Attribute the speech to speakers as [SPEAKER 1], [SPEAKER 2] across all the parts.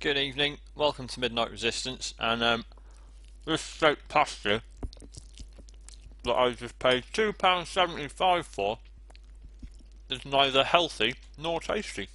[SPEAKER 1] Good evening. Welcome to Midnight Resistance. And um, this steak pasta that I just paid two pounds seventy-five for is neither healthy nor tasty.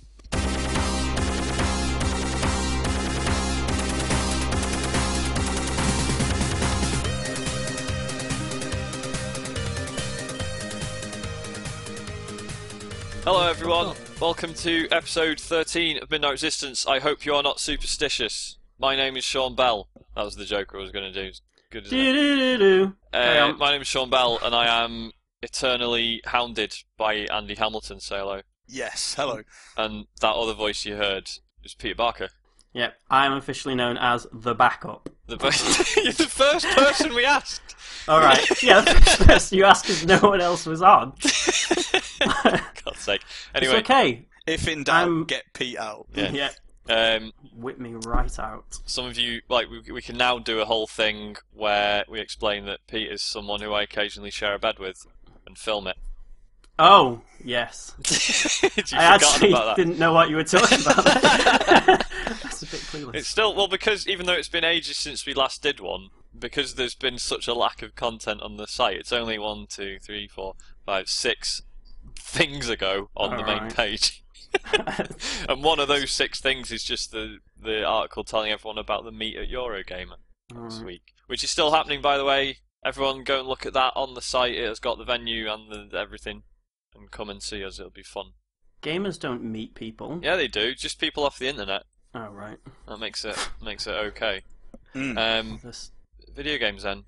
[SPEAKER 1] Hello, everyone. Welcome to episode 13 of Midnight Resistance. I hope you are not superstitious. My name is Sean Bell. That was the joke I was going to do. Good as
[SPEAKER 2] Do do do Carry
[SPEAKER 1] Uh,
[SPEAKER 2] on.
[SPEAKER 1] my name is Sean Bell, and I am eternally hounded by Andy Hamilton. Say hello.
[SPEAKER 3] Yes, hello.
[SPEAKER 1] And that other voice you heard was Peter Barker.
[SPEAKER 2] Yep, I am officially known as the backup.
[SPEAKER 1] The, fir- You're the first person we asked.
[SPEAKER 2] All right. yeah, the first person you asked if no one else was on.
[SPEAKER 1] God's sake.
[SPEAKER 2] It's
[SPEAKER 1] Anyway,
[SPEAKER 2] okay.
[SPEAKER 3] If in doubt,
[SPEAKER 2] Um,
[SPEAKER 3] get Pete out.
[SPEAKER 1] Yeah.
[SPEAKER 2] yeah,
[SPEAKER 1] um,
[SPEAKER 2] whip me right out.
[SPEAKER 1] some of you like we, we can now do a whole thing where we explain that Pete is someone who I occasionally share a bed with and film it.
[SPEAKER 2] Oh yes,
[SPEAKER 1] Had you
[SPEAKER 2] I
[SPEAKER 1] forgotten
[SPEAKER 2] actually
[SPEAKER 1] about that?
[SPEAKER 2] didn't know what you were talking about. That's a bit clueless.
[SPEAKER 1] It's still well because even though it's been ages since we last did one, because there's been such a lack of content on the site. It's only one, two, three, four, five, six things ago on the main
[SPEAKER 2] Alright.
[SPEAKER 1] page, and one of those six things is just the the article telling everyone about the meet at Eurogamer this
[SPEAKER 2] Alright.
[SPEAKER 1] week, which is still happening, by the way. Everyone go and look at that on the site. It has got the venue and the, everything, and come and see us. It'll be fun.
[SPEAKER 2] Gamers don't meet people.
[SPEAKER 1] Yeah, they do. Just people off the internet.
[SPEAKER 2] Oh right.
[SPEAKER 1] That makes it makes it okay.
[SPEAKER 3] Mm.
[SPEAKER 1] Um,
[SPEAKER 2] This-
[SPEAKER 1] video games then.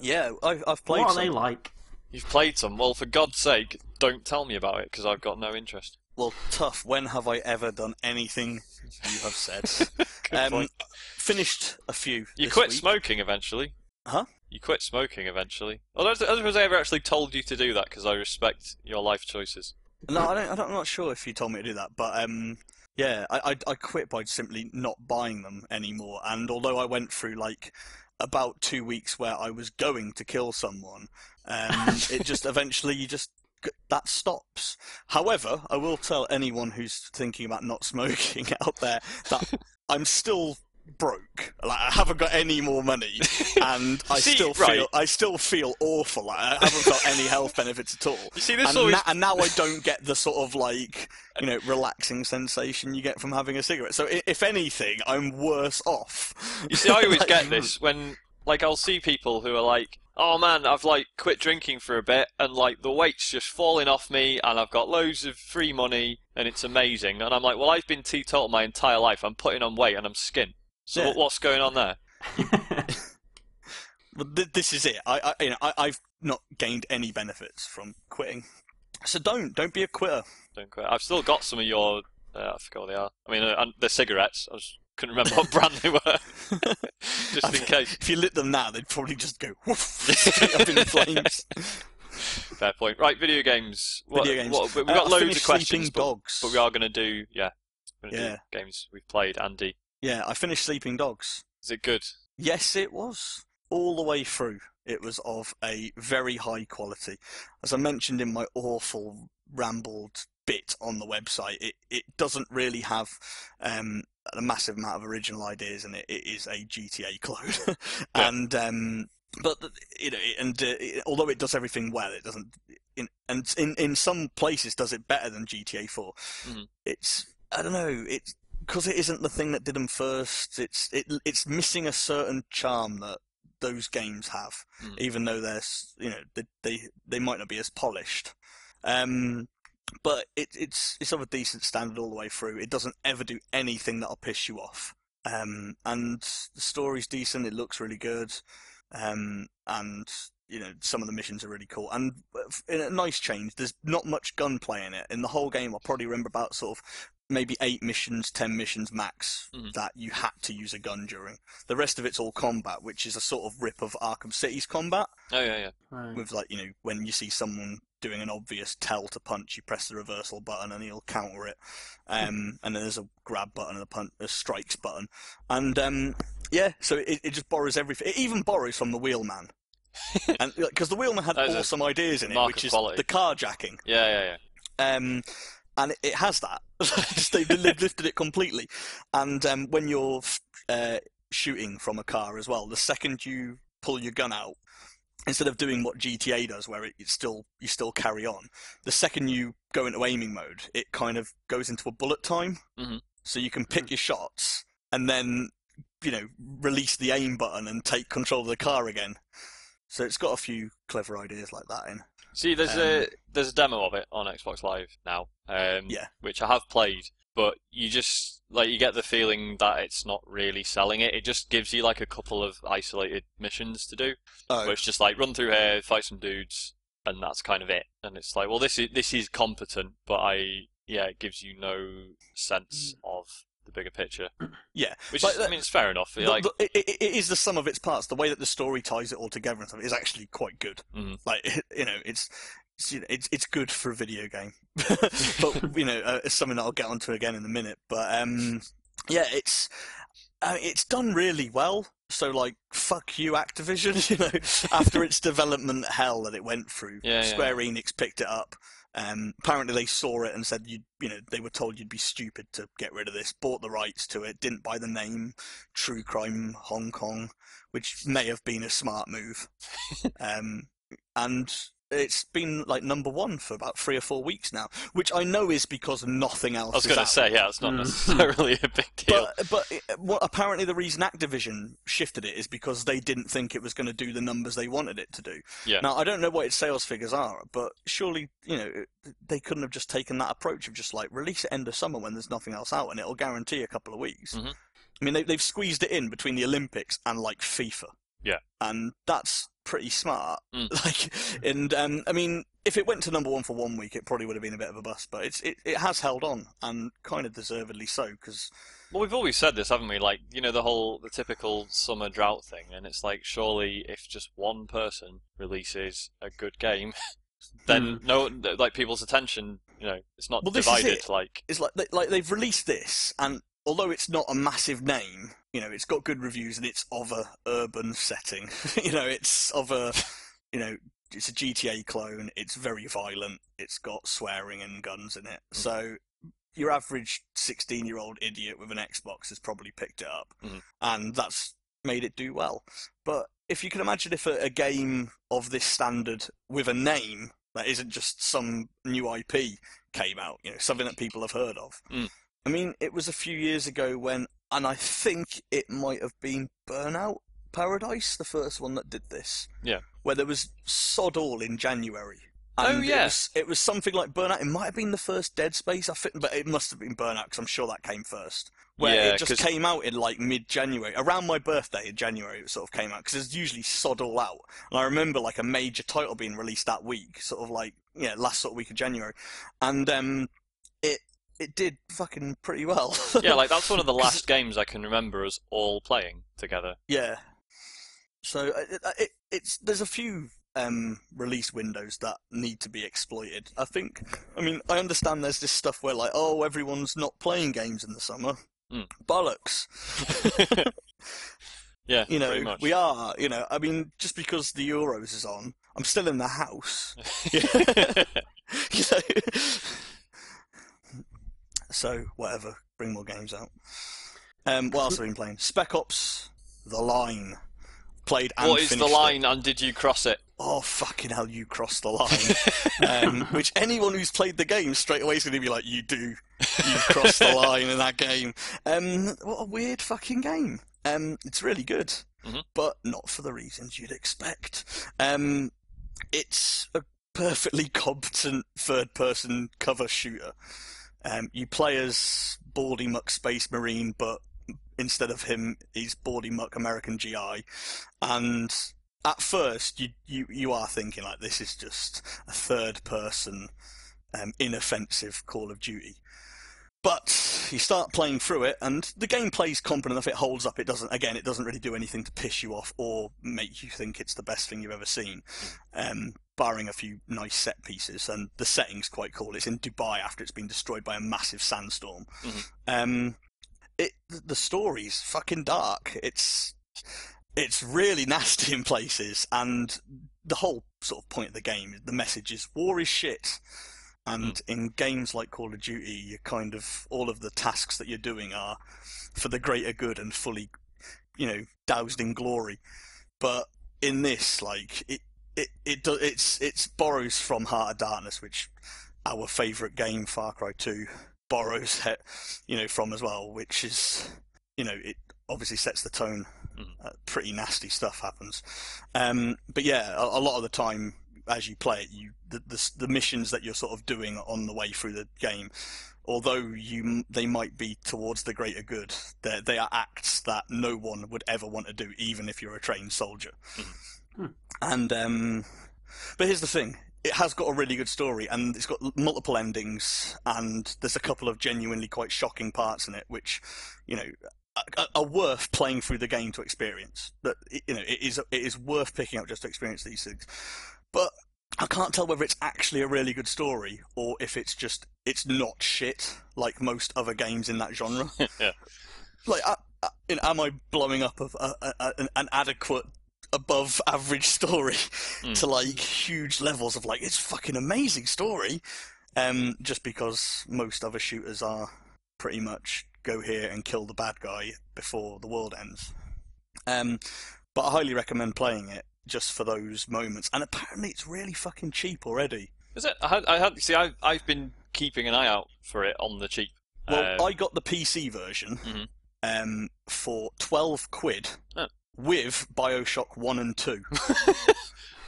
[SPEAKER 3] yeah, I've, I've played
[SPEAKER 2] what are
[SPEAKER 3] some.
[SPEAKER 2] they like?
[SPEAKER 1] You've played some. Well, for God's sake, don't tell me about it because I've got no interest.
[SPEAKER 3] Well, tough. When have I ever done anything you have said? Um,
[SPEAKER 1] Good point.
[SPEAKER 3] Finished a few.
[SPEAKER 1] Um, You
[SPEAKER 3] this
[SPEAKER 1] quit
[SPEAKER 3] week.
[SPEAKER 1] smoking eventually.
[SPEAKER 3] Huh?
[SPEAKER 1] You quit smoking eventually. Although, I don't suppose I ever actually told you to do that because I respect your life choices.
[SPEAKER 3] No, I don't, I don't, I'm not sure if you told me to do that, but um, yeah, I, I, I quit by simply not buying them anymore. And although I went through like about two weeks where I was going to kill someone, um, it just eventually you just g- that stops. However, I will tell anyone who's thinking about not smoking out there that I'm still broke. Like I haven't got any more money, and I
[SPEAKER 1] See,
[SPEAKER 3] still
[SPEAKER 1] right.
[SPEAKER 3] feel I still feel awful. Like, I haven't got any health benefits at all
[SPEAKER 1] You see, this
[SPEAKER 3] and,
[SPEAKER 1] always.
[SPEAKER 3] na- and now I don't get the sort of like you know relaxing sensation you get from having a cigarette. So i- if anything, I'm worse off.
[SPEAKER 1] You see, I always
[SPEAKER 3] Like,
[SPEAKER 1] get this when, like, I'll see people who are like, "Oh man, I've like quit drinking for a bit, and like the weight's just falling off me, and I've got loads of free money, and it's amazing." And I'm like, "Well, I've been teetotal my entire life. I'm putting on weight, and I'm skin. So
[SPEAKER 3] Yeah.
[SPEAKER 1] what- what's going on there?"
[SPEAKER 3] But th- this is it. I, I you know I, I've not gained any benefits from quitting. So don't don't be a quitter.
[SPEAKER 1] Don't quit. I've still got some of your. Uh, I forgot what they are. I mean, uh, and they're cigarettes. I just couldn't remember what brand they were, just in case.
[SPEAKER 3] If you lit them now, they'd probably just go woof straight up in flames.
[SPEAKER 1] Fair point. Right, video games. What,
[SPEAKER 3] Video games.
[SPEAKER 1] What, we've
[SPEAKER 3] Uh,
[SPEAKER 1] got
[SPEAKER 3] I
[SPEAKER 1] loads of
[SPEAKER 3] finished
[SPEAKER 1] questions,
[SPEAKER 3] Sleeping
[SPEAKER 1] but,
[SPEAKER 3] dogs.
[SPEAKER 1] but we are going to do yeah, we're gonna
[SPEAKER 3] Yeah.
[SPEAKER 1] do games we've played. Andy,
[SPEAKER 3] Yeah, I finished sleeping dogs.
[SPEAKER 1] is it good?
[SPEAKER 3] Yes, it was. All the way through, it was of a very high quality. As I mentioned in my awful rambled bit on the website, it, it doesn't really have um, a massive amount of original ideas in it. It is a GTA clone.
[SPEAKER 1] Yeah.
[SPEAKER 3] And um, but th- you know, it- and uh, it, although it does everything well, it doesn't. In, and in in some places, does it better than GTA 4.
[SPEAKER 1] Mhm.
[SPEAKER 3] It's I don't know. It's because it isn't the thing that did them first. It's it it's missing a certain charm that those games have,
[SPEAKER 1] Mm.
[SPEAKER 3] even though they're s- you know they they, they might not be as polished. Um, but it, it's it's of a decent standard all the way through. It doesn't ever do anything that'll piss you off. Um, and the story's decent. It looks really good. Um, and you know some of the missions are really cool. And uh, f- in a nice change. There's not much gunplay in it. In the whole game, I probably remember about sort of maybe eight missions, ten missions max
[SPEAKER 1] Mhm.
[SPEAKER 3] that you had to use a gun during. The rest of it's all combat, which is a sort of rip of Arkham City's combat,
[SPEAKER 1] Oh yeah, yeah.
[SPEAKER 2] Right.
[SPEAKER 3] with like you know when you see someone doing an obvious tell to punch, you press the reversal button and he'll counter it.
[SPEAKER 1] Hmm.
[SPEAKER 3] Um, and then there's a grab button and a, punch, a strikes button, and um, yeah, so it, it just borrows everything. It even borrows from the Wheelman. and because the Wheelman had
[SPEAKER 1] That is a
[SPEAKER 3] awesome ideas in it,
[SPEAKER 1] mark
[SPEAKER 3] which
[SPEAKER 1] of
[SPEAKER 3] is
[SPEAKER 1] quality.
[SPEAKER 3] the carjacking.
[SPEAKER 1] Yeah, yeah, yeah.
[SPEAKER 3] Um, and it- it has that, they've li- lifted it completely. And um, when you're f- uh, shooting from a car as well, the second you pull your gun out, instead of doing what GTA does, where it, it still you still carry on, the second you go into aiming mode, it kind of goes into a bullet time,
[SPEAKER 1] Mhm.
[SPEAKER 3] so you can pick your shots and then you know release the aim button and take control of the car again. So it's got a few clever ideas like that in.
[SPEAKER 1] See, there's
[SPEAKER 3] Um,
[SPEAKER 1] a there's a demo of it on Xbox Live now, um,
[SPEAKER 3] Yeah.
[SPEAKER 1] which I have played, but you just like you get the feeling that it's not really selling it. It just gives you like a couple of isolated missions to do,
[SPEAKER 3] Oh,
[SPEAKER 1] where it's just like run through here, fight some dudes, and that's kind of it. And it's like, well, this is this is competent, but I yeah, it gives you no sense of the bigger picture.
[SPEAKER 3] Mm. Yeah,
[SPEAKER 1] which
[SPEAKER 3] but
[SPEAKER 1] is, I
[SPEAKER 3] that-
[SPEAKER 1] mean, it's fair enough.
[SPEAKER 3] The-
[SPEAKER 1] like,
[SPEAKER 3] the- it, it, it is the sum of its parts. The way that the story ties it all together and stuff is actually quite good.
[SPEAKER 1] Mhm.
[SPEAKER 3] Like you know, it's, it's you know, it's it's good for a video game. but you know, uh, it's something that I'll get onto again in a minute. But um, yeah, it's uh, it's done really well. So like, fuck you, Activision. You know, after its development hell that it went through,
[SPEAKER 1] Yeah, yeah.
[SPEAKER 3] Square Enix picked it up. Um, apparently they saw it and said you you know they were told you'd be stupid to get rid of this. Bought the rights to it, didn't buy the name, True Crime Hong Kong, which may have been a smart move. um, and it's been like number one for about three or four weeks now, which I know is because nothing else.
[SPEAKER 1] I was
[SPEAKER 3] is
[SPEAKER 1] going to
[SPEAKER 3] out.
[SPEAKER 1] say, yeah, it's not
[SPEAKER 2] Mm.
[SPEAKER 1] necessarily a big deal.
[SPEAKER 3] But, but it- what apparently the reason Activision shifted it is because they didn't think it was going to do the numbers they wanted it to do.
[SPEAKER 1] Yeah.
[SPEAKER 3] Now I don't know what its sales figures are, but surely you know it- they couldn't have just taken that approach of just like release it end of summer when there's nothing else out and it'll guarantee a couple of weeks.
[SPEAKER 1] Mhm.
[SPEAKER 3] I mean they, they've squeezed it in between the Olympics and like FIFA.
[SPEAKER 1] Yeah.
[SPEAKER 3] And that's pretty smart.
[SPEAKER 1] Mm.
[SPEAKER 3] Like, and um, I mean, if it went to number one for one week, it probably would have been a bit of a bust. But it's it, it has held on and kind of deservedly so because
[SPEAKER 1] Well, we've always said this, haven't we? Like, you know, the whole the typical summer drought thing, and it's like surely if just one person releases a good game, then no, like people's attention, you know, it's not
[SPEAKER 3] Mm. Well, this is
[SPEAKER 1] divided.
[SPEAKER 3] it.
[SPEAKER 1] Like,
[SPEAKER 3] it's like they, like they've released this, and although it's not a massive name, you know, it's got good reviews and it's of a urban setting. you know, it's of a, you know, it's a GTA clone. It's very violent. It's got swearing and guns in it. So your average sixteen-year-old idiot with an Xbox has probably picked it up,
[SPEAKER 1] Mhm.
[SPEAKER 3] and that's made it do well. But if you can imagine if a, a game of this standard with a name that isn't just some new IP came out, you know, something that people have heard of.
[SPEAKER 1] Mm.
[SPEAKER 3] I mean, it was a few years ago when, and I think it might have been Burnout Paradise, the first one that did this.
[SPEAKER 1] Yeah.
[SPEAKER 3] Where there was sod all in January.
[SPEAKER 1] Oh,
[SPEAKER 3] And
[SPEAKER 1] yeah.
[SPEAKER 3] It was, it was something like Burnout. It might have been the first Dead Space, I think, but it must have been Burnout because I'm sure that came first. Where
[SPEAKER 1] Yeah,
[SPEAKER 3] it just
[SPEAKER 1] 'cause-
[SPEAKER 3] came out in like mid January, around my birthday in January, it sort of came out because there's usually sod all out. And I remember like a major title being released that week, sort of like yeah, last sort of week of January, and um, it it did fucking pretty well.
[SPEAKER 1] yeah, like that's one of the last games I can remember us all playing together.
[SPEAKER 3] yeah. So uh, it, it, it's there's a few um, release windows that need to be exploited. I think. I mean, I understand there's this stuff where like, oh, everyone's not playing games in the summer.
[SPEAKER 1] Mm.
[SPEAKER 3] Bollocks.
[SPEAKER 1] yeah,
[SPEAKER 3] You
[SPEAKER 1] pretty
[SPEAKER 3] know,
[SPEAKER 1] much.
[SPEAKER 3] we are. You know, I mean, just because the Euros is on, I'm still in the house. you know. so whatever, bring more games out. Um, what else have I been playing? Spec Ops: The Line. Played and
[SPEAKER 1] what is the
[SPEAKER 3] finished it.
[SPEAKER 1] line, and did you cross it?
[SPEAKER 3] Oh fucking hell! You crossed the line. um, which anyone who's played the game straight away is going to be like, "You do, you crossed the line in that game." Um, what a weird fucking game. Um, it's really good,
[SPEAKER 1] Mhm.
[SPEAKER 3] but not for the reasons you'd expect. Um, it's a perfectly competent third-person cover shooter. Um, you play as Baldy Muck Space Marine, but instead of him, he's Baldy Muck American GI, and at first you, you you are thinking like this is just a third person um, inoffensive call of duty but you start playing through it and the game plays competent enough it holds up it doesn't again it doesn't really do anything to piss you off or make you think it's the best thing you've ever seen um, barring a few nice set pieces and the setting's quite cool it's in dubai after it's been destroyed by a massive sandstorm
[SPEAKER 1] Mhm.
[SPEAKER 3] um, it the story's fucking dark it's it's really nasty in places, and the whole sort of point of the game, the message is war is shit. And in games like Call of Duty, you kind of all of the tasks that you're doing are for the greater good and fully, you know, doused in glory. But in this, like it, it, it do, it's it's borrows from Heart of Darkness, which our favourite game, Far Cry Two, borrows, he- you know, from as well. Which is, you know, it obviously sets the tone.
[SPEAKER 1] Mhm.
[SPEAKER 3] Uh, pretty nasty stuff happens. Um, but yeah, a, a lot of the time as you play it, you the, the s- the missions that you're sort of doing on the way through the game, although you m- they might be towards the greater good, they they are acts that no one would ever want to do, even if you're a trained soldier.
[SPEAKER 2] Hmm.
[SPEAKER 3] And um, but here's the thing. It has got a really good story, and it's got l- multiple endings, and there's a couple of genuinely quite shocking parts in it, which, you know, are- are worth playing through the game to experience. That you know, it is it is worth picking up just to experience these things. But I can't tell whether it's actually a really good story or if it's just it's not shit like most other games in that genre.
[SPEAKER 1] Yeah.
[SPEAKER 3] Like, I, I, you know, am I blowing up of a, a, a, an- an adequate, above average story
[SPEAKER 1] Mm.
[SPEAKER 3] to like huge levels of like it's fucking amazing story? Um, just because most other shooters are pretty much go here and kill the bad guy before the world ends. Um, but I highly recommend playing it just for those moments. And apparently, it's really fucking cheap already.
[SPEAKER 1] Is it? I had, I had see. I've I've been keeping an eye out for it on the cheap.
[SPEAKER 3] Well,
[SPEAKER 1] Um,
[SPEAKER 3] I got the PC version
[SPEAKER 1] Mhm.
[SPEAKER 3] um, for twelve quid
[SPEAKER 1] Oh.
[SPEAKER 3] with Bioshock One and Two.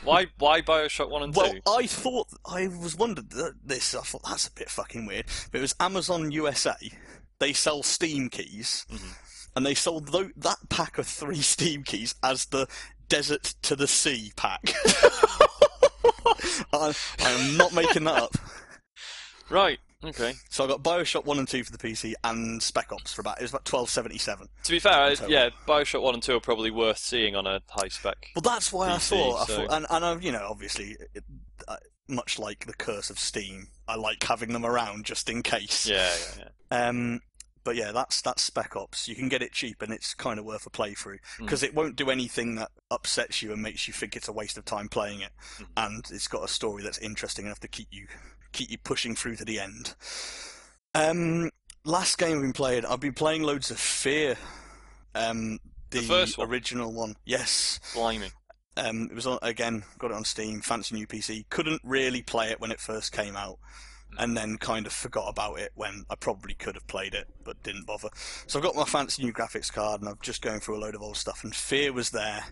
[SPEAKER 1] why why Bioshock One and
[SPEAKER 3] well,
[SPEAKER 1] Two?
[SPEAKER 3] I thought I was wondered th- this. I thought that's a bit fucking weird. But it was Amazon USA. They sell Steam keys,
[SPEAKER 1] Mhm.
[SPEAKER 3] and they sold tho- that pack of three Steam keys as the Desert to the Sea pack. I, I am not making that up.
[SPEAKER 1] Right. Okay.
[SPEAKER 3] So I got Bioshock One and Two for the PC and Spec Ops for about it was about twelve seventy seven.
[SPEAKER 1] To be fair, I,
[SPEAKER 3] So-
[SPEAKER 1] yeah, Bioshock One and Two are probably worth seeing on a high spec.
[SPEAKER 3] Well, that's why I
[SPEAKER 1] PC,
[SPEAKER 3] thought,
[SPEAKER 1] so-
[SPEAKER 3] I thought and and I, you know, obviously, it, I, much like the curse of Steam, I like having them around just in case.
[SPEAKER 1] Yeah, yeah, yeah.
[SPEAKER 3] Um, but yeah, that's that's Spec Ops. You can get it cheap, and it's kind of worth a playthrough
[SPEAKER 1] Hmm.
[SPEAKER 3] because it won't do anything that upsets you and makes you think it's a waste of time playing it.
[SPEAKER 1] Mm.
[SPEAKER 3] And it's got a story that's interesting enough to keep you keep you pushing through to the end. Um, last game I've been playing, I've been playing loads of Fear. Um, the,
[SPEAKER 1] The first one?
[SPEAKER 3] original one, yes.
[SPEAKER 1] Blimey.
[SPEAKER 3] Um, it was on again. Got it on Steam. Fancy new PC. Couldn't really play it when it first came out, and then kind of forgot about it when I probably could have played it, but didn't bother. So I've got my fancy new graphics card, and I'm just going through a load of old stuff. And Fear was there.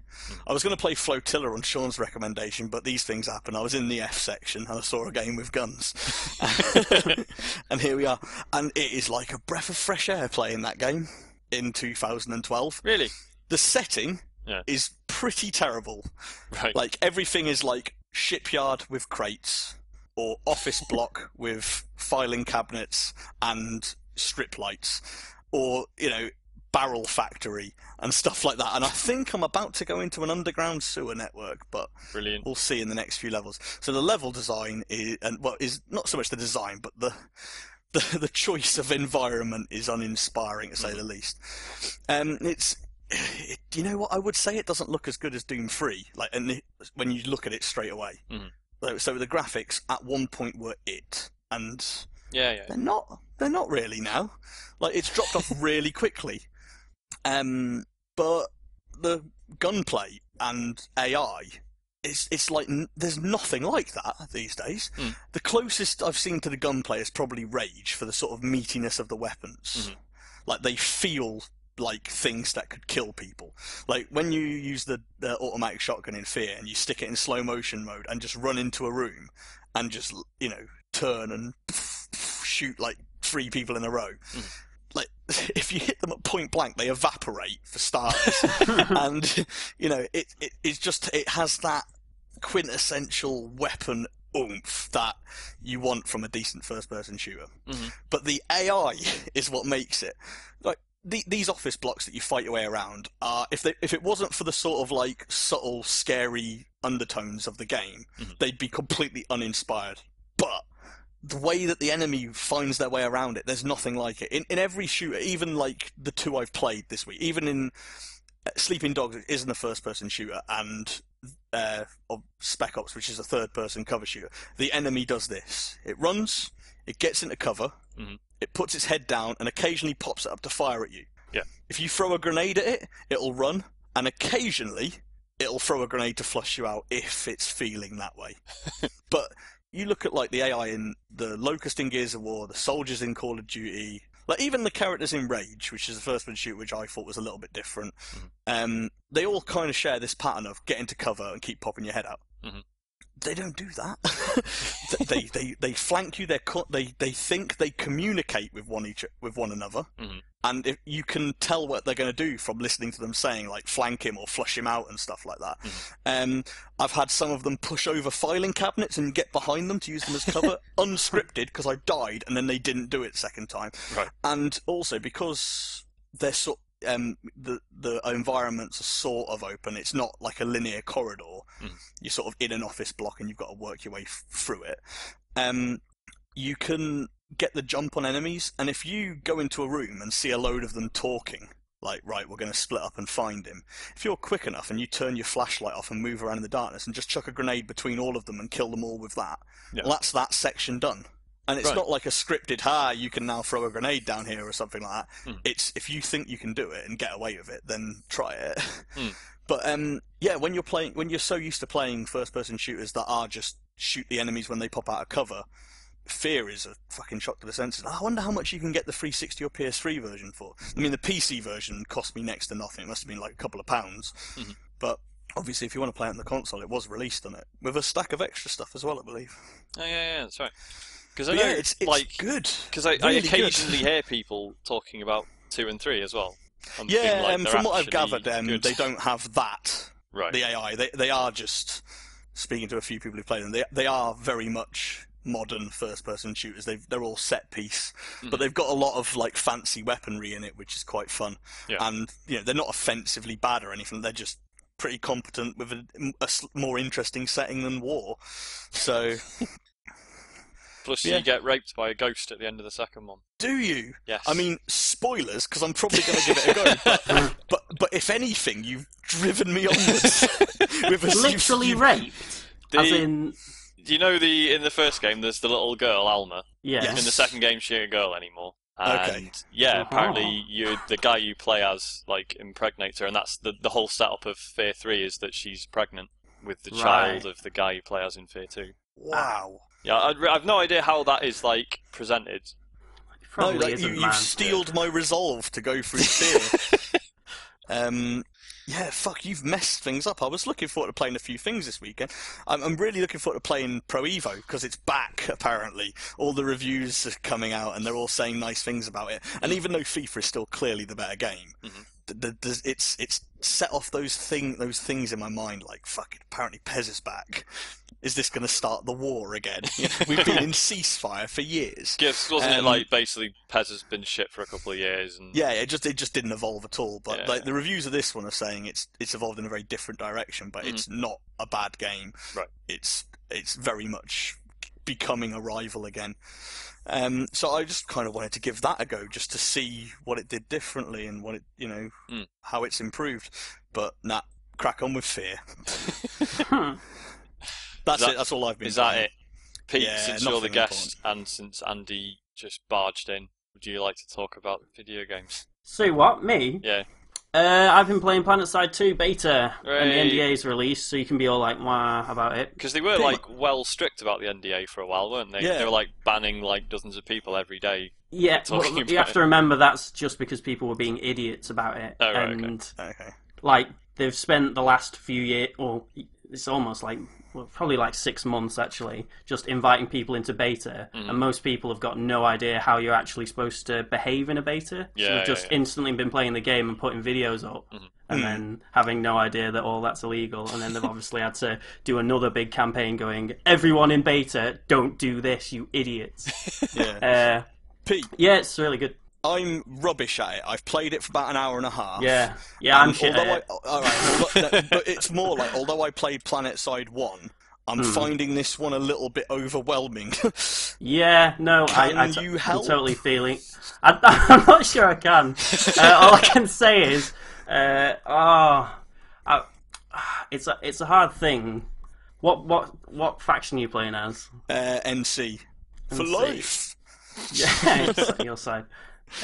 [SPEAKER 3] I was going to play Flotilla on Sean's recommendation, but these things happen. I was in the F section and I saw a game with guns, and here we are. And it is like a breath of fresh air playing that game in 2012.
[SPEAKER 1] Really?
[SPEAKER 3] The setting
[SPEAKER 1] Yeah.
[SPEAKER 3] is pretty terrible.
[SPEAKER 1] Right.
[SPEAKER 3] Like everything is like shipyard with crates or office block with filing cabinets and strip lights or you know barrel factory and stuff like that and i think i'm about to go into an underground sewer network but
[SPEAKER 1] Brilliant.
[SPEAKER 3] we'll see in the next few levels so the level design is and well is not so much the design but the the, the choice of environment is uninspiring to say the least um it's it, you know what? I would say it doesn't look as good as Doom Three. Like, and the, when you look at it straight away,
[SPEAKER 1] Mhm.
[SPEAKER 3] so, so the graphics at one point were it, and
[SPEAKER 1] Yeah, yeah.
[SPEAKER 3] they're not. They're not really now. Like, it's dropped off really quickly. Um, but the gunplay and AI. It's, it's like n- there's nothing like that these days.
[SPEAKER 1] Mm.
[SPEAKER 3] The closest I've seen to the gunplay is probably Rage for the sort of meatiness of the weapons.
[SPEAKER 1] Mhm.
[SPEAKER 3] Like they feel like things that could kill people. Like when you use the, the automatic shotgun in Fear and you stick it in slow motion mode and just run into a room and just you know turn and shoot like three people in a row.
[SPEAKER 1] Mhm.
[SPEAKER 3] Like if you hit them at point blank, they evaporate for starters and you know it, it it's just it has that quintessential weapon oomph that you want from a decent first person shooter
[SPEAKER 1] Mhm.
[SPEAKER 3] but the ai is what makes it like the, these office blocks that you fight your way around are if they if it wasn't for the sort of like subtle scary undertones of the game
[SPEAKER 1] Mhm.
[SPEAKER 3] they'd be completely uninspired but the way that the enemy finds their way around it, there's nothing like it. In, in every shooter, even like the two I've played this week, even in Sleeping Dogs it isn't a first person shooter and uh, of Spec Ops, which is a third-person cover shooter. The enemy does this: it runs, it gets into cover,
[SPEAKER 1] Mhm.
[SPEAKER 3] it puts its head down, and occasionally pops it up to fire at you.
[SPEAKER 1] Yeah.
[SPEAKER 3] If you throw a grenade at it, it'll run, and occasionally it'll throw a grenade to flush you out if it's feeling that way. but you look at like the AI in the Locust in Gears of War, the soldiers in Call of Duty, like even the characters in Rage, which is the first one shoot, which I thought was a little bit different.
[SPEAKER 1] Mhm.
[SPEAKER 3] Um, they all kind of share this pattern of get into cover and keep popping your head out.
[SPEAKER 1] Mhm.
[SPEAKER 3] They don't do that. they, they they flank you. They they they think they communicate with one each with one another,
[SPEAKER 1] Mhm.
[SPEAKER 3] and if you can tell what they're going to do from listening to them saying like flank him or flush him out and stuff like that. Um, I've had some of them push over filing cabinets and get behind them to use them as cover, unscripted, because I died and then they didn't do it second time.
[SPEAKER 1] Right.
[SPEAKER 3] And also because they're sort um, the the environments are sort of open. It's not like a linear corridor.
[SPEAKER 1] Mm.
[SPEAKER 3] You're sort of in an office block and you've got to work your way f- through it. Um, you can get the jump on enemies, and if you go into a room and see a load of them talking, like right, we're going to split up and find him. If you're quick enough and you turn your flashlight off and move around in the darkness and just chuck a grenade between all of them and kill them all with that,
[SPEAKER 1] Yeah.
[SPEAKER 3] well, that's that section done. And it's
[SPEAKER 1] Right.
[SPEAKER 3] not like a scripted, ha, you can now throw a grenade down here or something like that.
[SPEAKER 1] Mm.
[SPEAKER 3] It's if you think you can do it and get away with it, then try it.
[SPEAKER 1] Mm.
[SPEAKER 3] But um, yeah, when you're playing, when you're so used to playing first-person shooters that are just shoot the enemies when they pop out of cover, fear is a fucking shock to the senses. I wonder how much you can get the 360 or PS3 version for. I mean, the PC version cost me next to nothing. It must have been like a couple of pounds.
[SPEAKER 1] Mhm.
[SPEAKER 3] But obviously, if you want to play it on the console, it was released on it with a stack of extra stuff as well, I believe.
[SPEAKER 1] Oh, yeah, yeah, that's right. Because I
[SPEAKER 3] But
[SPEAKER 1] know,
[SPEAKER 3] yeah, it's, it's
[SPEAKER 1] like,
[SPEAKER 3] good.
[SPEAKER 1] because I, I
[SPEAKER 3] really good.
[SPEAKER 1] occasionally hear people talking about two and three as well. and being
[SPEAKER 3] Yeah,
[SPEAKER 1] like,
[SPEAKER 3] um,
[SPEAKER 1] they're
[SPEAKER 3] from what I've
[SPEAKER 1] actually
[SPEAKER 3] gathered, um,
[SPEAKER 1] good.
[SPEAKER 3] they don't have that
[SPEAKER 1] Right.
[SPEAKER 3] the AI. They they are just speaking to a few people who play them. They they are very much modern first person shooters. They they're all set piece,
[SPEAKER 1] Mhm.
[SPEAKER 3] but they've got a lot of like fancy weaponry in it, which is quite fun.
[SPEAKER 1] Yeah.
[SPEAKER 3] And you know they're not offensively bad or anything. They're just pretty competent with a, a s- more interesting setting than war. So
[SPEAKER 1] Plus,
[SPEAKER 3] yeah.
[SPEAKER 1] you get raped by a ghost at the end of the second one.
[SPEAKER 3] do you?
[SPEAKER 1] Yes.
[SPEAKER 3] I mean spoilers because I'm probably going to give it a go. But, but but if anything, you've driven me onwards. with a,
[SPEAKER 2] Literally
[SPEAKER 3] you've-
[SPEAKER 2] raped.
[SPEAKER 1] The-
[SPEAKER 2] As in,
[SPEAKER 1] do you know the in the first game? There's the little girl Alma.
[SPEAKER 2] yeah.
[SPEAKER 3] Yes.
[SPEAKER 1] In the second game, she ain't a girl anymore. And uh,
[SPEAKER 3] Okay.
[SPEAKER 1] yeah,
[SPEAKER 2] Uh-huh.
[SPEAKER 1] apparently you the guy you play as like impregnates her, and that's the the whole setup of Fear Three is that she's pregnant with the child
[SPEAKER 2] Right.
[SPEAKER 1] of the guy you play as in Fear Two.
[SPEAKER 3] Wow.
[SPEAKER 1] Yeah, I'd re- I've no idea how that is like presented.
[SPEAKER 2] Probably
[SPEAKER 3] no, like,
[SPEAKER 2] isn't,
[SPEAKER 3] you,
[SPEAKER 2] man.
[SPEAKER 3] you've steeled my resolve to go through fear. um, yeah, fuck, you've messed things up. I was looking forward to playing a few things this weekend. I'm, I'm really looking forward to playing Pro Evo because it's back. Apparently, all the reviews are coming out and they're all saying nice things about it.
[SPEAKER 2] Mm.
[SPEAKER 3] And even though FIFA is still clearly the better game.
[SPEAKER 2] Mm-hmm.
[SPEAKER 1] Mhm.
[SPEAKER 3] th th th- it's it's set off those thing those things in my mind like fuck it, apparently Pez is back. Is this going to start the war again? You know, we've been in ceasefire for years.
[SPEAKER 1] Yes, wasn't it
[SPEAKER 3] Um,
[SPEAKER 1] like basically Pez has been shit for a couple of years and
[SPEAKER 3] Yeah, it just it just didn't evolve at all. But
[SPEAKER 1] Yeah.
[SPEAKER 3] like the reviews of this one are saying it's it's evolved in a very different direction, but it's not a bad game.
[SPEAKER 1] Mm-hmm. Right.
[SPEAKER 3] It's it's very much becoming a rival again. Um, so I just kind of wanted to give that a go just to see what it did differently and what it you know
[SPEAKER 1] Mm.
[SPEAKER 3] how it's improved. But nah, crack on with fear.
[SPEAKER 2] Hmm.
[SPEAKER 3] That's
[SPEAKER 1] that-
[SPEAKER 3] it. That's all I've been.
[SPEAKER 1] is that
[SPEAKER 3] playing.
[SPEAKER 1] it? Pete,
[SPEAKER 3] Yeah,
[SPEAKER 1] since you're the
[SPEAKER 3] nothing
[SPEAKER 1] guest and since Andy just barged in, would you like to talk about video games?
[SPEAKER 2] So what? Me?
[SPEAKER 1] Yeah.
[SPEAKER 2] Uh, I've been playing Planet Side 2 beta, and
[SPEAKER 1] Hooray.
[SPEAKER 2] the NDA's released, so you can be all like, wah, about it.
[SPEAKER 1] Because they were
[SPEAKER 3] Pretty
[SPEAKER 1] like well strict about the NDA for a while, weren't they?
[SPEAKER 3] Yeah.
[SPEAKER 1] They were like banning like dozens of people every day.
[SPEAKER 2] Yeah,
[SPEAKER 1] Talking
[SPEAKER 2] well,
[SPEAKER 1] about
[SPEAKER 2] you have to remember that's just because people were being idiots about it,
[SPEAKER 1] Oh, right, okay.
[SPEAKER 2] and
[SPEAKER 3] Okay.
[SPEAKER 2] like they've spent the last few years, or it's almost like well, probably like six months actually, just inviting people into beta,
[SPEAKER 1] Mhm.
[SPEAKER 2] and most people have got no idea how you're actually supposed to behave in a beta.
[SPEAKER 1] Yeah,
[SPEAKER 2] so
[SPEAKER 1] yeah,
[SPEAKER 2] they've just
[SPEAKER 1] yeah.
[SPEAKER 2] instantly been playing the game and putting videos up,
[SPEAKER 1] Mhm.
[SPEAKER 2] and
[SPEAKER 3] Mhm.
[SPEAKER 2] then having no idea that all that's illegal, and then they've obviously had to do another big campaign going, "Everyone in beta, don't do this, you idiots."
[SPEAKER 3] Yeah.
[SPEAKER 2] uh,
[SPEAKER 3] Pete,
[SPEAKER 2] yeah, it's really good.
[SPEAKER 3] I'm rubbish at it. I've played it for about an hour and a half.
[SPEAKER 2] Yeah, yeah, I'm
[SPEAKER 3] Um,
[SPEAKER 2] shit. at
[SPEAKER 3] although
[SPEAKER 2] it.
[SPEAKER 3] I, all right, although- no, but it's more like although I played Planet Side One, I'm
[SPEAKER 2] Hmm.
[SPEAKER 3] finding this one a little bit overwhelming.
[SPEAKER 2] Yeah, no,
[SPEAKER 3] Can
[SPEAKER 2] I, I t-
[SPEAKER 3] you help?
[SPEAKER 2] I'm totally feeling. I, I'm not sure I can. Uh, all ah, I can say is, uh, oh, I, it's a it's a hard thing. What what what faction are you playing as?
[SPEAKER 3] Uh, NC. For
[SPEAKER 2] NC.
[SPEAKER 3] life.
[SPEAKER 2] Yeah, it's on your side.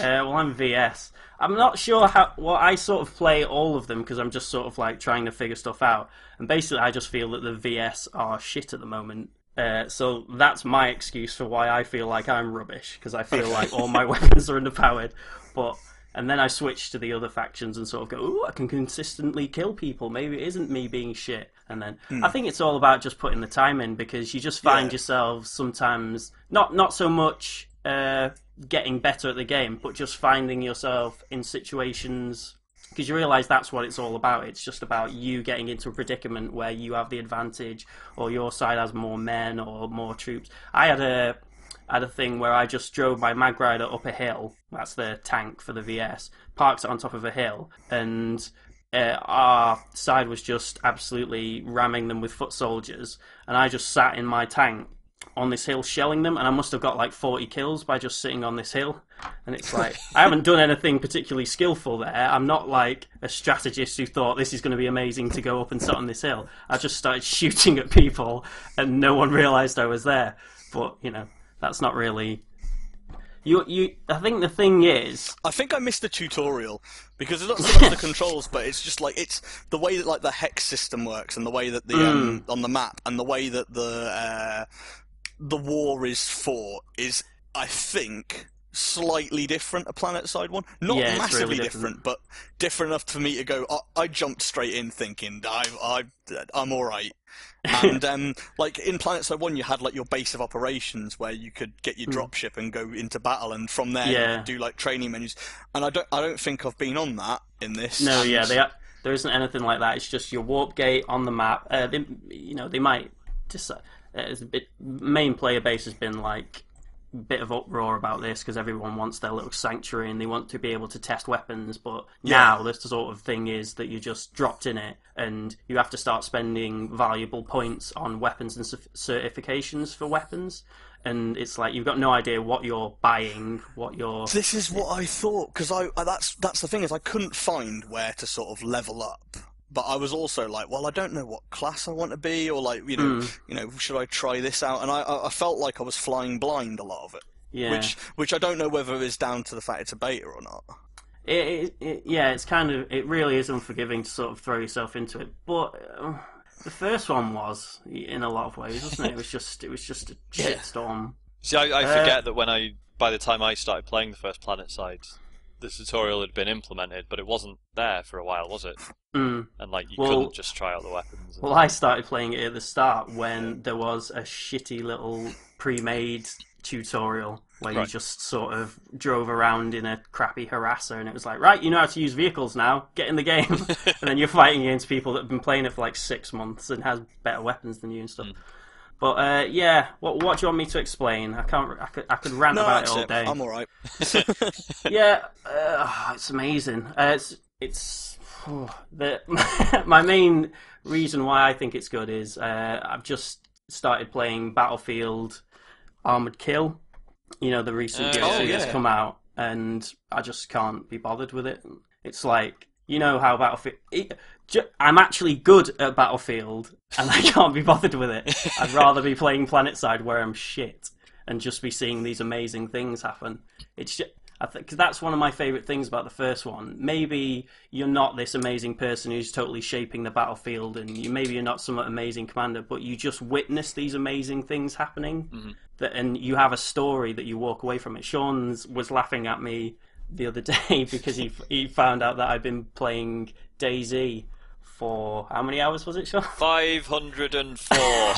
[SPEAKER 2] Uh, well, I'm VS. I'm not sure how. Well, I sort of play all of them because I'm just sort of like trying to figure stuff out. And basically, I just feel that the VS are shit at the moment. Uh, so that's my excuse for why I feel like I'm rubbish because I feel like all my weapons are underpowered. But and then I switch to the other factions and sort of go, "Ooh, I can consistently kill people. Maybe it isn't me being shit." And then I think it's all about just putting the time in because you just find
[SPEAKER 3] Yeah.
[SPEAKER 2] yourselves sometimes not not so much uh, getting better at the game, but just finding yourself in situations because you realize that's what it's all about. It's just about you getting into a predicament where you have the advantage, or your side has more men or more troops. I had a I had a thing where I just drove my mag rider up a hill. That's the tank for the VS. Parked it on top of a hill, and uh, our side was just absolutely ramming them with foot soldiers. And I just sat in my tank on this hill shelling them, and I must have got like 40 kills by just sitting on this hill. And it's like, I haven't done anything particularly skillful there. I'm not like a strategist who thought this is going to be amazing to go up and sit on this hill. I just started shooting at people, and no one realised I was there. But, you know, that's not really. You, you. I think the thing is,
[SPEAKER 3] I think I missed the tutorial because it's not so much the controls, but it's just like it's the way that like the hex system works and the way that the um,
[SPEAKER 2] Hmm.
[SPEAKER 3] on the map and the way that the uh, the war is fought is, I think, slightly different. A planet side one, not
[SPEAKER 2] Yeah, it's
[SPEAKER 3] massively
[SPEAKER 2] really
[SPEAKER 3] different,
[SPEAKER 2] different.
[SPEAKER 3] but different enough for me to go. I, I jumped straight in thinking I, I I'm all right. and um, like in Planet Side One, you had like your base of operations where you could get your dropship and go into battle, and from there
[SPEAKER 2] Hmm. Yeah.
[SPEAKER 3] do like training menus. And I don't, I don't think I've been on that in this.
[SPEAKER 2] No,
[SPEAKER 3] and-
[SPEAKER 2] yeah, they are, there isn't anything like that. It's just your warp gate on the map. Uh, they, you know, they might just. Uh, it's a bit, main player base has been like a bit of uproar about this because everyone wants their little sanctuary and they want to be able to test weapons. But now this sort of thing is that you're just dropped in it and you have to start spending valuable points on weapons and cer- certifications for weapons. And it's like you've got no idea what you're buying, what you're.
[SPEAKER 3] This is what I thought because I, I that's that's the thing is I couldn't find where to sort of level up. But I was also like, well, I don't know what class I want to be, or like, you know,
[SPEAKER 2] Hmm.
[SPEAKER 3] you know, should I try this out? And I, I I felt like I was flying blind a lot of it,
[SPEAKER 2] Yeah.
[SPEAKER 3] which, which I don't know whether is down to the fact it's a beta or not.
[SPEAKER 2] it, it, it, yeah, it's kind of it really is unforgiving to sort of throw yourself into it. But uh, the first one was in a lot of ways, wasn't it? It was just it was just a
[SPEAKER 3] Yeah.
[SPEAKER 2] shit storm.
[SPEAKER 1] See, I, I
[SPEAKER 2] Uh,
[SPEAKER 1] forget that when I, by the time I started playing the first Planet Side, the tutorial had been implemented, but it wasn't there for a while, was it?
[SPEAKER 2] Mm.
[SPEAKER 1] And like you
[SPEAKER 2] Well-
[SPEAKER 1] couldn't just try out the weapons. and-
[SPEAKER 2] Well, I started playing it at the start when there was a shitty little pre-made tutorial where you
[SPEAKER 1] Right.
[SPEAKER 2] just sort of drove around in a crappy harasser and it was like right you know how to use vehicles now get in the game and then you're fighting against people that have been playing it for like six months and has better weapons than you and
[SPEAKER 3] Hmm.
[SPEAKER 2] stuff but uh, yeah what, what do you want me to explain i can't i could, I could rant
[SPEAKER 3] No,
[SPEAKER 2] about it
[SPEAKER 3] that's
[SPEAKER 2] all
[SPEAKER 3] it.
[SPEAKER 2] day
[SPEAKER 3] I'm all right.
[SPEAKER 2] yeah, uh, it's amazing. Uh, it's it's oh, the my main reason why I think it's good is uh, I've just started playing Battlefield Armored Kill. You know the recent
[SPEAKER 1] Uh,
[SPEAKER 2] DLC
[SPEAKER 3] oh,
[SPEAKER 2] that's
[SPEAKER 3] yeah.
[SPEAKER 2] come out, and I just can't be bothered with it. It's like you know how Battlefield. It, ju- I'm actually good at Battlefield, and I can't be bothered with it. I'd rather be playing PlanetSide where I'm shit and just be seeing these amazing things happen. It's just, I think cause that's one of my favorite things about the first one. Maybe you're not this amazing person who's totally shaping the battlefield, and you maybe you're not some amazing commander, but you just witness these amazing things happening, that, and you have a story that you walk away from it. Sean's was laughing at me the other day because he he found out that I'd been playing Daisy for how many hours was it, Sean?
[SPEAKER 1] 504.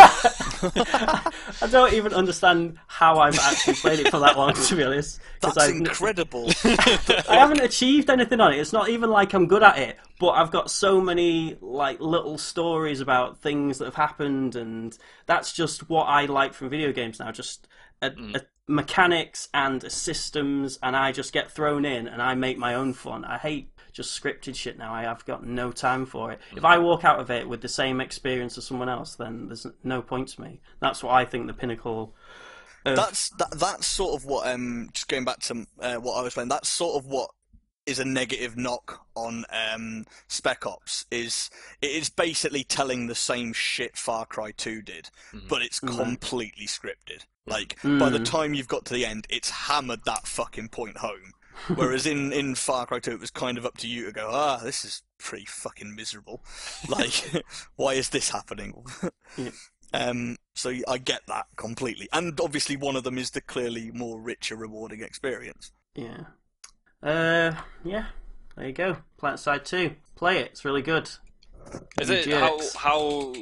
[SPEAKER 2] I don't even understand how I've actually played it for that long, to be honest. 'cause
[SPEAKER 3] That's
[SPEAKER 2] I've n-
[SPEAKER 3] incredible.
[SPEAKER 2] I haven't achieved anything on it. It's not even like I'm good at it, but I've got so many like little stories about things that have happened, and that's just what I like from video games now. Just a, a mechanics and a systems, and I just get thrown in and I make my own fun. I hate just scripted shit now. I have got no time for it. If I walk out of it with the same experience as someone else, then there's no point to me. That's what I think the pinnacle.
[SPEAKER 3] that's that, that's sort of what um just going back to uh, what I was playing. That's sort of what is a negative knock on um, Spec Ops is it is basically telling the same shit Far Cry 2 did,
[SPEAKER 1] Mhm.
[SPEAKER 3] but it's
[SPEAKER 2] Mhm.
[SPEAKER 3] completely scripted. Like by the
[SPEAKER 2] Mm.
[SPEAKER 3] time you've got to the end, it's hammered that fucking point home. Whereas in, in Far Cry 2, it was kind of up to you to go, ah, this is pretty fucking miserable. Like, why is this happening?
[SPEAKER 2] Yeah.
[SPEAKER 3] Um, so I get that completely. And obviously, one of them is the clearly more richer, rewarding experience.
[SPEAKER 2] Yeah. Uh, yeah. There you go. Planet Side 2. Play it. It's really good.
[SPEAKER 1] Is it how
[SPEAKER 2] MGX.
[SPEAKER 1] how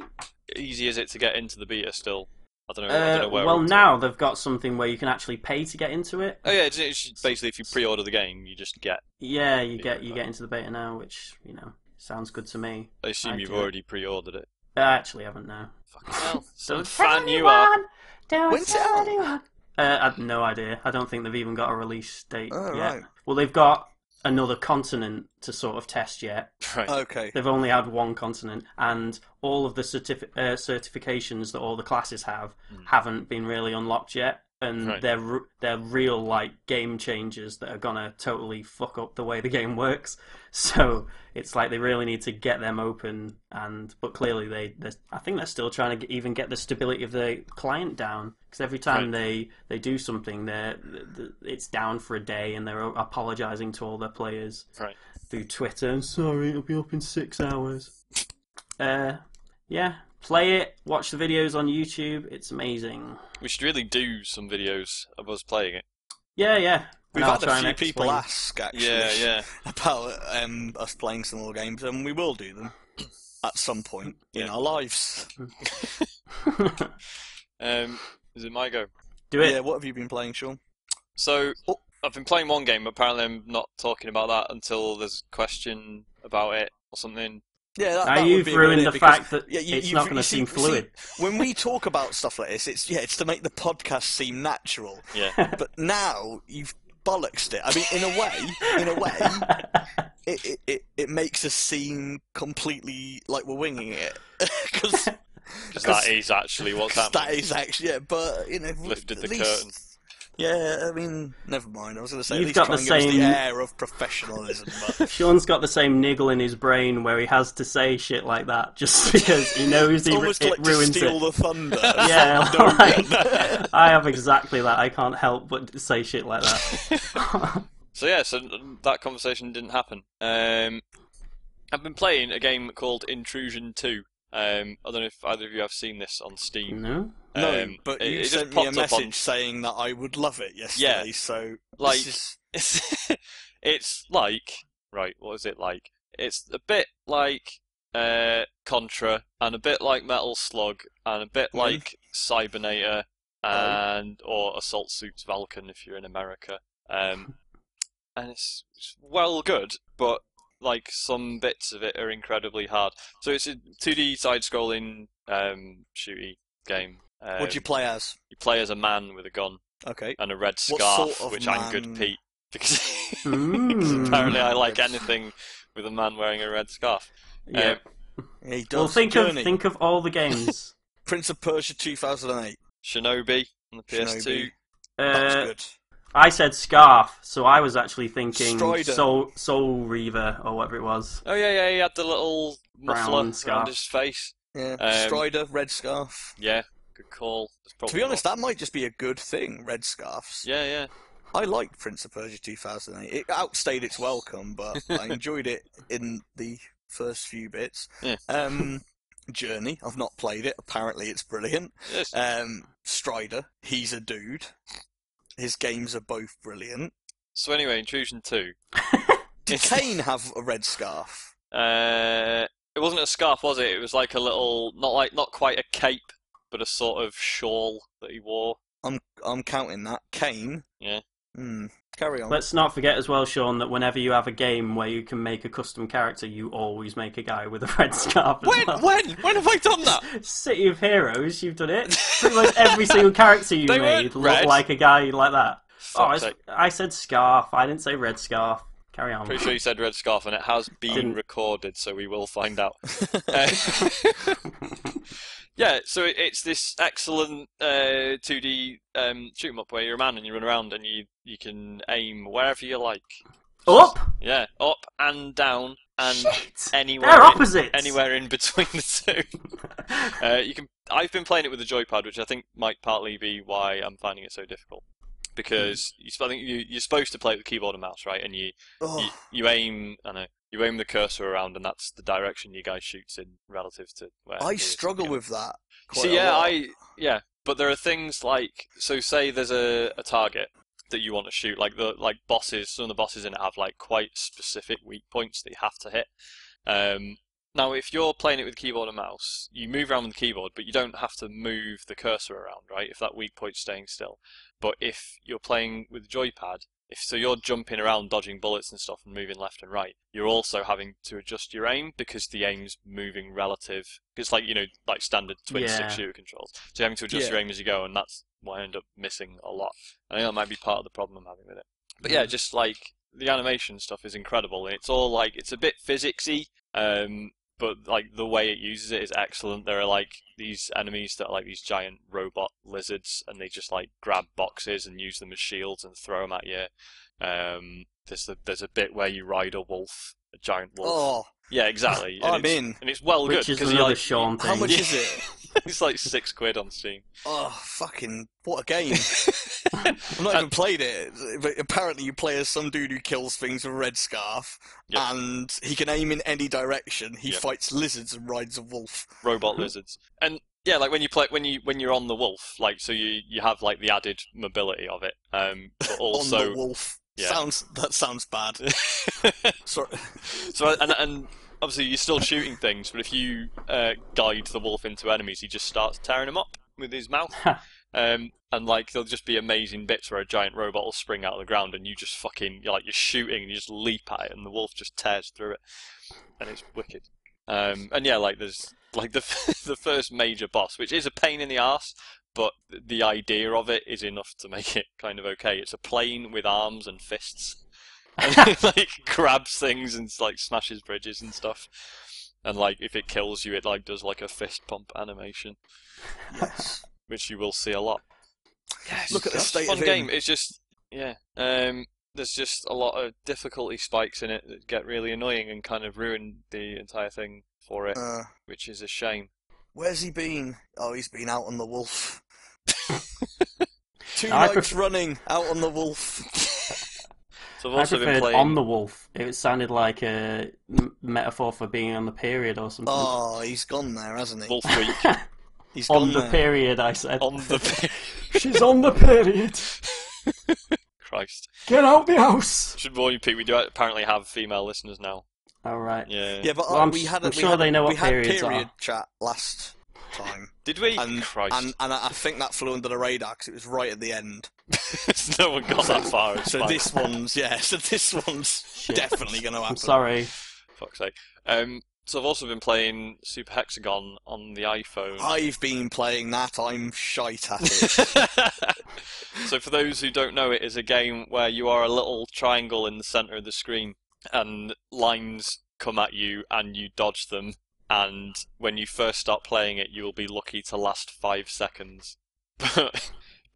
[SPEAKER 1] easy is it to get into the beta still? I don't know. I
[SPEAKER 2] Uh,
[SPEAKER 1] don't know where.
[SPEAKER 2] well,
[SPEAKER 1] we're up to.
[SPEAKER 2] now they've got something where you can actually pay to get into it.
[SPEAKER 1] Oh yeah, it's, it's basically if you pre-order the game, you just get.
[SPEAKER 2] Yeah, you get you get into the beta now, which you know sounds good to me.
[SPEAKER 1] I assume
[SPEAKER 2] I
[SPEAKER 1] you've
[SPEAKER 2] do.
[SPEAKER 1] already pre-ordered it.
[SPEAKER 2] I actually haven't now.
[SPEAKER 1] Fucking hell,
[SPEAKER 2] Don't
[SPEAKER 1] some fan you are.
[SPEAKER 3] When's it out?
[SPEAKER 2] Uh, I've no idea. I don't think they've even got a release date
[SPEAKER 3] Oh,
[SPEAKER 2] yet.
[SPEAKER 3] right.
[SPEAKER 2] Well, they've got another continent to sort of test yet.
[SPEAKER 1] Right.
[SPEAKER 3] Okay.
[SPEAKER 2] They've only had one continent, and all of the certif- uh, certifications that all the classes have haven't been really unlocked yet. And
[SPEAKER 1] Right.
[SPEAKER 2] they're r- they're real like game changers that are gonna totally fuck up the way the game works. So it's like they really need to get them open. And but clearly they they're- I think they're still trying to g even get the stability of the client down because every time they they do something they're th- th- it's down for a day and they're apologizing to all their players
[SPEAKER 1] Right.
[SPEAKER 2] through Twitter. I'm sorry, it'll be up in six hours. Uh, yeah, play it. Watch the videos on YouTube. It's amazing.
[SPEAKER 1] We should really do some videos of us playing it.
[SPEAKER 2] Yeah, yeah.
[SPEAKER 3] We've
[SPEAKER 2] And I'll
[SPEAKER 3] had
[SPEAKER 2] try
[SPEAKER 3] a
[SPEAKER 2] and
[SPEAKER 3] few people
[SPEAKER 2] explain-
[SPEAKER 3] ask, actually,
[SPEAKER 1] Yeah, yeah.
[SPEAKER 3] about um, us playing some more games, and we will do them at some point in
[SPEAKER 1] Yeah.
[SPEAKER 3] our lives.
[SPEAKER 1] Um, is it my go?
[SPEAKER 2] Do it.
[SPEAKER 3] Yeah, what have you been playing, Sean?
[SPEAKER 1] So
[SPEAKER 3] Oh.
[SPEAKER 1] I've been playing one game. But apparently, I'm not talking about that until there's a question about it or something.
[SPEAKER 3] Yeah, that,
[SPEAKER 2] now
[SPEAKER 3] that would
[SPEAKER 2] you've
[SPEAKER 3] be
[SPEAKER 2] ruined
[SPEAKER 3] weird
[SPEAKER 2] the
[SPEAKER 3] because-
[SPEAKER 2] fact that
[SPEAKER 3] Yeah, you-
[SPEAKER 2] it's
[SPEAKER 3] you've-
[SPEAKER 2] not
[SPEAKER 3] you
[SPEAKER 2] going to
[SPEAKER 3] see-
[SPEAKER 2] seem
[SPEAKER 3] see-
[SPEAKER 2] fluid.
[SPEAKER 3] when we talk about stuff like this, it's yeah, it's to make the podcast seem natural.
[SPEAKER 1] Yeah.
[SPEAKER 3] But now you've bollocksed it. I mean, in a way, in a way, it it, it, it makes us seem completely like we're winging it because
[SPEAKER 1] Because that is actually what's
[SPEAKER 3] that
[SPEAKER 1] happening.
[SPEAKER 3] is actually yeah. But you know, w-
[SPEAKER 1] Lifted
[SPEAKER 3] at
[SPEAKER 1] the
[SPEAKER 3] least-
[SPEAKER 1] curtain.
[SPEAKER 3] Yeah, I mean, never mind. I was going to say, at
[SPEAKER 2] You've
[SPEAKER 3] least
[SPEAKER 2] got
[SPEAKER 3] try
[SPEAKER 2] the
[SPEAKER 3] and give us
[SPEAKER 2] same-
[SPEAKER 3] the air of professionalism. But
[SPEAKER 2] Sean's got the same niggle in his brain where he has to say shit like that just because he knows he,
[SPEAKER 3] almost
[SPEAKER 2] it
[SPEAKER 3] like
[SPEAKER 2] ruins
[SPEAKER 3] to steal
[SPEAKER 2] it.
[SPEAKER 3] the thunder.
[SPEAKER 2] Yeah, like, I have exactly that. I can't help but say shit like that.
[SPEAKER 1] So yeah, so that conversation didn't happen. Um, I've been playing a game called Intrusion Two. Um, I don't know if either of you have seen this on Steam.
[SPEAKER 2] no.
[SPEAKER 3] No,
[SPEAKER 1] Um,
[SPEAKER 3] but
[SPEAKER 1] it-
[SPEAKER 3] you
[SPEAKER 1] it just
[SPEAKER 3] sent me a
[SPEAKER 1] popped up on-
[SPEAKER 3] message saying that I would love it yesterday. So
[SPEAKER 1] Like,
[SPEAKER 3] this is-
[SPEAKER 1] it's it's like right what is it like it's a bit like uh contra and a bit like metal slug and a bit
[SPEAKER 3] Mhm.
[SPEAKER 1] like cybernator
[SPEAKER 3] Oh.
[SPEAKER 1] and or assault suits vulcan if you're in america um and it's, it's well good but like some bits of it are incredibly hard so it's a 2d side scrolling um shooty game um,
[SPEAKER 3] what do you play as?
[SPEAKER 1] you play as a man with a gun
[SPEAKER 3] Okay.
[SPEAKER 1] and a red
[SPEAKER 3] What
[SPEAKER 1] scarf
[SPEAKER 3] sort of
[SPEAKER 1] which angered
[SPEAKER 3] man?
[SPEAKER 1] pete because
[SPEAKER 2] Mm.
[SPEAKER 3] uh,
[SPEAKER 1] Apparently, I like
[SPEAKER 3] Yes.
[SPEAKER 1] anything with a man wearing a red scarf.
[SPEAKER 2] Yeah.
[SPEAKER 1] Um,
[SPEAKER 3] He does
[SPEAKER 2] well, think
[SPEAKER 3] Journey.
[SPEAKER 2] of think of all the games.
[SPEAKER 3] Prince of Persia 2008.
[SPEAKER 1] Shinobi on the PS2.
[SPEAKER 3] Shinobi. That's
[SPEAKER 2] uh,
[SPEAKER 3] good.
[SPEAKER 2] I said scarf, so I was actually thinking
[SPEAKER 3] Strider.
[SPEAKER 2] Soul Soul Reaver or whatever it was.
[SPEAKER 1] Oh yeah, yeah, he had the little
[SPEAKER 2] Brown
[SPEAKER 1] muffler around
[SPEAKER 2] scarf.
[SPEAKER 1] his face.
[SPEAKER 3] Yeah.
[SPEAKER 1] um,
[SPEAKER 3] Strider, Red Scarf.
[SPEAKER 1] Yeah, good call. It's
[SPEAKER 3] To
[SPEAKER 1] probably
[SPEAKER 3] be honest,
[SPEAKER 1] not-
[SPEAKER 3] that might just be a good thing, Red Scarfs.
[SPEAKER 1] yeah, yeah,
[SPEAKER 3] I liked Prince of Persia 2008. It outstayed its welcome, but I enjoyed it in the first few bits.
[SPEAKER 1] Yeah.
[SPEAKER 3] Um, Journey, I've not played it. Apparently, it's brilliant.
[SPEAKER 1] yes.
[SPEAKER 3] Um, Strider, he's a dude. His games are both brilliant.
[SPEAKER 1] so anyway, Intrusion Two.
[SPEAKER 3] Did Kane have a red scarf?
[SPEAKER 1] Uh, it wasn't a scarf, was it? It was like a little, not like, not quite a cape, but a sort of shawl that he wore.
[SPEAKER 3] I'm I'm counting that. Kane.
[SPEAKER 1] Yeah.
[SPEAKER 3] Hmm. Carry
[SPEAKER 1] Oh.
[SPEAKER 3] on.
[SPEAKER 2] Let's not forget as well, Sean, that whenever you have a game where you can make a custom character, you always make a guy with a red scarf. As well.
[SPEAKER 1] when, when have I done that?
[SPEAKER 2] City of Heroes, you've done it. Pretty much every single character you
[SPEAKER 1] They
[SPEAKER 2] made
[SPEAKER 1] weren't
[SPEAKER 2] looked
[SPEAKER 1] red.
[SPEAKER 2] like a guy like that.
[SPEAKER 1] Fuck's
[SPEAKER 2] Oh, I, s-
[SPEAKER 1] sake.
[SPEAKER 2] I said scarf. I didn't say red scarf. Carry on.
[SPEAKER 1] Pretty sure you said red scarf, and it has been
[SPEAKER 2] Didn't-
[SPEAKER 1] recorded, so we will find out. Uh, yeah, so it, it's this excellent uh, 2D um, shoot 'em up where you're a man and you run around and you you can aim wherever you like.
[SPEAKER 2] Up?
[SPEAKER 1] Yeah, up and down and
[SPEAKER 2] Shit!
[SPEAKER 1] anywhere
[SPEAKER 2] They're
[SPEAKER 1] in-
[SPEAKER 2] opposites.
[SPEAKER 1] anywhere in between the two. Uh, you can. I've been playing it with a joypad, which I think might partly be why I'm finding it so difficult. Because
[SPEAKER 2] Mm.
[SPEAKER 1] you, I think you, you're supposed to play it with keyboard and mouse, right? And you, you,
[SPEAKER 3] Oh,
[SPEAKER 1] you aim, I know, you aim the cursor around, and that's the direction your guy shoots in relative to where. he
[SPEAKER 3] I
[SPEAKER 1] is in the
[SPEAKER 3] struggle
[SPEAKER 1] game.
[SPEAKER 3] with that. Quite
[SPEAKER 1] See,
[SPEAKER 3] a
[SPEAKER 1] yeah,
[SPEAKER 3] lot.
[SPEAKER 1] I yeah, but there are things like so. Say there's a, a target that you want to shoot, like the like bosses. Some of the bosses in it have like quite specific weak points that you have to hit. Um, now, if you're playing it with keyboard and mouse, you move around with the keyboard, but you don't have to move the cursor around, right? If that weak point's staying still. But if you're playing with the joypad, if so you're jumping around dodging bullets and stuff and moving left and right you're also having to adjust your aim because the aim's moving relative it's like you know like standard twin
[SPEAKER 2] Yeah.
[SPEAKER 1] stick shooter controls so you're having to adjust
[SPEAKER 3] Yeah.
[SPEAKER 1] your aim as you go and that's why i end up missing a lot i think that might be part of the problem i'm having with it but
[SPEAKER 2] Mm-hmm.
[SPEAKER 1] yeah just like the animation stuff is incredible and it's all like it's a bit physicsy um but like the way it uses it is excellent. There are like these enemies that are like these giant robot lizards, and they just like grab boxes and use them as shields and throw them at you. Um, there's the, there's a bit where you ride a wolf, a giant wolf.
[SPEAKER 3] Oh,
[SPEAKER 1] yeah, exactly. And
[SPEAKER 3] I'm
[SPEAKER 1] it's,
[SPEAKER 3] in.
[SPEAKER 1] and it's well
[SPEAKER 2] Which
[SPEAKER 1] good
[SPEAKER 2] is
[SPEAKER 1] because
[SPEAKER 2] another
[SPEAKER 1] like,
[SPEAKER 2] Sean
[SPEAKER 3] How
[SPEAKER 2] thing.
[SPEAKER 3] much
[SPEAKER 1] Yeah.
[SPEAKER 3] is it?
[SPEAKER 1] it's like six quid on Steam.
[SPEAKER 3] Oh, fucking what a game! I've not
[SPEAKER 1] Uh,
[SPEAKER 3] even played it, but apparently you play as some dude who kills things with a red scarf,
[SPEAKER 1] Yeah.
[SPEAKER 3] and he can aim in any direction. He
[SPEAKER 1] Yeah.
[SPEAKER 3] fights lizards and rides a wolf.
[SPEAKER 1] robot lizards. And yeah, like when you play when you when you're on the wolf, like so you you have like the added mobility of it. Um, but
[SPEAKER 3] on the
[SPEAKER 1] also
[SPEAKER 3] wolf.
[SPEAKER 1] yeah.
[SPEAKER 3] Sounds that sounds bad. Sorry.
[SPEAKER 1] so and and obviously you're still shooting things, but if you uh, guide the wolf into enemies, he just starts tearing them up with his mouth. Um, and like there'll just be amazing bits where a giant robot will spring out of the ground and you just fucking you're like you're shooting and you just leap at it and the wolf just tears through it, and it's wicked. Um, and yeah, like there's like the the first major boss, which is a pain in the ass, but the idea of it is enough to make it kind of okay. It's a plane with arms and fists, and it, like grabs things and like smashes bridges and stuff. And like if it kills you, it like does like a fist pump animation,
[SPEAKER 3] Yes.
[SPEAKER 1] which you will see a lot. Yes,
[SPEAKER 3] Look at the state
[SPEAKER 1] fun
[SPEAKER 3] of him.
[SPEAKER 1] game. It's just yeah. Um, there's just a lot of difficulty spikes in it that get really annoying and kind of ruin the entire thing for it,
[SPEAKER 3] Uh,
[SPEAKER 1] which is a shame.
[SPEAKER 3] where's he been? Oh, he's been out on the wolf. Two
[SPEAKER 2] I
[SPEAKER 3] nights
[SPEAKER 2] pref-
[SPEAKER 3] running out on the wolf.
[SPEAKER 1] So I've
[SPEAKER 2] I
[SPEAKER 1] also been
[SPEAKER 2] preferred
[SPEAKER 1] playing.
[SPEAKER 2] on the wolf. It sounded like a m- metaphor for being on the period or something.
[SPEAKER 3] Oh, he's gone there, hasn't he?
[SPEAKER 1] Wolf Week
[SPEAKER 3] He's
[SPEAKER 2] on
[SPEAKER 3] gone
[SPEAKER 2] the
[SPEAKER 3] there.
[SPEAKER 2] period, I said.
[SPEAKER 1] on the
[SPEAKER 2] She's on the period.
[SPEAKER 1] Christ.
[SPEAKER 2] Get out the house.
[SPEAKER 1] Should warn you, Pete. We do apparently have female listeners now.
[SPEAKER 2] All right.
[SPEAKER 1] Yeah.
[SPEAKER 3] Yeah, but
[SPEAKER 2] Well,
[SPEAKER 3] uh,
[SPEAKER 2] I'm
[SPEAKER 3] we
[SPEAKER 2] s-
[SPEAKER 3] had. A,
[SPEAKER 2] I'm
[SPEAKER 3] we
[SPEAKER 2] sure
[SPEAKER 3] had-
[SPEAKER 2] they know
[SPEAKER 3] we
[SPEAKER 2] what
[SPEAKER 3] had
[SPEAKER 2] periods are.
[SPEAKER 3] period chat last time,
[SPEAKER 1] Did we?
[SPEAKER 3] And-
[SPEAKER 1] Christ.
[SPEAKER 3] and and I I think that flew under the radar because it was right at the end.
[SPEAKER 1] no one got that far. It's
[SPEAKER 3] So
[SPEAKER 1] fine.
[SPEAKER 3] this one's yeah. So this one's
[SPEAKER 2] Shit.
[SPEAKER 3] definitely going to happen.
[SPEAKER 2] I'm sorry.
[SPEAKER 1] Fuck's sake. Um, so I've also been playing Super Hexagon on the iPhone.
[SPEAKER 3] I've been playing that. I'm shite at it.
[SPEAKER 1] so for those who don't know, it is a game where you are a little triangle in the center of the screen, and lines come at you, and you dodge them. And when you first start playing it, you will be lucky to last five seconds. But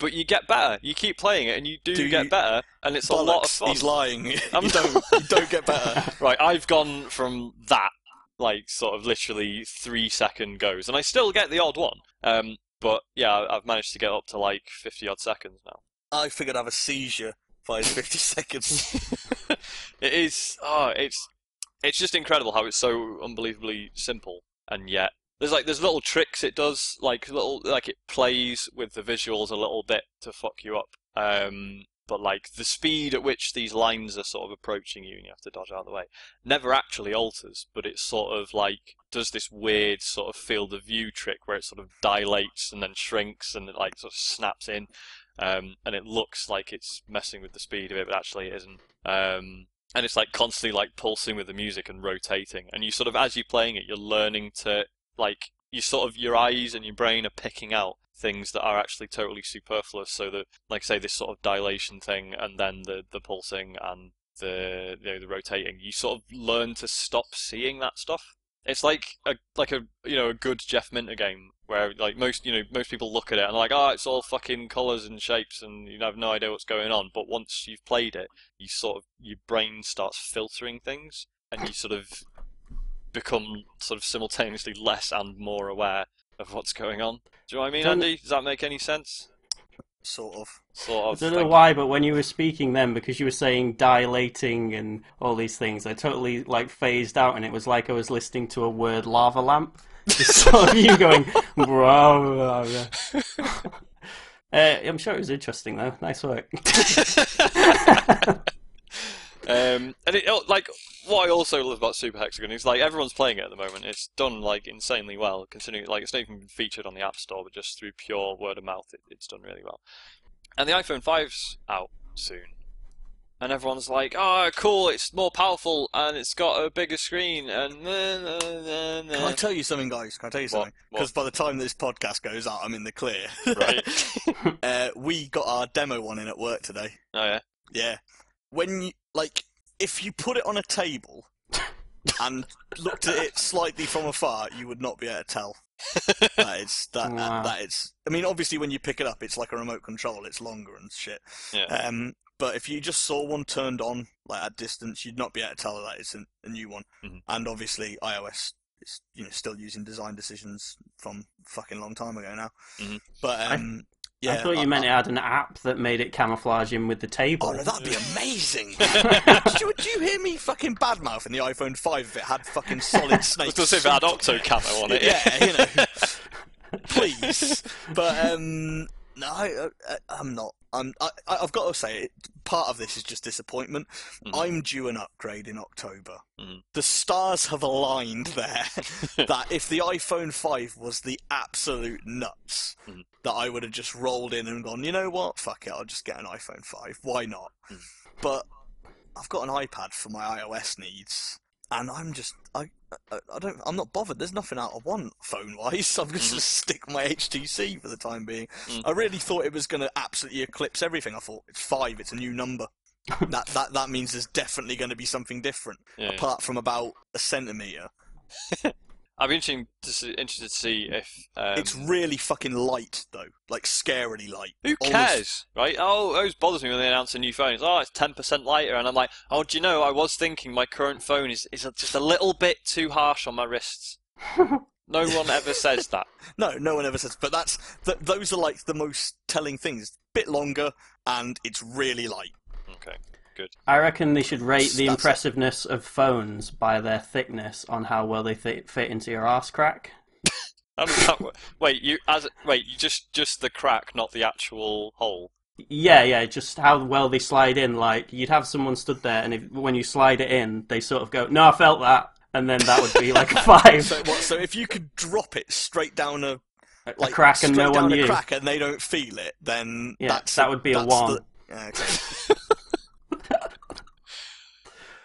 [SPEAKER 1] but you get better. You keep playing it, and you do,
[SPEAKER 3] Do
[SPEAKER 1] get
[SPEAKER 3] you-
[SPEAKER 1] better, and it's a lot of
[SPEAKER 3] Bollocks,
[SPEAKER 1] fun.
[SPEAKER 3] He's lying.
[SPEAKER 1] I'm-
[SPEAKER 3] you don't. You don't get better.
[SPEAKER 1] Right, I've gone from that, like, sort of literally three second goes, and I still get the odd one. Um, but yeah, I- I've managed to get up to like 50 odd seconds now.
[SPEAKER 3] I figured I'd have a seizure by 50 seconds.
[SPEAKER 1] it is, oh, it's, it's just incredible how it's so unbelievably simple, and yet there's like there's little tricks it does, like little like it plays with the visuals a little bit to fuck you up. Um, but like the speed at which these lines are sort of approaching you and you have to dodge out of the way never actually alters, but it sort of like does this weird sort of field of view trick where it sort of dilates and then shrinks and it like sort of snaps in, um, and it looks like it's messing with the speed of it, but actually it isn't. Um, and it's like constantly like pulsing with the music and rotating, and you sort of as you're playing it, you're learning to like you sort of your eyes and your brain are picking out things that are actually totally superfluous. So that, like say, this sort of dilation thing, and then the the pulsing and the you know, the rotating, you sort of learn to stop seeing that stuff. It's like a like a you know a good Jeff Minter game where like most you know most people look at it and like oh it's all fucking colours and shapes and you have no idea what's going on but once you've played it you sort of your brain starts filtering things and you sort of become sort of simultaneously less and more aware of what's going on do you know what I mean
[SPEAKER 2] Don't-
[SPEAKER 1] Andy does that make any sense
[SPEAKER 3] sort of.
[SPEAKER 1] sort
[SPEAKER 2] I
[SPEAKER 1] of
[SPEAKER 2] don't know
[SPEAKER 1] like-
[SPEAKER 2] why, but when you were speaking then, because you were saying dilating and all these things, I totally like phased out, and it was like I was listening to a word lava lamp. Just sort of you going, blah, blah, blah. Uh, I'm sure it was interesting though. Nice work.
[SPEAKER 1] Um, and it oh, like what I also love about Super Hexagon is like everyone's playing it at the moment. It's done like insanely well, considering like it's not even featured on the App Store, but just through pure word of mouth, it, it's done really well. And the iPhone 5's out soon, and everyone's like, "Oh, cool! It's more powerful and it's got a bigger screen." And nah, nah, nah, nah."
[SPEAKER 3] Can I tell you something, guys? Can I tell you
[SPEAKER 1] What?
[SPEAKER 3] something?
[SPEAKER 1] What?
[SPEAKER 3] Because by the time this podcast goes out, I'm in the clear.
[SPEAKER 1] right?
[SPEAKER 3] uh, we got our demo one in at work today.
[SPEAKER 1] oh yeah,
[SPEAKER 3] Yeah. When you like, if you put it on a table and looked at it slightly from afar, you would not be able to tell. that is that
[SPEAKER 2] Wow.
[SPEAKER 3] that is. I mean, obviously, when you pick it up, it's like a remote control. It's longer and shit.
[SPEAKER 1] yeah.
[SPEAKER 3] Um, but if you just saw one turned on like at distance, you'd not be able to tell that it's an, a new one.
[SPEAKER 1] Mhm.
[SPEAKER 3] And obviously, iOS is you know still using design decisions from fucking long time ago now.
[SPEAKER 1] Mhm.
[SPEAKER 3] But
[SPEAKER 2] I-
[SPEAKER 3] um, yeah,
[SPEAKER 2] I thought you meant it had an app that made it camouflaging with the
[SPEAKER 3] Oh,
[SPEAKER 2] table.
[SPEAKER 3] no, that'd be amazing! did, you, did you hear me fucking badmouth in the iPhone 5 if it had fucking solid
[SPEAKER 1] I was
[SPEAKER 3] snakes?
[SPEAKER 1] gonna say if it had Octo Camo on it.
[SPEAKER 3] yeah, you know, please. But um, no, I, I, I'm not. I'm, I, I- I've got to say, it, part of this is just disappointment.
[SPEAKER 1] Mhm.
[SPEAKER 3] I'm due an upgrade in October.
[SPEAKER 1] Mhm.
[SPEAKER 3] The stars have aligned there that if the iPhone 5 was the absolute nuts,
[SPEAKER 1] Mhm.
[SPEAKER 3] that I would have just rolled in and gone, you know what, fuck it, I'll just get an iPhone 5. Why not?
[SPEAKER 1] Mhm.
[SPEAKER 3] But I've got an iPad for my iOS needs. And I'm just, I, I, I don't, I'm not bothered. There's nothing out I want phone wise. I'm just gonna stick my HTC for the time being.
[SPEAKER 1] Mm.
[SPEAKER 3] I really thought it was gonna absolutely eclipse everything. I thought it's five, it's a new number. that that that means there's definitely going to be something different,
[SPEAKER 1] Yeah.
[SPEAKER 3] apart from about a centimeter.
[SPEAKER 1] I'd be interesting to see, interested to see if um,
[SPEAKER 3] it's really fucking light though, like scarily light.
[SPEAKER 1] Who
[SPEAKER 3] Almost-
[SPEAKER 1] cares, right? Oh, it always bothers me when they announce a new phone. It's, oh, it's ten percent lighter, and I'm like, oh, do you know? I was thinking my current phone is is just a little bit too harsh on my wrists. no one ever says that.
[SPEAKER 3] No, no one ever says. But that's th- those are like the most telling things. Bit longer, and it's really light.
[SPEAKER 1] Okay.
[SPEAKER 2] I reckon they should rate the
[SPEAKER 3] That's-
[SPEAKER 2] impressiveness of phones by their thickness on how well they th- fit into your arse crack.
[SPEAKER 1] How does that work? Wait, you as wait, you just just the crack, not the actual hole.
[SPEAKER 2] Yeah, yeah, just how well they slide in. Like you'd have someone stood there, and if, when you slide it in, they sort of go, "No, I felt that," and then that would be like a five,
[SPEAKER 3] So what? So if you could drop it straight down a
[SPEAKER 2] a
[SPEAKER 3] like
[SPEAKER 2] crack, and
[SPEAKER 3] straight
[SPEAKER 2] no
[SPEAKER 3] down
[SPEAKER 2] one
[SPEAKER 3] a
[SPEAKER 2] knew.
[SPEAKER 3] crack, and they don't feel it, then
[SPEAKER 2] Yeah,
[SPEAKER 3] that's
[SPEAKER 2] that would be a
[SPEAKER 3] that's
[SPEAKER 2] one.
[SPEAKER 3] the- yeah, okay.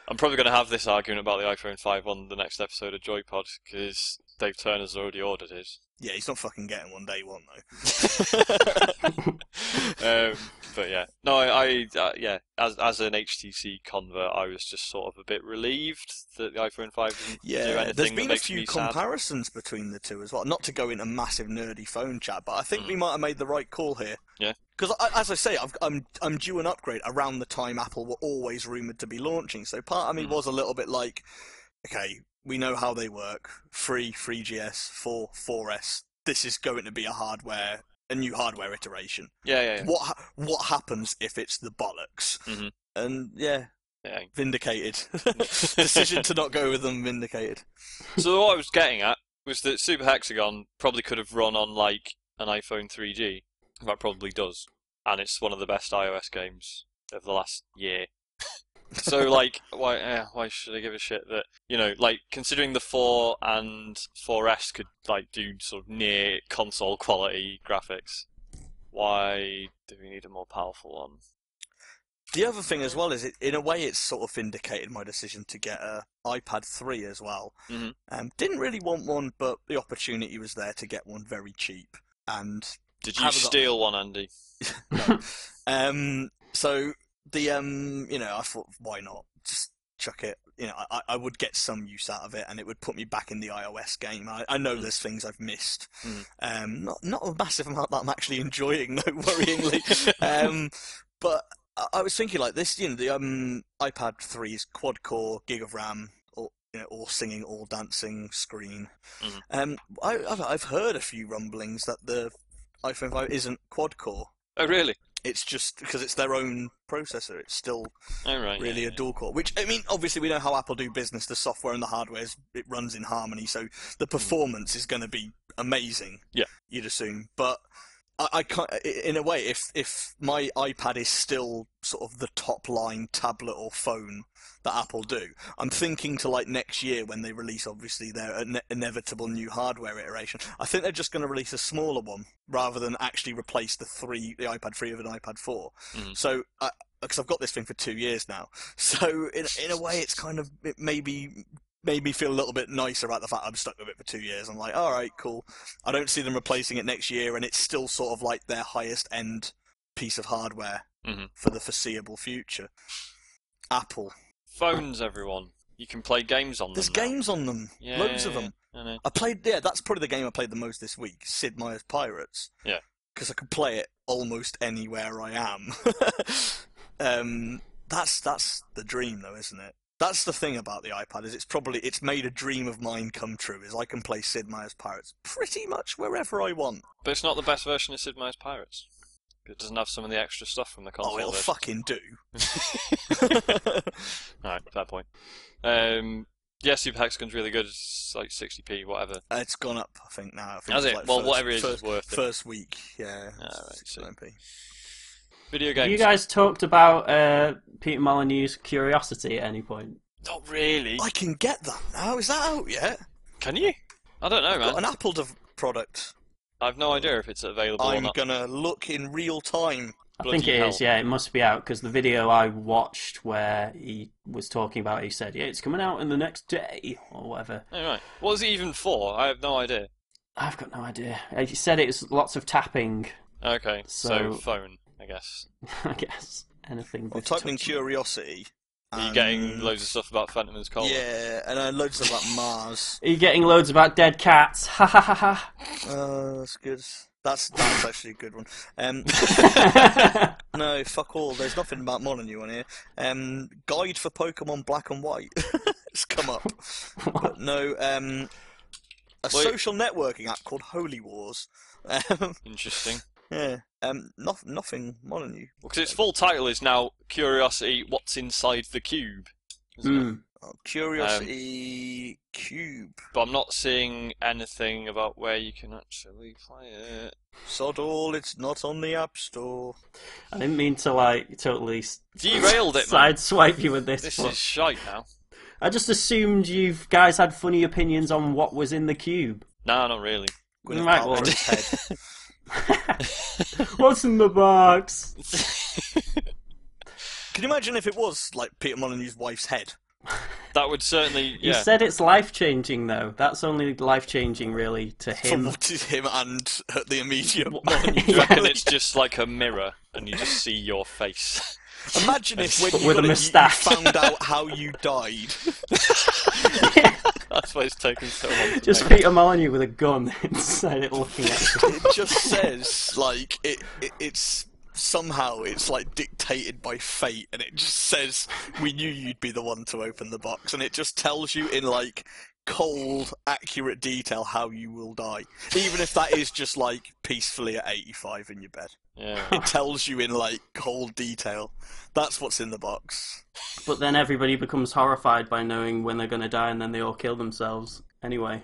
[SPEAKER 1] I'm probably going to have this argument about the iPhone 5 on the next episode of JoyPod because Dave Turner's already ordered his.
[SPEAKER 3] yeah, he's not fucking getting one day one though.
[SPEAKER 1] um, but yeah, no, I, I uh, yeah, as as an HTC convert, I was just sort of a bit relieved that the iPhone five didn't do
[SPEAKER 3] Yeah,
[SPEAKER 1] anything
[SPEAKER 3] there's
[SPEAKER 1] that
[SPEAKER 3] been a
[SPEAKER 1] makes
[SPEAKER 3] few
[SPEAKER 1] me sad.
[SPEAKER 3] comparisons between the two as well. Not to go into massive nerdy phone chat, but I think we might have made the right call here.
[SPEAKER 1] Hmm. Yeah.
[SPEAKER 3] Because as I say, I've, I'm I'm due an upgrade around the time Apple were always rumored to be launching. So part of me
[SPEAKER 1] Mm.
[SPEAKER 3] was a little bit like, okay, we know how they work. Free, 3GS, 4, 4S. This is going to be a hardware, a new hardware iteration.
[SPEAKER 1] yeah, yeah, yeah.
[SPEAKER 3] What ha- what happens if it's the bollocks?
[SPEAKER 1] Mhm.
[SPEAKER 3] And yeah,
[SPEAKER 1] yeah.
[SPEAKER 3] vindicated. Decision to not go with them vindicated.
[SPEAKER 1] so what I was getting at was that Super Hexagon probably could have run on like an iPhone 3G. That probably does, and it's one of the best iOS games of the last year. so like, why eh, why should I give a shit that you know like considering the four and 4S could like do sort of near console quality graphics. Why do we need a more powerful one?
[SPEAKER 3] The other thing as well is, it, in a way, it's sort of vindicated my decision to get a iPad 3 as well.
[SPEAKER 1] Mhm.
[SPEAKER 3] Um, didn't really want one, but the opportunity was there to get one very cheap. And
[SPEAKER 1] Did you
[SPEAKER 3] Have a go.
[SPEAKER 1] steal one, Andy?
[SPEAKER 3] um, so the um, you know, I thought, why not? Just chuck it. You know, I, I would get some use out of it, and it would put me back in the iOS game. I, I know there's things I've missed,
[SPEAKER 1] Mm.
[SPEAKER 3] um, not not a massive amount that I'm actually enjoying, though,
[SPEAKER 1] Oh,
[SPEAKER 3] worryingly. um, but I, I was thinking like this, you know, the um, iPad 3's quad core, gig of RAM, all, you know, all singing, all dancing screen.
[SPEAKER 1] Mhm.
[SPEAKER 3] Um, I, I've, I've heard a few rumblings that the iPhone 5 isn't quad core.
[SPEAKER 1] Oh, really?
[SPEAKER 3] It's just because it's their own processor. It's still
[SPEAKER 1] All right.
[SPEAKER 3] really
[SPEAKER 1] yeah,
[SPEAKER 3] a dual core. Which I mean, obviously we know how Apple do business. The software and the hardware is, it runs in harmony, so the performance is going to be amazing.
[SPEAKER 1] Mm. Yeah.
[SPEAKER 3] you'd assume, but I, I can't. i- In a way, if if my iPad is still sort of the top line tablet or phone that Apple do, I'm thinking to like next year when they release obviously their ine- inevitable new hardware iteration. I think they're just going to release a smaller one rather than actually replace the three, the iPad 3 with an iPad 4.
[SPEAKER 1] Mhm.
[SPEAKER 3] So. I, because I've got this thing for two years now, so in in a way, it's kind of it maybe made me feel a little bit nicer about the fact I'm stuck with it for two years. I'm like, all right, cool. I don't see them replacing it next year, and it's still sort of like their highest end piece of hardware
[SPEAKER 1] Mhm.
[SPEAKER 3] for the foreseeable future. Apple.
[SPEAKER 1] Phones, everyone. You can play games on
[SPEAKER 3] There's
[SPEAKER 1] them. now.
[SPEAKER 3] games on them,
[SPEAKER 1] Yeah,
[SPEAKER 3] loads of them.
[SPEAKER 1] I know.
[SPEAKER 3] I played, yeah, that's probably the game I played the most this week. Sid Meier's Pirates.
[SPEAKER 1] Yeah.
[SPEAKER 3] Because I can play it almost anywhere I am. um, that's that's the dream, though, isn't it? That's the thing about the iPad is it's probably it's made a dream of mine come true. Is I can play Sid Meier's Pirates pretty much wherever I want.
[SPEAKER 1] But it's not the best version of Sid Meier's Pirates. It doesn't have some of the extra stuff from the console
[SPEAKER 3] oh, it'll
[SPEAKER 1] version.
[SPEAKER 3] fucking do.
[SPEAKER 1] Alright, fair point. Um, yeah, Super Hexagon's really good. It's like 60p, whatever.
[SPEAKER 3] it's gone up, I think now. I think
[SPEAKER 1] Has
[SPEAKER 3] it's
[SPEAKER 1] it?
[SPEAKER 3] like
[SPEAKER 1] well,
[SPEAKER 3] first,
[SPEAKER 1] whatever it is,
[SPEAKER 3] first,
[SPEAKER 1] it's worth it.
[SPEAKER 3] first week, yeah.
[SPEAKER 1] Ah, right, so-
[SPEAKER 3] 69p.
[SPEAKER 1] Video
[SPEAKER 2] Have
[SPEAKER 1] games.
[SPEAKER 2] You guys talked about uh, Peter Molyneux's curiosity at any point.
[SPEAKER 1] Not really.
[SPEAKER 3] I can get that now. Is that out yet?
[SPEAKER 1] Can you? I don't know,
[SPEAKER 3] Got
[SPEAKER 1] man.
[SPEAKER 3] an Apple dev- product.
[SPEAKER 1] I've no idea if it's available or
[SPEAKER 3] I'm
[SPEAKER 1] not.
[SPEAKER 3] gonna look in real time.
[SPEAKER 2] I
[SPEAKER 1] Bloody
[SPEAKER 2] think it is.
[SPEAKER 1] hell.
[SPEAKER 2] Yeah, it must be out because the video I watched where he was talking about, it, he said, "Yeah, it's coming out in the next day or whatever."
[SPEAKER 1] Alright. What is it even for? I have no idea.
[SPEAKER 2] I've got no idea. Uh, He said it was lots of tapping.
[SPEAKER 1] Okay, so,
[SPEAKER 2] So-
[SPEAKER 1] phone, I guess.
[SPEAKER 2] I guess anything.
[SPEAKER 3] I'm
[SPEAKER 2] with
[SPEAKER 3] typing in
[SPEAKER 2] touch-
[SPEAKER 3] curiosity.
[SPEAKER 1] Are you
[SPEAKER 3] and-
[SPEAKER 1] getting loads of stuff about Phantom and Cold?
[SPEAKER 3] Um, Yeah, and uh, loads of about Mars.
[SPEAKER 2] Are you getting loads about dead cats? Ha ha ha ha.
[SPEAKER 3] Uh, that's good. That's that's actually a good one. Um, no, fuck all. There's nothing about Molyneux on here. Um, guide for Pokemon Black and White. it's come up. But no, um, a
[SPEAKER 1] Wait.
[SPEAKER 3] social networking app called Holy Wars. Um,
[SPEAKER 1] Interesting.
[SPEAKER 3] yeah. Um, no, nothing Molyneux.
[SPEAKER 1] Because its full title is now Curiosity What's Inside the Cube. isn't it?
[SPEAKER 2] Mm.
[SPEAKER 3] Oh, Curiosity Cube.
[SPEAKER 1] But I'm not seeing anything about where you can actually play it.
[SPEAKER 3] Sod all. It's not on the App Store.
[SPEAKER 2] I didn't mean to like totally s-
[SPEAKER 1] Derailed it, man.
[SPEAKER 2] sideswipe you with this.
[SPEAKER 1] This
[SPEAKER 2] but
[SPEAKER 1] is shite now.
[SPEAKER 2] I just assumed you guys had funny opinions on what was in the cube.
[SPEAKER 1] Nah, not really.
[SPEAKER 3] Gwyneth
[SPEAKER 2] Right, well-
[SPEAKER 3] Paltrow's head.
[SPEAKER 2] What's in the box?
[SPEAKER 3] Can you imagine if it was like Peter Molyneux's wife's head?
[SPEAKER 1] that would certainly,
[SPEAKER 2] You
[SPEAKER 1] yeah.
[SPEAKER 2] said it's life changing though. That's only life changing really to
[SPEAKER 3] For
[SPEAKER 2] him.
[SPEAKER 3] what is him and uh, the immediate
[SPEAKER 2] What-
[SPEAKER 3] Molyneux.
[SPEAKER 1] You reckon
[SPEAKER 2] Yeah.
[SPEAKER 1] it's just like a mirror and you just see your face.
[SPEAKER 3] Imagine if when
[SPEAKER 2] But
[SPEAKER 3] you,
[SPEAKER 2] with a
[SPEAKER 3] got it, you-
[SPEAKER 2] moustache.
[SPEAKER 3] you found out how you died.
[SPEAKER 1] That's why it's taken so long. To
[SPEAKER 2] Just
[SPEAKER 1] make.
[SPEAKER 2] Peter Molyneux with a gun inside it looking at you.
[SPEAKER 3] It just says like it, it it's somehow it's like dictated by fate and it just says we knew you'd be the one to open the box and it just tells you in like cold accurate detail how you will die even if that is just like peacefully at 85 in your bed
[SPEAKER 1] Yeah.
[SPEAKER 3] it tells you in like cold detail that's what's in the box
[SPEAKER 2] But then everybody becomes horrified by knowing when they're gonna die and then they all kill themselves. Anyway.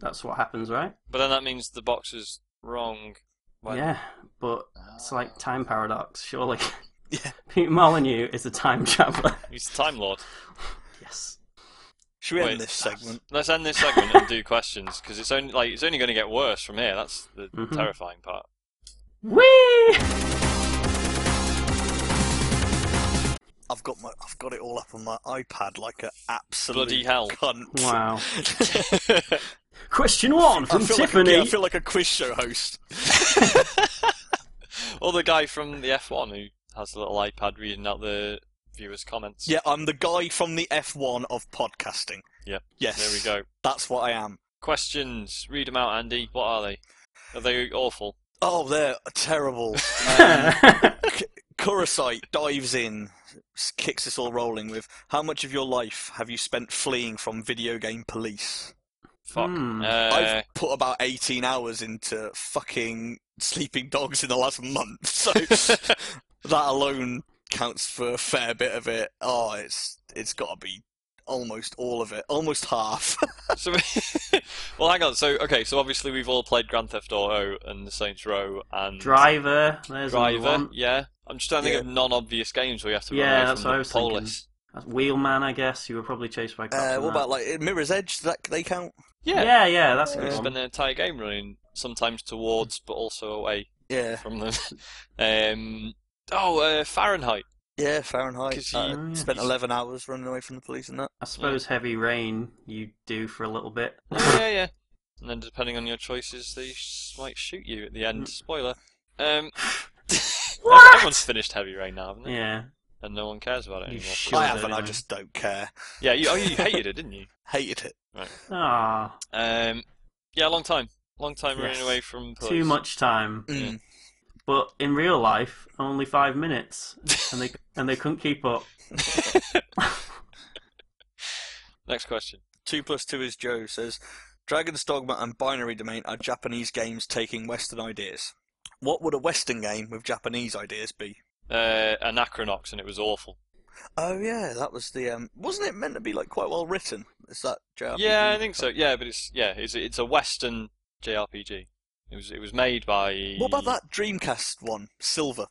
[SPEAKER 2] That's what happens, right?
[SPEAKER 1] But then that means the box is wrong. Why-
[SPEAKER 2] Yeah. But it's like time paradox, surely.
[SPEAKER 3] Yeah.
[SPEAKER 2] Peter Molyneux is a time traveller.
[SPEAKER 1] He's the Time Lord.
[SPEAKER 2] yes.
[SPEAKER 3] should we
[SPEAKER 1] Wait.
[SPEAKER 3] end this segment
[SPEAKER 1] Let's end this segment and do questions because it's only like it's only going to get worse from here. That's the
[SPEAKER 2] Mhm.
[SPEAKER 1] terrifying part.
[SPEAKER 2] Whee!
[SPEAKER 3] i've got my i've got it all up on my ipad like an absolute
[SPEAKER 1] Bloody hell.
[SPEAKER 3] cunt
[SPEAKER 2] Wow.
[SPEAKER 1] That's
[SPEAKER 2] Question one
[SPEAKER 3] I
[SPEAKER 2] from
[SPEAKER 3] feel, like a,
[SPEAKER 2] Tiffany.
[SPEAKER 3] yeah, I feel like a quiz show host.
[SPEAKER 1] or the guy from the F1 who has a little iPad reading out the viewers' comments.
[SPEAKER 3] Yeah, I'm the guy from the F1 of podcasting.
[SPEAKER 1] Yeah.
[SPEAKER 3] Yes.
[SPEAKER 1] There we go.
[SPEAKER 3] That's what I am.
[SPEAKER 1] Questions. Read them out, Andy. What are they? Are they awful?
[SPEAKER 3] Oh, they're terrible. Um, Kurosite dives in, s- kicks us all rolling with How much of your life have you spent fleeing from video game police?
[SPEAKER 1] Fuck.
[SPEAKER 2] Hmm.
[SPEAKER 1] Uh,
[SPEAKER 3] I've put about 18 hours into fucking sleeping dogs in the last month, so that alone counts for a fair bit of it. Oh, it's it's got to be almost all of it, almost half.
[SPEAKER 1] so, well, hang on. So, okay. So obviously we've all played Grand Theft Auto and Saints Row and
[SPEAKER 2] Driver. There's another
[SPEAKER 1] Driver.
[SPEAKER 2] one.
[SPEAKER 1] Yeah. I'm just trying to think
[SPEAKER 3] Yeah.
[SPEAKER 1] of non-obvious games where you have to
[SPEAKER 2] Yeah,
[SPEAKER 1] run away
[SPEAKER 2] that's
[SPEAKER 1] from
[SPEAKER 2] what
[SPEAKER 1] the
[SPEAKER 2] I was thinking.
[SPEAKER 1] police.
[SPEAKER 2] That's Wheelman, I guess. You were probably chased by cops.
[SPEAKER 3] Uh,
[SPEAKER 2] in
[SPEAKER 3] what
[SPEAKER 2] that.
[SPEAKER 3] about like Mirror's Edge? Does that they count?
[SPEAKER 1] Yeah.
[SPEAKER 2] Yeah, yeah, that's a
[SPEAKER 1] We
[SPEAKER 2] good
[SPEAKER 1] spend
[SPEAKER 2] one.
[SPEAKER 1] the entire game running, sometimes towards, but also away
[SPEAKER 3] Yeah,
[SPEAKER 1] from them. um, oh, uh, Fahrenheit.
[SPEAKER 3] yeah. Fahrenheit.
[SPEAKER 1] 'Cause
[SPEAKER 3] Uh,
[SPEAKER 2] you-
[SPEAKER 3] spent 11 hours running away from the police and that.
[SPEAKER 2] I suppose Heavy Rain you do for a little bit.
[SPEAKER 1] Yeah, yeah, yeah. And then depending on your choices, they sh- might shoot you at the
[SPEAKER 2] Mm.
[SPEAKER 1] end. Spoiler. Um,
[SPEAKER 2] What?
[SPEAKER 1] Everyone's finished Heavy Rain now, haven't they?
[SPEAKER 2] yeah.
[SPEAKER 1] And no one cares about it
[SPEAKER 2] You
[SPEAKER 1] anymore.
[SPEAKER 2] sh- Sure,
[SPEAKER 3] I haven't. I
[SPEAKER 2] anyway.
[SPEAKER 3] just don't care.
[SPEAKER 1] yeah, you, oh, you hated it, didn't you?
[SPEAKER 3] Hated it.
[SPEAKER 2] Ah,
[SPEAKER 1] Um, yeah, long time. Long time running
[SPEAKER 2] Yes.
[SPEAKER 1] away from police.
[SPEAKER 2] too much time.
[SPEAKER 3] Mm.
[SPEAKER 2] But in real life, only five minutes, and they and they couldn't keep up.
[SPEAKER 1] Next question.
[SPEAKER 3] Two plus two is Joe says, Dragon's Dogma and Binary Domain are Japanese games taking Western ideas. What would a Western game with Japanese ideas be?
[SPEAKER 1] Uh, Anachronox, and it was awful.
[SPEAKER 3] Oh yeah, that was the um. Wasn't it meant to be like quite well written? Is that JRPG?
[SPEAKER 1] Yeah, I think so. Yeah, but it's yeah, it's it's a Western JRPG. It was it was made by.
[SPEAKER 3] What about that Dreamcast one, Silver?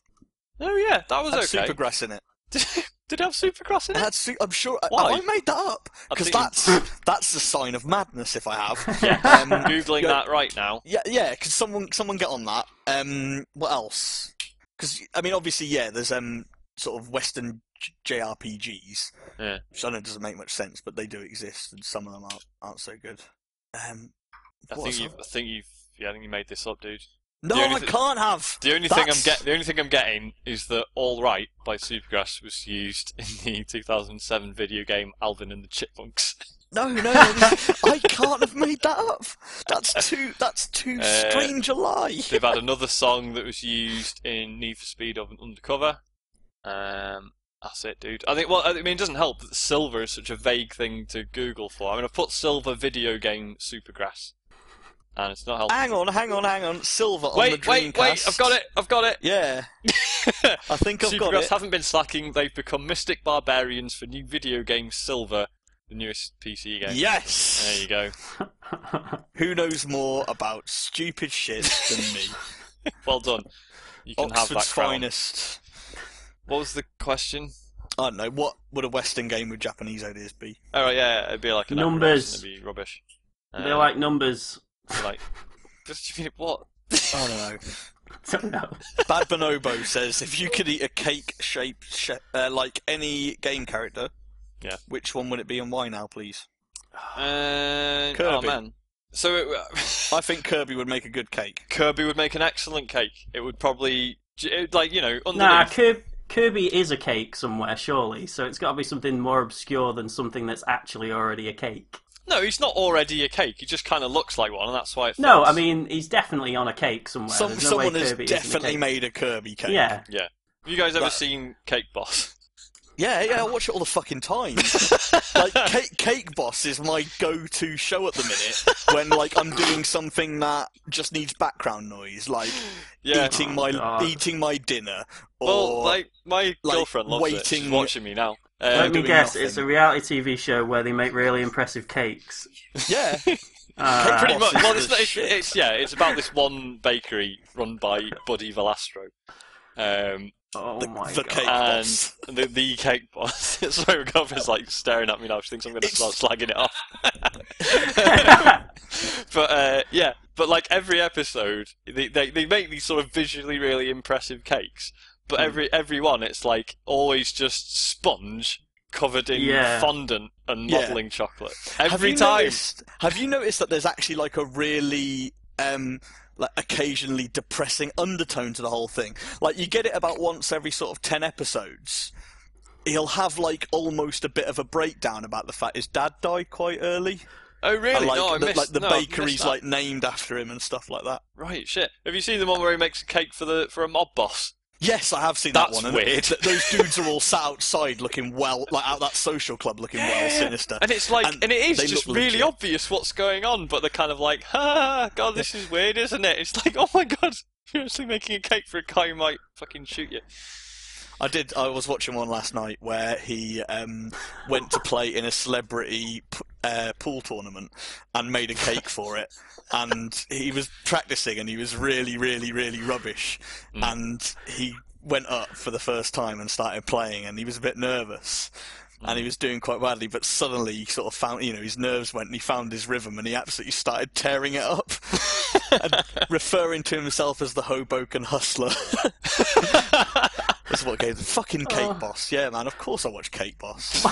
[SPEAKER 1] Oh yeah, that was
[SPEAKER 3] Had
[SPEAKER 1] okay.
[SPEAKER 3] Supergrass in it.
[SPEAKER 1] Did it have Supercross in
[SPEAKER 3] It
[SPEAKER 1] it?
[SPEAKER 3] had su- I'm sure.
[SPEAKER 1] Why?
[SPEAKER 3] I, I made that up
[SPEAKER 1] I
[SPEAKER 3] because
[SPEAKER 1] think-
[SPEAKER 3] that's that's the sign of madness if I have.
[SPEAKER 1] I'm googling
[SPEAKER 3] yeah.
[SPEAKER 1] that right now.
[SPEAKER 3] Yeah, yeah. Could someone someone get on that? Um, what else? Because I mean, obviously, yeah. There's um sort of Western J- JRPGs.
[SPEAKER 1] Yeah.
[SPEAKER 3] Which I know doesn't make much sense, but they do exist, and some of them aren't, aren't so good. Um,
[SPEAKER 1] I
[SPEAKER 3] what
[SPEAKER 1] think
[SPEAKER 3] else?
[SPEAKER 1] you I think you've yeah, I think you made this up, dude.
[SPEAKER 3] no,
[SPEAKER 1] the only
[SPEAKER 3] I
[SPEAKER 1] thi-
[SPEAKER 3] can't have.
[SPEAKER 1] The only thing I'm
[SPEAKER 3] That's-
[SPEAKER 1] get the only thing I'm getting is that All Right by Supergrass was used in the 2007 video game Alvin and the Chipmunks.
[SPEAKER 3] No, no, no, no, I can't have made that up. That's too. That's too
[SPEAKER 1] Uh,
[SPEAKER 3] strange a lie.
[SPEAKER 1] They've had another song that was used in Need for Speed of Undercover. Um, that's it, dude. I think. Well, I mean, it doesn't help that silver is such a vague thing to Google for. I mean, I've put silver video game Supergrass, and it's not helping.
[SPEAKER 3] Hang on, hang on, hang on. Silver Ah, on the
[SPEAKER 1] wait,
[SPEAKER 3] Dreamcast.
[SPEAKER 1] wait, wait! I've got it! I've got it!
[SPEAKER 3] Yeah, I think I've got
[SPEAKER 1] Supergrass
[SPEAKER 3] it.
[SPEAKER 1] haven't been slacking. They've become mystic barbarians for new video game Silver, the newest PC game.
[SPEAKER 3] Yes.
[SPEAKER 1] There you go.
[SPEAKER 3] Who knows more about stupid shit than me?
[SPEAKER 1] Well done. You can have that
[SPEAKER 3] Oxford's
[SPEAKER 1] crown.
[SPEAKER 3] finest.
[SPEAKER 1] What was the question?
[SPEAKER 3] I don't know. What would a Western game with Japanese ideas be?
[SPEAKER 1] Oh right, yeah, it'd be like an
[SPEAKER 2] Numbers.
[SPEAKER 1] It'd be rubbish.
[SPEAKER 2] They
[SPEAKER 1] Um,
[SPEAKER 2] like numbers.
[SPEAKER 1] like, what do you mean? What?
[SPEAKER 3] I don't know.
[SPEAKER 2] Don't know.
[SPEAKER 3] Bad Bonobo says if you could eat a cake shaped sh- uh, like any game character,
[SPEAKER 1] Yeah.
[SPEAKER 3] which one would it be and why now, please?
[SPEAKER 1] Uh, oh
[SPEAKER 3] Kirby.
[SPEAKER 1] man. So it,
[SPEAKER 3] I think Kirby would make a good cake.
[SPEAKER 1] Kirby would make an excellent cake. It would probably it, like you know
[SPEAKER 2] Nah,
[SPEAKER 1] underneath.
[SPEAKER 2] Kirby, Kirby is a cake somewhere, surely. So it's got to be something more obscure than something that's actually already a cake.
[SPEAKER 1] No, he's not already a cake. He just kind of looks like one, and that's why it.
[SPEAKER 2] No,
[SPEAKER 1] fits.
[SPEAKER 2] I mean he's definitely on a cake somewhere.
[SPEAKER 3] Some,
[SPEAKER 2] There's no
[SPEAKER 3] someone
[SPEAKER 2] way
[SPEAKER 3] has
[SPEAKER 2] Kirby isn't a
[SPEAKER 3] definitely
[SPEAKER 2] cake.
[SPEAKER 3] made a Kirby cake.
[SPEAKER 2] Yeah,
[SPEAKER 1] Have you guys ever
[SPEAKER 3] That-
[SPEAKER 1] seen Cake Boss?
[SPEAKER 3] Yeah, yeah, I watch it all the fucking time. like Cake Cake Boss is my go-to show at the minute when like I'm doing something that just needs background noise, like
[SPEAKER 1] Yeah.
[SPEAKER 2] Oh,
[SPEAKER 3] eating my
[SPEAKER 2] God.
[SPEAKER 3] eating my dinner or
[SPEAKER 1] Well, like my
[SPEAKER 3] like,
[SPEAKER 1] girlfriend loves it. She's
[SPEAKER 3] waiting-
[SPEAKER 1] watching me now.
[SPEAKER 2] let
[SPEAKER 1] Um,
[SPEAKER 2] me
[SPEAKER 3] doing
[SPEAKER 2] guess.
[SPEAKER 3] nothing.
[SPEAKER 2] It's a reality TV show where they make really impressive cakes.
[SPEAKER 3] yeah,
[SPEAKER 2] Uh,
[SPEAKER 1] pretty much. Well, it's,
[SPEAKER 3] Boss
[SPEAKER 1] not-
[SPEAKER 3] is
[SPEAKER 1] it's,
[SPEAKER 3] the
[SPEAKER 1] it's yeah. It's about this one bakery run by Buddy Velastro. Um,
[SPEAKER 2] Oh
[SPEAKER 3] the,
[SPEAKER 2] my
[SPEAKER 3] the
[SPEAKER 2] god.
[SPEAKER 3] Cake
[SPEAKER 1] and
[SPEAKER 3] Boss.
[SPEAKER 1] the, the cake boss. That's why my girlfriend's like staring at me now. She thinks I'm going to
[SPEAKER 3] It's-
[SPEAKER 1] start slagging it off. but uh, yeah, but like every episode, they, they they make these sort of visually really impressive cakes.
[SPEAKER 3] Hmm.
[SPEAKER 1] But every every one, it's like always just sponge covered in
[SPEAKER 2] Yeah.
[SPEAKER 1] fondant and
[SPEAKER 3] Yeah.
[SPEAKER 1] modelling chocolate
[SPEAKER 3] have
[SPEAKER 1] every
[SPEAKER 3] you
[SPEAKER 1] time.
[SPEAKER 3] Noticed, have you noticed that there's actually like a really um like occasionally depressing undertone to the whole thing? Like you get it about once every sort of ten episodes. he'll have like almost a bit of a breakdown about the fact his dad died quite early.
[SPEAKER 1] Oh really?
[SPEAKER 3] And, like,
[SPEAKER 1] no, I
[SPEAKER 3] the,
[SPEAKER 1] missed.
[SPEAKER 3] like the
[SPEAKER 1] no, I missed
[SPEAKER 3] bakery's
[SPEAKER 1] that.
[SPEAKER 3] like named after him and stuff like that.
[SPEAKER 1] right shit. Have you seen the one where he makes a cake for the for a mob boss?
[SPEAKER 3] Yes, I have seen that
[SPEAKER 1] That's
[SPEAKER 3] one. and
[SPEAKER 1] weird.
[SPEAKER 3] th- those dudes are all sat outside looking well, like out that social club looking well sinister.
[SPEAKER 1] And it's like, and, it is
[SPEAKER 3] they
[SPEAKER 1] just
[SPEAKER 3] look
[SPEAKER 1] really
[SPEAKER 3] legit.
[SPEAKER 1] obvious what's going on, but they're kind of like, ah, God, this is weird, isn't it? It's like, oh my God, you're actually making a cake for a guy who might fucking shoot you.
[SPEAKER 3] I did. I was watching one last night where he um, went to play in a celebrity p- uh, pool tournament and made a cake for it. And he was practicing, and he was really, really, really rubbish.
[SPEAKER 1] Mm.
[SPEAKER 3] And he went up for the first time and started playing, and he was a bit nervous. And he was doing quite badly, but suddenly he sort of found, you know, his nerves went and he found his rhythm and he absolutely started tearing it up, and referring to himself as the Hoboken Hustler. That's what gave the fucking Cake
[SPEAKER 2] Oh.
[SPEAKER 3] Boss. Yeah, man. Of course I watch Cake Boss.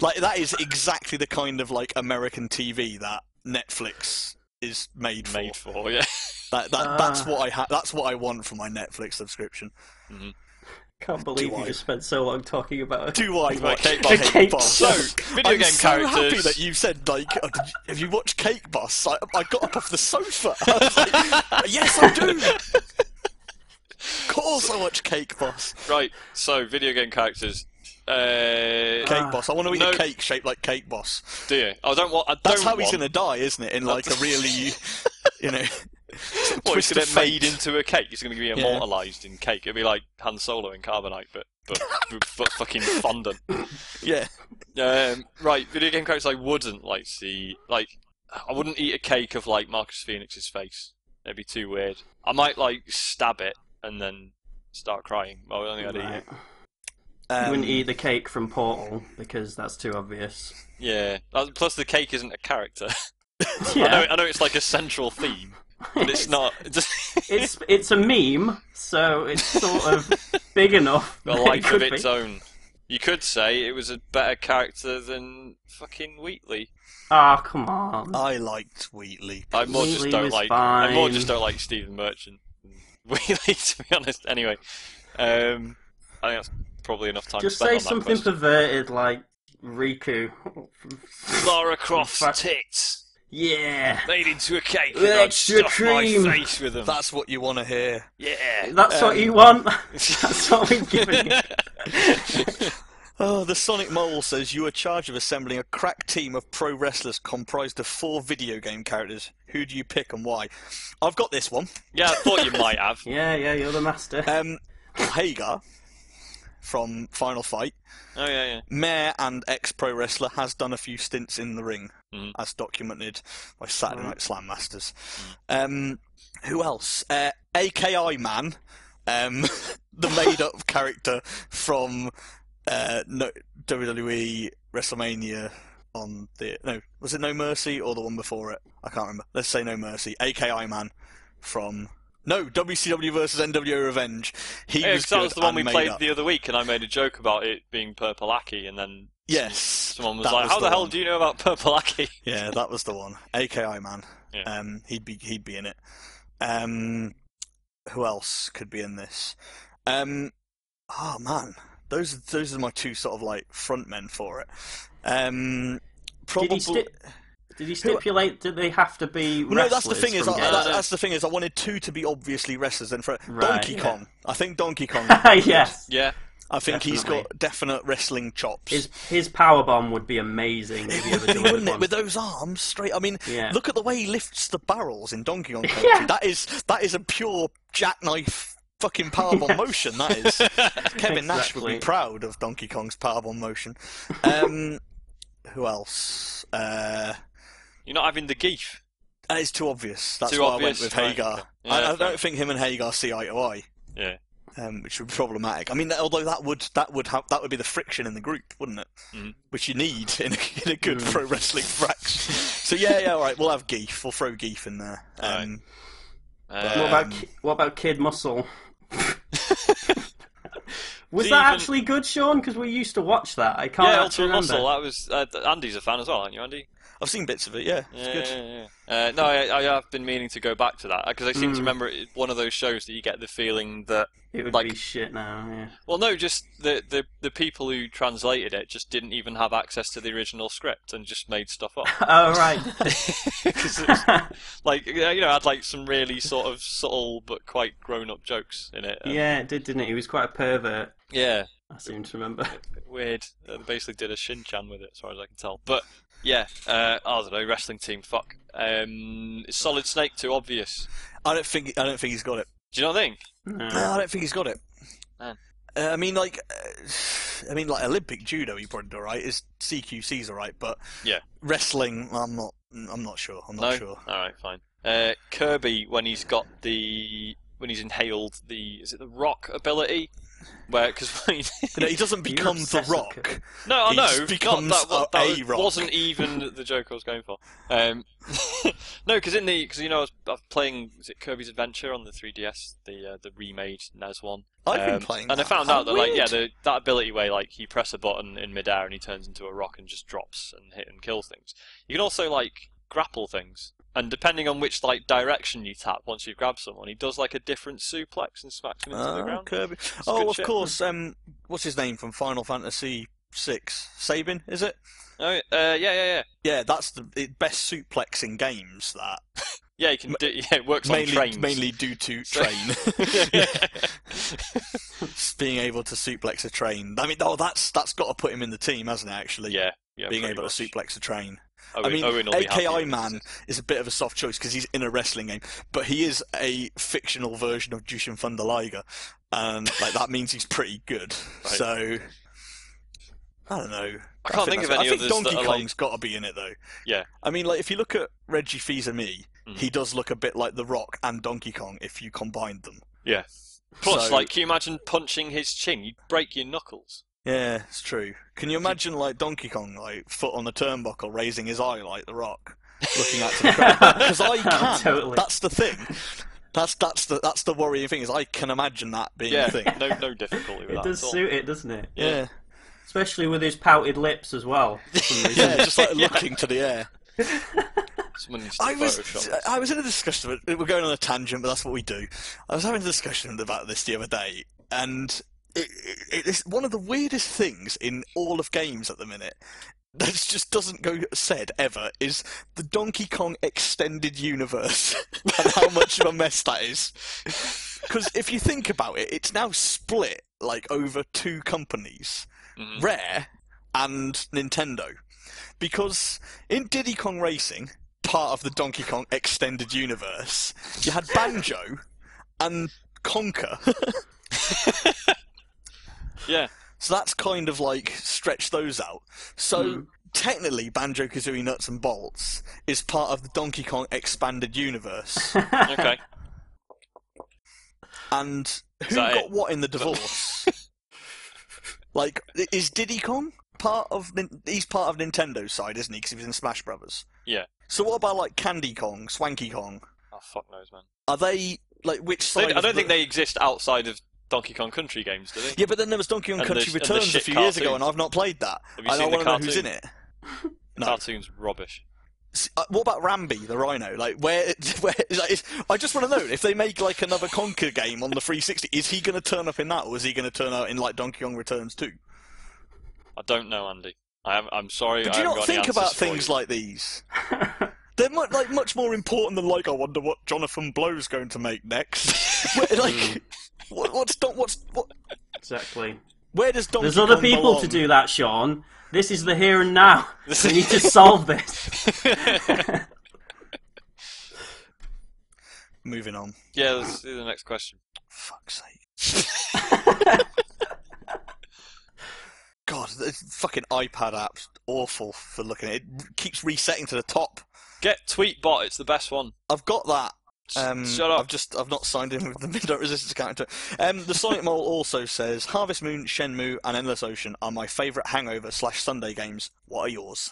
[SPEAKER 3] like that is exactly the kind of like American TV that Netflix is made for.
[SPEAKER 1] Made for, yeah.
[SPEAKER 3] That, that, that's
[SPEAKER 2] Ah.
[SPEAKER 3] what I ha- that's what I want for my Netflix subscription.
[SPEAKER 2] Can't believe
[SPEAKER 3] Do
[SPEAKER 2] you
[SPEAKER 3] I?
[SPEAKER 2] just spent so long talking about it.
[SPEAKER 3] Do I
[SPEAKER 1] About
[SPEAKER 3] watch
[SPEAKER 1] Cake
[SPEAKER 3] Cake,
[SPEAKER 1] Boss.
[SPEAKER 2] Cake
[SPEAKER 3] Boss?
[SPEAKER 1] So,
[SPEAKER 2] Yes.
[SPEAKER 1] video
[SPEAKER 3] I'm
[SPEAKER 1] game
[SPEAKER 3] so happy
[SPEAKER 1] characters.
[SPEAKER 3] that you said like, oh, did you- have you watched Cake Boss? I, I got up off the sofa. I was like, yes, I do. Of course, I watch Cake Boss.
[SPEAKER 1] Right, so, video game characters. Uh,
[SPEAKER 3] Cake
[SPEAKER 2] Ah.
[SPEAKER 3] Boss. I want to eat
[SPEAKER 1] no.
[SPEAKER 3] a cake shaped like Cake Boss.
[SPEAKER 1] Do you? I don't want. I
[SPEAKER 3] That's
[SPEAKER 1] don't
[SPEAKER 3] how
[SPEAKER 1] want,
[SPEAKER 3] he's going to die, isn't it? In like a really, you know,
[SPEAKER 1] Well, he's
[SPEAKER 3] twist
[SPEAKER 1] going
[SPEAKER 3] of
[SPEAKER 1] to made
[SPEAKER 3] fate.
[SPEAKER 1] into a cake. He's going to be
[SPEAKER 3] Yeah.
[SPEAKER 1] immortalised in cake. It'll be like Han Solo in Carbonite, but but, but, but fucking fondant.
[SPEAKER 3] yeah.
[SPEAKER 1] Um, right, video game characters I wouldn't like see. Like, I wouldn't eat a cake of like Marcus Phoenix's face. That'd be too weird. I might like stab it and then start crying. I don't think I'd eat
[SPEAKER 2] Right.
[SPEAKER 1] it.
[SPEAKER 2] You
[SPEAKER 3] Um,
[SPEAKER 2] wouldn't eat the cake from Portal because that's too obvious.
[SPEAKER 1] Yeah. Uh, Plus, the cake isn't a character. I, know,
[SPEAKER 2] Yeah,
[SPEAKER 1] I know it's like a central theme, but it's not.
[SPEAKER 2] it's it's a meme, so it's sort of big enough.
[SPEAKER 1] a
[SPEAKER 2] that it
[SPEAKER 1] life of
[SPEAKER 2] could
[SPEAKER 1] its
[SPEAKER 2] be.
[SPEAKER 1] own. You could say it was a better character than fucking Wheatley.
[SPEAKER 2] Ah, come on.
[SPEAKER 3] I liked Wheatley.
[SPEAKER 1] I more just
[SPEAKER 2] Wheatley
[SPEAKER 1] don't
[SPEAKER 2] was
[SPEAKER 1] like. I more
[SPEAKER 2] fine.
[SPEAKER 1] just don't like Stephen Merchant. Wheatley, to be honest. Anyway, um, I think that's probably enough time.
[SPEAKER 2] Just
[SPEAKER 1] spent
[SPEAKER 2] say
[SPEAKER 1] on that
[SPEAKER 2] something
[SPEAKER 1] question.
[SPEAKER 2] perverted like Riku.
[SPEAKER 1] Lara Croft's
[SPEAKER 2] Fuck.
[SPEAKER 1] tits
[SPEAKER 2] yeah.
[SPEAKER 1] made into a cake.
[SPEAKER 2] With
[SPEAKER 1] and I'd
[SPEAKER 2] extra
[SPEAKER 1] stuff
[SPEAKER 2] cream.
[SPEAKER 1] My face with them.
[SPEAKER 3] That's what you want to hear.
[SPEAKER 1] Yeah.
[SPEAKER 2] That's what you want. That's what we're giving you.
[SPEAKER 3] Oh, the Sonic Mole says you are charged with assembling a crack team of pro wrestlers comprised of four video game characters. Who do you pick and why? I've got this one.
[SPEAKER 1] yeah, I thought you might have.
[SPEAKER 2] Yeah, yeah, you're the master.
[SPEAKER 3] Um, Hagar from Final Fight,
[SPEAKER 1] Oh yeah, yeah.
[SPEAKER 3] mayor and ex-pro wrestler, has done a few stints in the ring,
[SPEAKER 1] Mhm.
[SPEAKER 3] as documented by Saturday
[SPEAKER 2] Right.
[SPEAKER 3] Night Slam Masters.
[SPEAKER 1] Mm.
[SPEAKER 3] Um, who else? Uh, AKI Man, um, the made-up character from uh, no, WWE WrestleMania on the no was it No Mercy or the one before it? I can't remember. Let's say No Mercy. AKI Man from no WCW versus NWO Revenge. He
[SPEAKER 1] Yeah,
[SPEAKER 3] was
[SPEAKER 1] 'cause that was
[SPEAKER 3] good
[SPEAKER 1] the one
[SPEAKER 3] and
[SPEAKER 1] we
[SPEAKER 3] made
[SPEAKER 1] played
[SPEAKER 3] up.
[SPEAKER 1] the other week, and I made a joke about it being Purple Aki, and then
[SPEAKER 3] Yes,
[SPEAKER 1] someone was
[SPEAKER 3] that
[SPEAKER 1] like, "How the,
[SPEAKER 3] the
[SPEAKER 1] hell
[SPEAKER 3] one.
[SPEAKER 1] do you know about Purple Aki?"
[SPEAKER 3] Yeah, that was the one. AKI man.
[SPEAKER 1] Yeah.
[SPEAKER 3] Um, he'd be he'd be in it. Um, who else could be in this? Um, oh man, those those are my two sort of like front men for it. Um, probably.
[SPEAKER 2] Did he, sti- did he stipulate that they have to be
[SPEAKER 3] Well, no, that's the
[SPEAKER 2] wrestlers
[SPEAKER 3] thing is
[SPEAKER 2] from
[SPEAKER 3] I,
[SPEAKER 1] Gaiman.
[SPEAKER 3] that, that's the thing is I wanted two to be obviously wrestlers. And for
[SPEAKER 2] Right,
[SPEAKER 3] Donkey
[SPEAKER 2] yeah.
[SPEAKER 3] Kong, I think Donkey Kong.
[SPEAKER 2] Gaiman? yes.
[SPEAKER 1] Yeah.
[SPEAKER 3] I think he's
[SPEAKER 2] Definitely.
[SPEAKER 3] got definite wrestling chops.
[SPEAKER 2] His his power bomb would be amazing if he ever
[SPEAKER 3] Really,
[SPEAKER 2] delivered
[SPEAKER 3] wouldn't it?
[SPEAKER 2] one.
[SPEAKER 3] With those arms straight. I mean,
[SPEAKER 2] Yeah.
[SPEAKER 3] look at the way he lifts the barrels in Donkey Kong Country. That is that is a pure jackknife fucking powerbomb motion. That is. Kevin Nash would
[SPEAKER 2] Exactly.
[SPEAKER 3] be proud of Donkey Kong's powerbomb motion. Um, who else? Uh,
[SPEAKER 1] You're not having the geef.
[SPEAKER 3] that is too obvious. That's
[SPEAKER 1] Too
[SPEAKER 3] why
[SPEAKER 1] obvious,
[SPEAKER 3] I went with
[SPEAKER 1] right,
[SPEAKER 3] Hagar.
[SPEAKER 1] okay.
[SPEAKER 3] I,
[SPEAKER 1] Yeah,
[SPEAKER 3] I
[SPEAKER 1] fair.
[SPEAKER 3] don't think him and Hagar see eye to eye.
[SPEAKER 1] Yeah.
[SPEAKER 3] Um, which would be problematic. I mean, although that would that would have that would be the friction in the group, wouldn't it?
[SPEAKER 1] Mhm.
[SPEAKER 3] Which you need in a, in a good
[SPEAKER 2] Mm.
[SPEAKER 3] pro wrestling faction. so yeah, yeah, all right. We'll have Geef. We'll throw Geef in there.
[SPEAKER 1] Alright.
[SPEAKER 3] Um,
[SPEAKER 1] Uh,
[SPEAKER 2] What about
[SPEAKER 3] Um,
[SPEAKER 2] Ki- what about Kid Muscle? Was
[SPEAKER 1] Do you
[SPEAKER 2] that
[SPEAKER 1] even-
[SPEAKER 2] actually good, Sean? Because we used to watch that. I can't
[SPEAKER 1] yeah,
[SPEAKER 2] actually
[SPEAKER 1] Ultimate
[SPEAKER 2] remember.
[SPEAKER 1] Muscle. That was uh, Andy's a fan as well, aren't you, Andy?
[SPEAKER 3] I've seen bits of it. Yeah, it's
[SPEAKER 1] Yeah,
[SPEAKER 3] good.
[SPEAKER 1] yeah, yeah. Uh, no, I, I have been meaning to go back to that because I seem
[SPEAKER 2] Mm.
[SPEAKER 1] to remember it one of those shows that you get the feeling that
[SPEAKER 2] It would
[SPEAKER 1] Like-
[SPEAKER 2] be shit now. Yeah.
[SPEAKER 1] well, no, just the, the the people who translated it just didn't even have access to the original script and just made stuff up.
[SPEAKER 2] Oh right.
[SPEAKER 1] 'Cause it's- like yeah, you know, had like some really sort of subtle but quite grown up jokes in it. and-
[SPEAKER 2] yeah, it did, didn't it? He was quite a pervert.
[SPEAKER 1] yeah,
[SPEAKER 2] I seem to remember.
[SPEAKER 1] weird. They basically did a Shinchan with it, as far as I can tell. But yeah, uh, I don't know. Wrestling team, fuck. Um, is Solid Snake too obvious?
[SPEAKER 3] I don't think I don't think he's got it.
[SPEAKER 1] Do you not think?
[SPEAKER 3] No, I
[SPEAKER 2] No.
[SPEAKER 3] don't think he's got it.
[SPEAKER 1] Man.
[SPEAKER 3] Uh, I mean, like, uh, I mean, like Olympic judo, he probably all right. His CQC's all right, but
[SPEAKER 1] Yeah.
[SPEAKER 3] wrestling, I'm not. I'm not sure. I'm not
[SPEAKER 1] no.
[SPEAKER 3] sure.
[SPEAKER 1] All right, fine. Uh, Kirby, when he's got the when he's inhaled the is it the rock ability? Where because
[SPEAKER 3] You know, he doesn't
[SPEAKER 2] You're
[SPEAKER 3] become the
[SPEAKER 2] obsessed with
[SPEAKER 3] Rock.
[SPEAKER 1] no, I
[SPEAKER 3] He
[SPEAKER 1] know
[SPEAKER 3] just becomes
[SPEAKER 1] not, that, wa-
[SPEAKER 3] a-
[SPEAKER 1] that
[SPEAKER 3] a
[SPEAKER 1] was-
[SPEAKER 3] rock.
[SPEAKER 1] wasn't even the joke I was going for. Um, no, because in the because you know I was, I was playing was it Kirby's Adventure on the 3DS, the uh, the remade NES one.
[SPEAKER 3] I've been
[SPEAKER 1] Um,
[SPEAKER 3] playing,
[SPEAKER 1] And I
[SPEAKER 3] that.
[SPEAKER 1] found
[SPEAKER 3] How
[SPEAKER 1] out that, like, yeah, the,
[SPEAKER 3] weird.
[SPEAKER 1] that ability where, like, you press a button in midair and he turns into a rock and just drops and hit and kills things. You can also, like, grapple things. And depending on which, like, direction you tap once you grab someone, he does, like, a different suplex and smacks him into the
[SPEAKER 3] Ah,
[SPEAKER 1] ground.
[SPEAKER 3] Kirby.
[SPEAKER 1] It's
[SPEAKER 3] oh,
[SPEAKER 1] good
[SPEAKER 3] of
[SPEAKER 1] shit.
[SPEAKER 3] course. Um, what's his name from Final Fantasy Six? Sabin, is it?
[SPEAKER 1] Oh, uh, yeah, yeah, yeah.
[SPEAKER 3] Yeah, that's the it, best suplex in games. That
[SPEAKER 1] Yeah, you can do, yeah, it works
[SPEAKER 3] mainly
[SPEAKER 1] on trains.
[SPEAKER 3] mainly due to
[SPEAKER 1] So-
[SPEAKER 3] train being able to suplex a train. I mean, oh, that's that's got to put him in the team, hasn't it? Actually,
[SPEAKER 1] yeah, yeah,
[SPEAKER 3] being
[SPEAKER 1] pretty
[SPEAKER 3] able
[SPEAKER 1] much.
[SPEAKER 3] to suplex a train.
[SPEAKER 1] Owen,
[SPEAKER 3] I mean,
[SPEAKER 1] Owen will be happy
[SPEAKER 3] AKI
[SPEAKER 1] with
[SPEAKER 3] Man
[SPEAKER 1] this.
[SPEAKER 3] is a bit of a soft choice because he's in a wrestling game, but he is a fictional version of Jushin Thunder Liger, and like that means he's pretty good.
[SPEAKER 1] Right.
[SPEAKER 3] So I don't know.
[SPEAKER 1] I can't think
[SPEAKER 3] that's-
[SPEAKER 1] of any
[SPEAKER 3] I think
[SPEAKER 1] others
[SPEAKER 3] Donkey
[SPEAKER 1] that are, like-
[SPEAKER 3] Kong's got to be in it though.
[SPEAKER 1] Yeah.
[SPEAKER 3] I mean, like if you look at Reggie Fils-Aimé,
[SPEAKER 1] Mhm.
[SPEAKER 3] he does look a bit like The Rock and Donkey Kong if you combined them.
[SPEAKER 1] Yeah. Plus,
[SPEAKER 3] So-
[SPEAKER 1] like, can you imagine punching his chin? You'd break your knuckles.
[SPEAKER 3] Yeah, it's true. Can you imagine like Donkey Kong, like foot on the turnbuckle, raising his eye like The Rock, looking out to the crowd? Because I can.
[SPEAKER 2] Oh, Totally.
[SPEAKER 3] That's the thing. That's that's the that's the worrying thing is I can imagine that being
[SPEAKER 1] Yeah,
[SPEAKER 3] a thing.
[SPEAKER 1] no, no difficulty with
[SPEAKER 2] It
[SPEAKER 1] that
[SPEAKER 2] does
[SPEAKER 1] at all.
[SPEAKER 2] suit it, doesn't it?
[SPEAKER 3] Yeah,
[SPEAKER 2] Especially with his pouted lips as well. For some reason.
[SPEAKER 3] yeah, just like looking to the air.
[SPEAKER 1] Someone needs to
[SPEAKER 3] I was
[SPEAKER 1] Photoshop.
[SPEAKER 3] I was in a discussion. We're going on a tangent, but that's what we do. I was having a discussion about this the other day, and it, it, it's one of the weirdest things in all of games at the minute. That just doesn't go said ever is the Donkey Kong extended universe and how much of a mess that is. Because if you think about it, it's now split like over two companies.
[SPEAKER 1] Mhm.
[SPEAKER 3] Rare and Nintendo. Because in Diddy Kong Racing, part of the Donkey Kong extended universe, you had Banjo and Conker.
[SPEAKER 1] Yeah.
[SPEAKER 3] So that's kind of like stretch those out. So
[SPEAKER 2] Hmm.
[SPEAKER 3] technically, Banjo Kazooie Nuts and Bolts is part of the Donkey Kong expanded universe.
[SPEAKER 1] Okay.
[SPEAKER 3] and who
[SPEAKER 1] that
[SPEAKER 3] got
[SPEAKER 1] it?
[SPEAKER 3] what in the divorce? like, i- is Diddy Kong part of? Nin- He's part of Nintendo's side, isn't he? Because he was in Smash Brothers.
[SPEAKER 1] Yeah.
[SPEAKER 3] So what about like Candy Kong, Swanky Kong?
[SPEAKER 1] Oh fuck knows, man.
[SPEAKER 3] Are they like which
[SPEAKER 1] They-
[SPEAKER 3] side?
[SPEAKER 1] I
[SPEAKER 3] of
[SPEAKER 1] don't
[SPEAKER 3] the-
[SPEAKER 1] think they exist outside of Donkey Kong Country games, do they?
[SPEAKER 3] Yeah, but then there was Donkey Kong
[SPEAKER 1] And the-
[SPEAKER 3] Country
[SPEAKER 1] and the
[SPEAKER 3] Returns a
[SPEAKER 1] shit
[SPEAKER 3] few years ago,
[SPEAKER 1] cartoon.
[SPEAKER 3] and I've not played that.
[SPEAKER 1] Have you
[SPEAKER 3] and I
[SPEAKER 1] seen the
[SPEAKER 3] want to know who's in
[SPEAKER 1] cartoon?
[SPEAKER 3] it. No.
[SPEAKER 1] Cartoon's rubbish.
[SPEAKER 3] S- uh, What about Rambi the Rhino? Like, where, where? Like, is, I just want to know if they make like another Conker game on the 360. Is he going to turn up in that, or is he going to turn out in like Donkey Kong Returns too?
[SPEAKER 1] I don't know, Andy. I am, I'm sorry.
[SPEAKER 3] But
[SPEAKER 1] I
[SPEAKER 3] do you
[SPEAKER 1] haven't
[SPEAKER 3] not
[SPEAKER 1] got any
[SPEAKER 3] think
[SPEAKER 1] answers
[SPEAKER 3] about
[SPEAKER 1] for
[SPEAKER 3] things
[SPEAKER 1] you.
[SPEAKER 3] like these? They're mu- like much more important than like I wonder what Jonathan Blow's going to make next. Where-
[SPEAKER 1] Hmm.
[SPEAKER 3] like, what, what's Don- what's what,
[SPEAKER 2] exactly.
[SPEAKER 3] where does Donkey
[SPEAKER 2] There's other
[SPEAKER 3] Kong
[SPEAKER 2] people
[SPEAKER 3] belong?
[SPEAKER 2] to do that, Sean. This is the here and now.
[SPEAKER 1] This
[SPEAKER 2] We
[SPEAKER 1] is-
[SPEAKER 2] need to solve this.
[SPEAKER 3] Moving on.
[SPEAKER 1] yeah, let's do the next question.
[SPEAKER 3] Fuck's sake. God, the fucking iPad app's awful for looking at it. It keeps resetting to the top.
[SPEAKER 1] Get Tweetbot. It's the best one.
[SPEAKER 3] I've got that.
[SPEAKER 1] S-
[SPEAKER 3] Um,
[SPEAKER 1] Shut up.
[SPEAKER 3] I've just I've not signed in with the Midnight Resistance character. Um, the Sonic Mole also says Harvest Moon, Shenmue, and Endless Ocean are my favourite Hangover slash Sunday games. What are yours?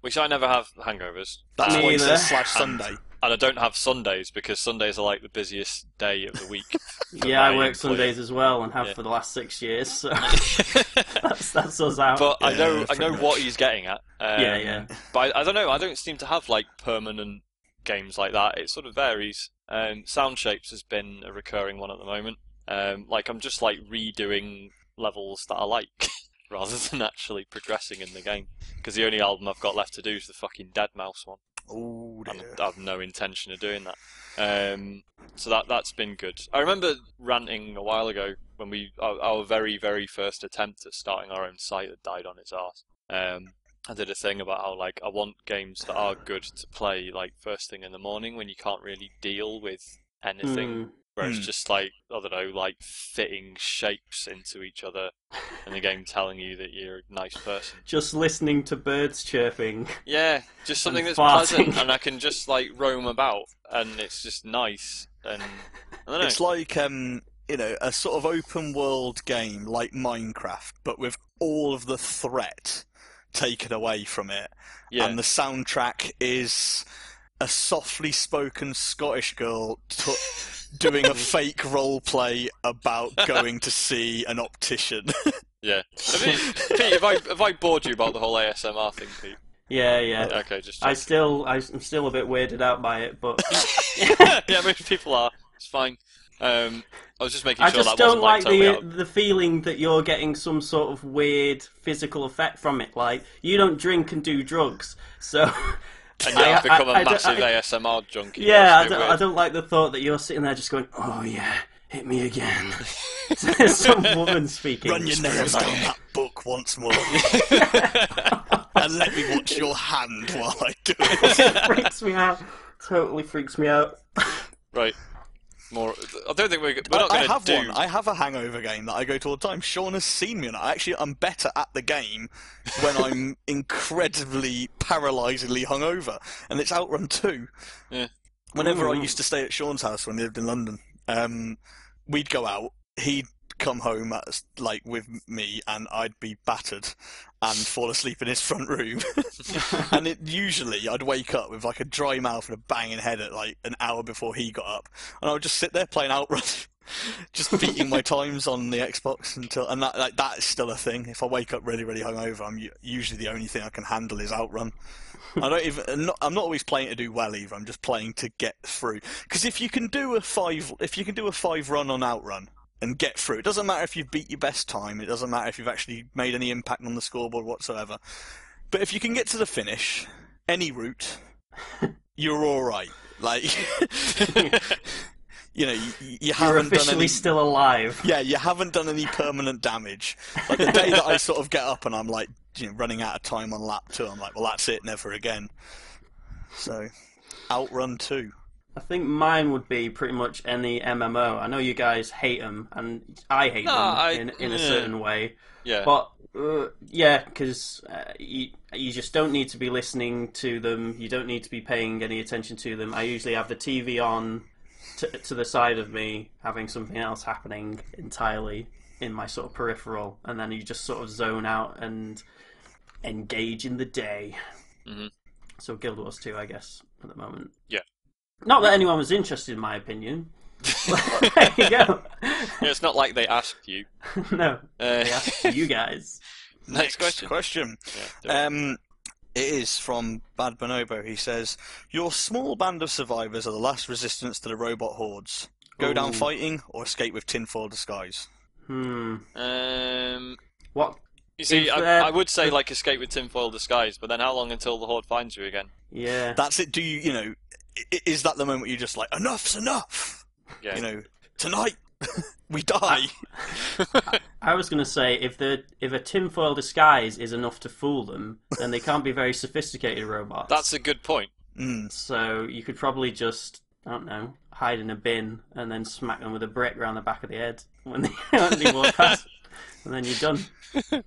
[SPEAKER 1] Which I never have hangovers.
[SPEAKER 3] That's
[SPEAKER 1] and,
[SPEAKER 2] Me
[SPEAKER 3] why it
[SPEAKER 2] either.
[SPEAKER 3] says slash
[SPEAKER 1] And-
[SPEAKER 3] Sunday.
[SPEAKER 1] and I don't have Sundays because Sundays are like the busiest day of the week.
[SPEAKER 2] yeah, I
[SPEAKER 1] my
[SPEAKER 2] work
[SPEAKER 1] employer.
[SPEAKER 2] Sundays as well and have
[SPEAKER 1] Yeah.
[SPEAKER 2] for the last six years. So. that's, that's us out.
[SPEAKER 1] But I
[SPEAKER 3] Yeah,
[SPEAKER 1] know I
[SPEAKER 3] pretty
[SPEAKER 1] know what
[SPEAKER 3] much.
[SPEAKER 1] he's getting at. Um,
[SPEAKER 2] yeah, yeah.
[SPEAKER 1] But I, I don't know. I don't seem to have like permanent games like that. It sort of varies. Um, Sound Shapes has been a recurring one at the moment. Um, like I'm just like redoing levels that I like rather than actually progressing in the game because the only album I've got left to do is the fucking Dead Mouse one.
[SPEAKER 3] Oh
[SPEAKER 1] I'm,
[SPEAKER 3] dear.
[SPEAKER 1] I have no intention of doing that. Um, so that that's been good. I remember ranting a while ago when we our, our very very first attempt at starting our own site had died on its arse. Um, I did a thing about how like I want games that are good to play like first thing in the morning when you can't really deal with anything,
[SPEAKER 2] Mm.
[SPEAKER 1] where it's
[SPEAKER 3] Hmm.
[SPEAKER 1] just like I don't know, like fitting shapes into each other, and the game telling you that you're a nice person.
[SPEAKER 2] Just listening to birds chirping.
[SPEAKER 1] Yeah, just something
[SPEAKER 2] And
[SPEAKER 1] that's
[SPEAKER 2] farting.
[SPEAKER 1] pleasant, and I can just like roam about, and it's just nice. And I don't know.
[SPEAKER 3] It's like um, you know, a sort of open world game like Minecraft, but with all of the threat taken away from it.
[SPEAKER 1] yeah,
[SPEAKER 3] And the soundtrack is a softly spoken Scottish girl t- doing a fake role play about going to see an optician.
[SPEAKER 1] yeah. Have you- Pete, have I have I bored you about the whole ASMR thing, Pete?
[SPEAKER 2] Yeah, yeah.
[SPEAKER 1] Okay, just
[SPEAKER 2] Uh, I still, I, I'm still a bit weirded out by it, but
[SPEAKER 1] yeah, most people are. It's fine. Um, I was just making
[SPEAKER 2] I
[SPEAKER 1] sure
[SPEAKER 2] just
[SPEAKER 1] that wasn't
[SPEAKER 2] don't like
[SPEAKER 1] totally
[SPEAKER 2] the
[SPEAKER 1] out of-
[SPEAKER 2] the feeling that you're getting some sort of weird physical effect from it. Like you don't drink and do drugs, so
[SPEAKER 1] And now
[SPEAKER 2] I-
[SPEAKER 1] I've become a
[SPEAKER 2] I- I don't-
[SPEAKER 1] massive
[SPEAKER 2] I-
[SPEAKER 1] ASMR junkie.
[SPEAKER 2] yeah, I
[SPEAKER 1] It's a bit
[SPEAKER 2] don't, I
[SPEAKER 1] weird.
[SPEAKER 2] don't like the thought that you're sitting there just going, "Oh yeah, hit me again." some woman speaking.
[SPEAKER 3] Run your nails down that book once more. and let me watch your hand while I do it.
[SPEAKER 2] freaks me out. Totally freaks me out.
[SPEAKER 1] Right. More. I don't think we're. g- We're
[SPEAKER 3] I-
[SPEAKER 1] not
[SPEAKER 3] I
[SPEAKER 1] going to
[SPEAKER 3] have
[SPEAKER 1] do.
[SPEAKER 3] one. I have a hangover game that I go to all the time. Sean has seen me, and I actually I'm better at the game when I'm incredibly paralysingly hungover, and it's Outrun Two.
[SPEAKER 1] Yeah.
[SPEAKER 3] Whenever I
[SPEAKER 2] Ooh.
[SPEAKER 3] used to stay at Sean's house when he lived in London, um, we'd go out. He'd come home at, like with me, and I'd be battered and fall asleep in his front room. and it usually I'd wake up with like a dry mouth and a banging head at like an hour before he got up, and I would just sit there playing Outrun, just beating my times on the Xbox until and that like that is still a thing. If I wake up really really hungover, I'm u- usually the only thing I can handle is Outrun. I don't even. I'm not, I'm not always playing to do well either. I'm just playing to get through. Because if you can do a five, if you can do a five run on Outrun and get through, it doesn't matter if you've beat your best time. It doesn't matter if you've actually made any impact on the scoreboard whatsoever. But if you can get to the finish, any route, you're all right. Like, you know, you, you
[SPEAKER 2] You're
[SPEAKER 3] haven't done
[SPEAKER 2] officially
[SPEAKER 3] any.
[SPEAKER 2] still alive.
[SPEAKER 3] Yeah, you haven't done any permanent damage. Like the day that I sort of get up and I'm like, you know, running out of time on lap two, I'm like, well, that's it, never again. So, outrun two.
[SPEAKER 2] I think mine would be pretty much any MMO. I know you guys hate them, and I hate
[SPEAKER 1] No,
[SPEAKER 2] them
[SPEAKER 1] I-
[SPEAKER 2] in, in a
[SPEAKER 1] yeah.
[SPEAKER 2] certain way.
[SPEAKER 1] Yeah.
[SPEAKER 2] But uh, yeah, because uh, you, you just don't need to be listening to them. You don't need to be paying any attention to them. I usually have the TV on t- to the side of me, having something else happening entirely in my sort of peripheral, and then you just sort of zone out and engage in the day.
[SPEAKER 1] Mhm.
[SPEAKER 2] So Guild Wars 2, I guess, at the moment.
[SPEAKER 1] Yeah.
[SPEAKER 2] Not that anyone was interested in my opinion. there you go.
[SPEAKER 1] Yeah, it's not like they asked you.
[SPEAKER 2] no,
[SPEAKER 1] Uh,
[SPEAKER 2] they asked you guys.
[SPEAKER 1] Next question.
[SPEAKER 3] question.
[SPEAKER 1] yeah, do it.
[SPEAKER 2] Uh,
[SPEAKER 3] Um, it is from Bad Bonobo. He says, Your small band of survivors are the last resistance to the robot hordes. Go down
[SPEAKER 2] Ooh.
[SPEAKER 3] fighting or escape with tinfoil disguise.
[SPEAKER 2] Hmm.
[SPEAKER 1] um,
[SPEAKER 2] What
[SPEAKER 1] You see,
[SPEAKER 2] Is
[SPEAKER 1] I,
[SPEAKER 2] there-
[SPEAKER 1] I would say like escape with tinfoil disguise, but then how long until the horde finds you again?
[SPEAKER 2] Yeah.
[SPEAKER 3] That's it. Do you, you know, i- i- is that the moment you're just like, enough's enough?
[SPEAKER 1] Yeah. Ah.
[SPEAKER 3] You know, tonight we die.
[SPEAKER 2] I was going to say if the if a tinfoil disguise is enough to fool them, then they can't be very sophisticated robots.
[SPEAKER 1] That's a good point.
[SPEAKER 3] Mm.
[SPEAKER 2] so you could probably just I don't know hide in a bin and then smack them with a brick round the back of the head when they, when they walk past, and then you're done.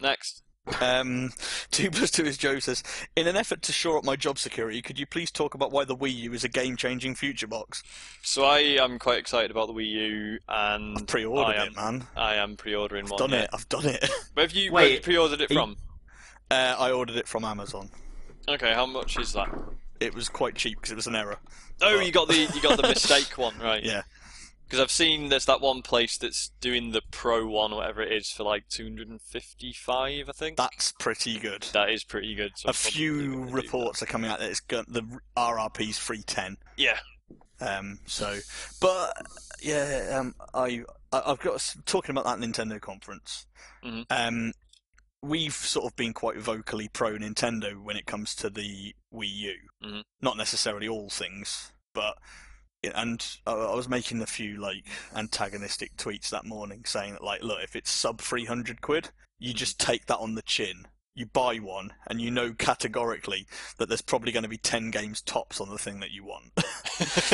[SPEAKER 1] Next.
[SPEAKER 3] Um, two plus two is Joe says. In an effort to shore up my job security, could you please talk about why the Wii U is a game-changing future box?
[SPEAKER 1] So I am quite excited about the Wii U
[SPEAKER 3] I've
[SPEAKER 1] and
[SPEAKER 3] pre-ordered
[SPEAKER 1] I am,
[SPEAKER 3] it, man.
[SPEAKER 1] I am pre-ordering one.
[SPEAKER 3] Done
[SPEAKER 1] yeah.
[SPEAKER 3] it. I've done it.
[SPEAKER 1] Where have you,
[SPEAKER 2] Wait,
[SPEAKER 1] where have you pre-ordered it
[SPEAKER 2] are you-
[SPEAKER 1] from?
[SPEAKER 3] Uh, I ordered it from Amazon.
[SPEAKER 1] Okay, how much is that?
[SPEAKER 3] It was quite cheap because it was an error.
[SPEAKER 1] Oh, you got the you got the mistake one, right?
[SPEAKER 3] Yeah.
[SPEAKER 1] Because I've seen there's that one place that's doing the pro one, whatever it is, for like 255, I think.
[SPEAKER 3] That's pretty good.
[SPEAKER 1] that is pretty good. so
[SPEAKER 3] A
[SPEAKER 1] I'm probably
[SPEAKER 3] few
[SPEAKER 1] gonna do that.
[SPEAKER 3] reports are coming out that it's got the RRP's free ten.
[SPEAKER 1] Yeah,
[SPEAKER 3] Um, so, but yeah, um, I I- I've got s- talking about that Nintendo conference.
[SPEAKER 1] Mhm.
[SPEAKER 3] Um, we've sort of been quite vocally pro Nintendo when it comes to the Wii U.
[SPEAKER 1] Mhm.
[SPEAKER 3] Not necessarily all things, but yeah, and I, I was making a few like antagonistic tweets that morning saying that like, look, if it's sub three hundred quid,
[SPEAKER 1] Mm-hmm.
[SPEAKER 3] you just take that on the chin. You buy one, and you know categorically that there's probably going to be ten games tops on the thing that you want.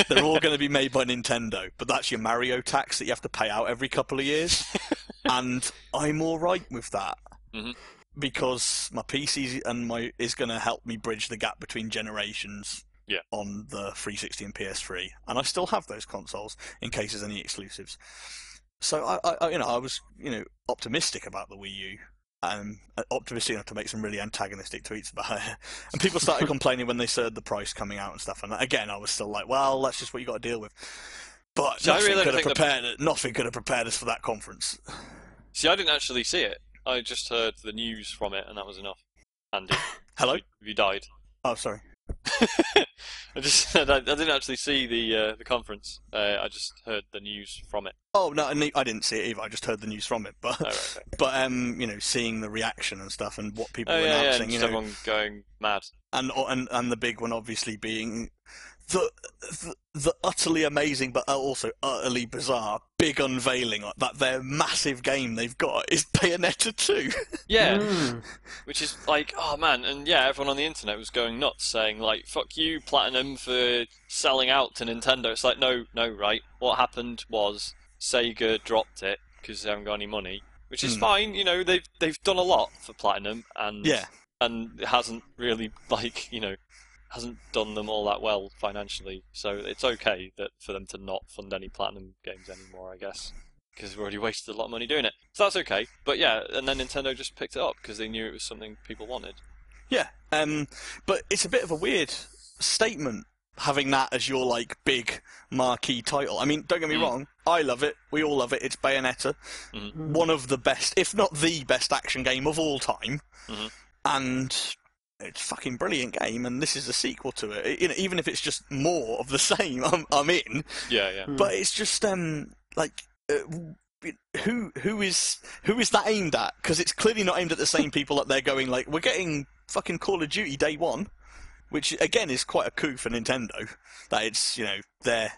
[SPEAKER 3] They're all going to be made by Nintendo, but that's your Mario tax that you have to pay out every couple of years. and I'm all right with that
[SPEAKER 1] Mhm.
[SPEAKER 3] because my PC and my is going to help me bridge the gap between generations.
[SPEAKER 1] Yeah.
[SPEAKER 3] On the 360 and PS3, and I still have those consoles in case there's any exclusives. So I, I- I you know, I was, you know, optimistic about the Wii U. Um, optimistic enough to make some really antagonistic tweets about it. And people started complaining when they said the price coming out and stuff. And again, I was still like, well, that's just what you got to deal with. But
[SPEAKER 1] See, I
[SPEAKER 3] nothing
[SPEAKER 1] really
[SPEAKER 3] could have
[SPEAKER 1] think the-
[SPEAKER 3] prepared nothing could have prepared us for that conference.
[SPEAKER 1] See, I didn't actually see it. I just heard the news from it, and that was enough. Andy,
[SPEAKER 3] Hello.
[SPEAKER 1] you, you died.
[SPEAKER 3] Oh, sorry.
[SPEAKER 1] I just said I, I didn't actually see the uh, the conference. Uh, I just heard the news from it.
[SPEAKER 3] Oh no, I ne- I didn't see it either. I just heard the news from it. But
[SPEAKER 1] Oh, right, okay.
[SPEAKER 3] but um, you know, seeing the reaction and stuff and what people
[SPEAKER 1] oh
[SPEAKER 3] were
[SPEAKER 1] yeah, yeah,
[SPEAKER 3] announcing,
[SPEAKER 1] and just
[SPEAKER 3] you know,
[SPEAKER 1] everyone going mad.
[SPEAKER 3] and and and the big one obviously being the the, the utterly amazing but uh, also utterly bizarre big unveiling that their massive game they've got is Bayonetta 2.
[SPEAKER 1] Yeah,
[SPEAKER 3] Mm-hmm.
[SPEAKER 2] Mm.
[SPEAKER 1] which is like, oh man, and yeah, everyone on the internet was going nuts, saying like, "Fuck you, Platinum, for selling out to Nintendo." It's like, no, no, right. What happened was Sega dropped it because they haven't got any money, which is
[SPEAKER 3] Hmm.
[SPEAKER 1] fine. You know, they've they've done a lot for Platinum, and
[SPEAKER 3] yeah.
[SPEAKER 1] and it hasn't really like you know hasn't done them all that well financially. So it's okay that for them to not fund any platinum games anymore, I guess, because they've already wasted a lot of money doing it. So that's okay. But yeah, and then Nintendo just picked it up because they knew it was something people wanted.
[SPEAKER 3] Yeah, um, but it's a bit of a weird statement having that as your like big marquee title. I mean, don't get me
[SPEAKER 1] Mm.
[SPEAKER 3] wrong, I love it. We all love it. It's Bayonetta,
[SPEAKER 1] Mhm.
[SPEAKER 3] one of the best, if not the best, action game of all time,
[SPEAKER 1] Mhm.
[SPEAKER 3] and it's a fucking brilliant game. And this is a sequel to it. You know, even if it's just more of the same, I'm I'm in
[SPEAKER 1] Yeah, yeah.
[SPEAKER 3] but it's just um like uh, w- who who is who is that aimed at because it's clearly not aimed at the same people that they're going like we're getting fucking call of duty day one which again is quite a coup for nintendo that it's you know their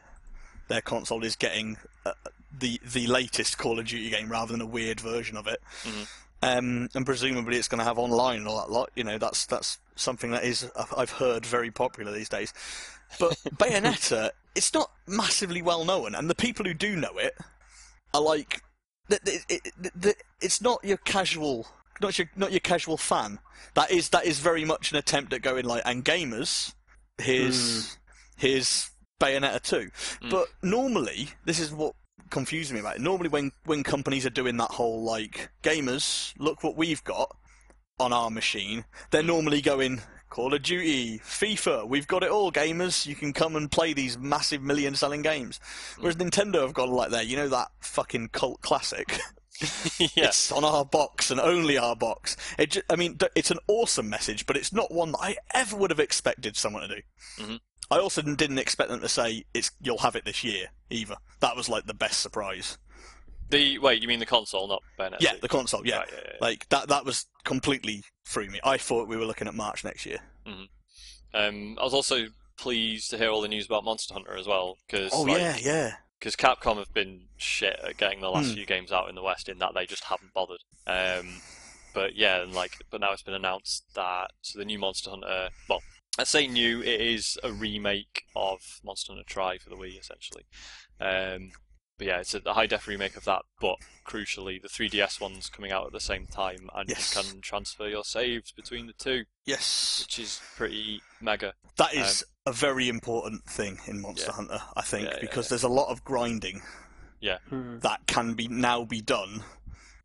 [SPEAKER 3] their console is getting uh, the the latest call of duty game rather than a weird version of it
[SPEAKER 1] Mhm.
[SPEAKER 3] um, and presumably it's going to have online and all that lot you know that's that's something that is I've- i've heard very popular these days but Bayonetta, it's not massively well known, and the people who do know it are like, th- th- it- th- th- it's not your casual, not your not your casual fan. That is that is very much an attempt at going like, and gamers, here's here's Bayonetta two.
[SPEAKER 1] Mm.
[SPEAKER 3] But normally, this is what confuses me about it. Normally, when when companies are doing that whole like, gamers, look what we've got on our machine, they're normally going Call of Duty, FIFA. We've got it all, gamers. You can come and play these massive million-selling games. Whereas Nintendo have gone like there. You know that fucking cult classic.
[SPEAKER 1] yeah.
[SPEAKER 3] It's on our box and only our box. It ju- I mean, d- it's an awesome message, but it's not one that I ever would have expected someone to do.
[SPEAKER 1] Mhm.
[SPEAKER 3] I also didn't expect them to say it's you'll have it this year either. That was like the best surprise.
[SPEAKER 1] The wait, you mean the console, not Bayonetta?
[SPEAKER 3] yeah, the console. Yeah,
[SPEAKER 1] Right, yeah, yeah.
[SPEAKER 3] like that. That was completely through me. I thought we were looking at March next year.
[SPEAKER 1] Um, I was also pleased to hear all the news about Monster Hunter as well because
[SPEAKER 3] Oh yeah, yeah.
[SPEAKER 1] because Capcom have been shit at getting the
[SPEAKER 3] Hmm.
[SPEAKER 1] last few games out in the West in that they just haven't bothered. Um, but yeah, and like, but now it's been announced that so the new Monster Hunter, well, I say new, it is a remake of Monster Hunter Try for the Wii essentially. Um, but yeah, it's a high def remake of that. But crucially, the 3DS one's coming out at the same time, and
[SPEAKER 3] Yes.
[SPEAKER 1] you can transfer your saves between the two,
[SPEAKER 3] Yes.
[SPEAKER 1] which is pretty mega.
[SPEAKER 3] That is a very important thing in Monster
[SPEAKER 1] Um, Yeah.
[SPEAKER 3] Hunter, I think,
[SPEAKER 1] Yeah, yeah,
[SPEAKER 3] because there's a lot of grinding
[SPEAKER 2] Mm.
[SPEAKER 3] that can be now be done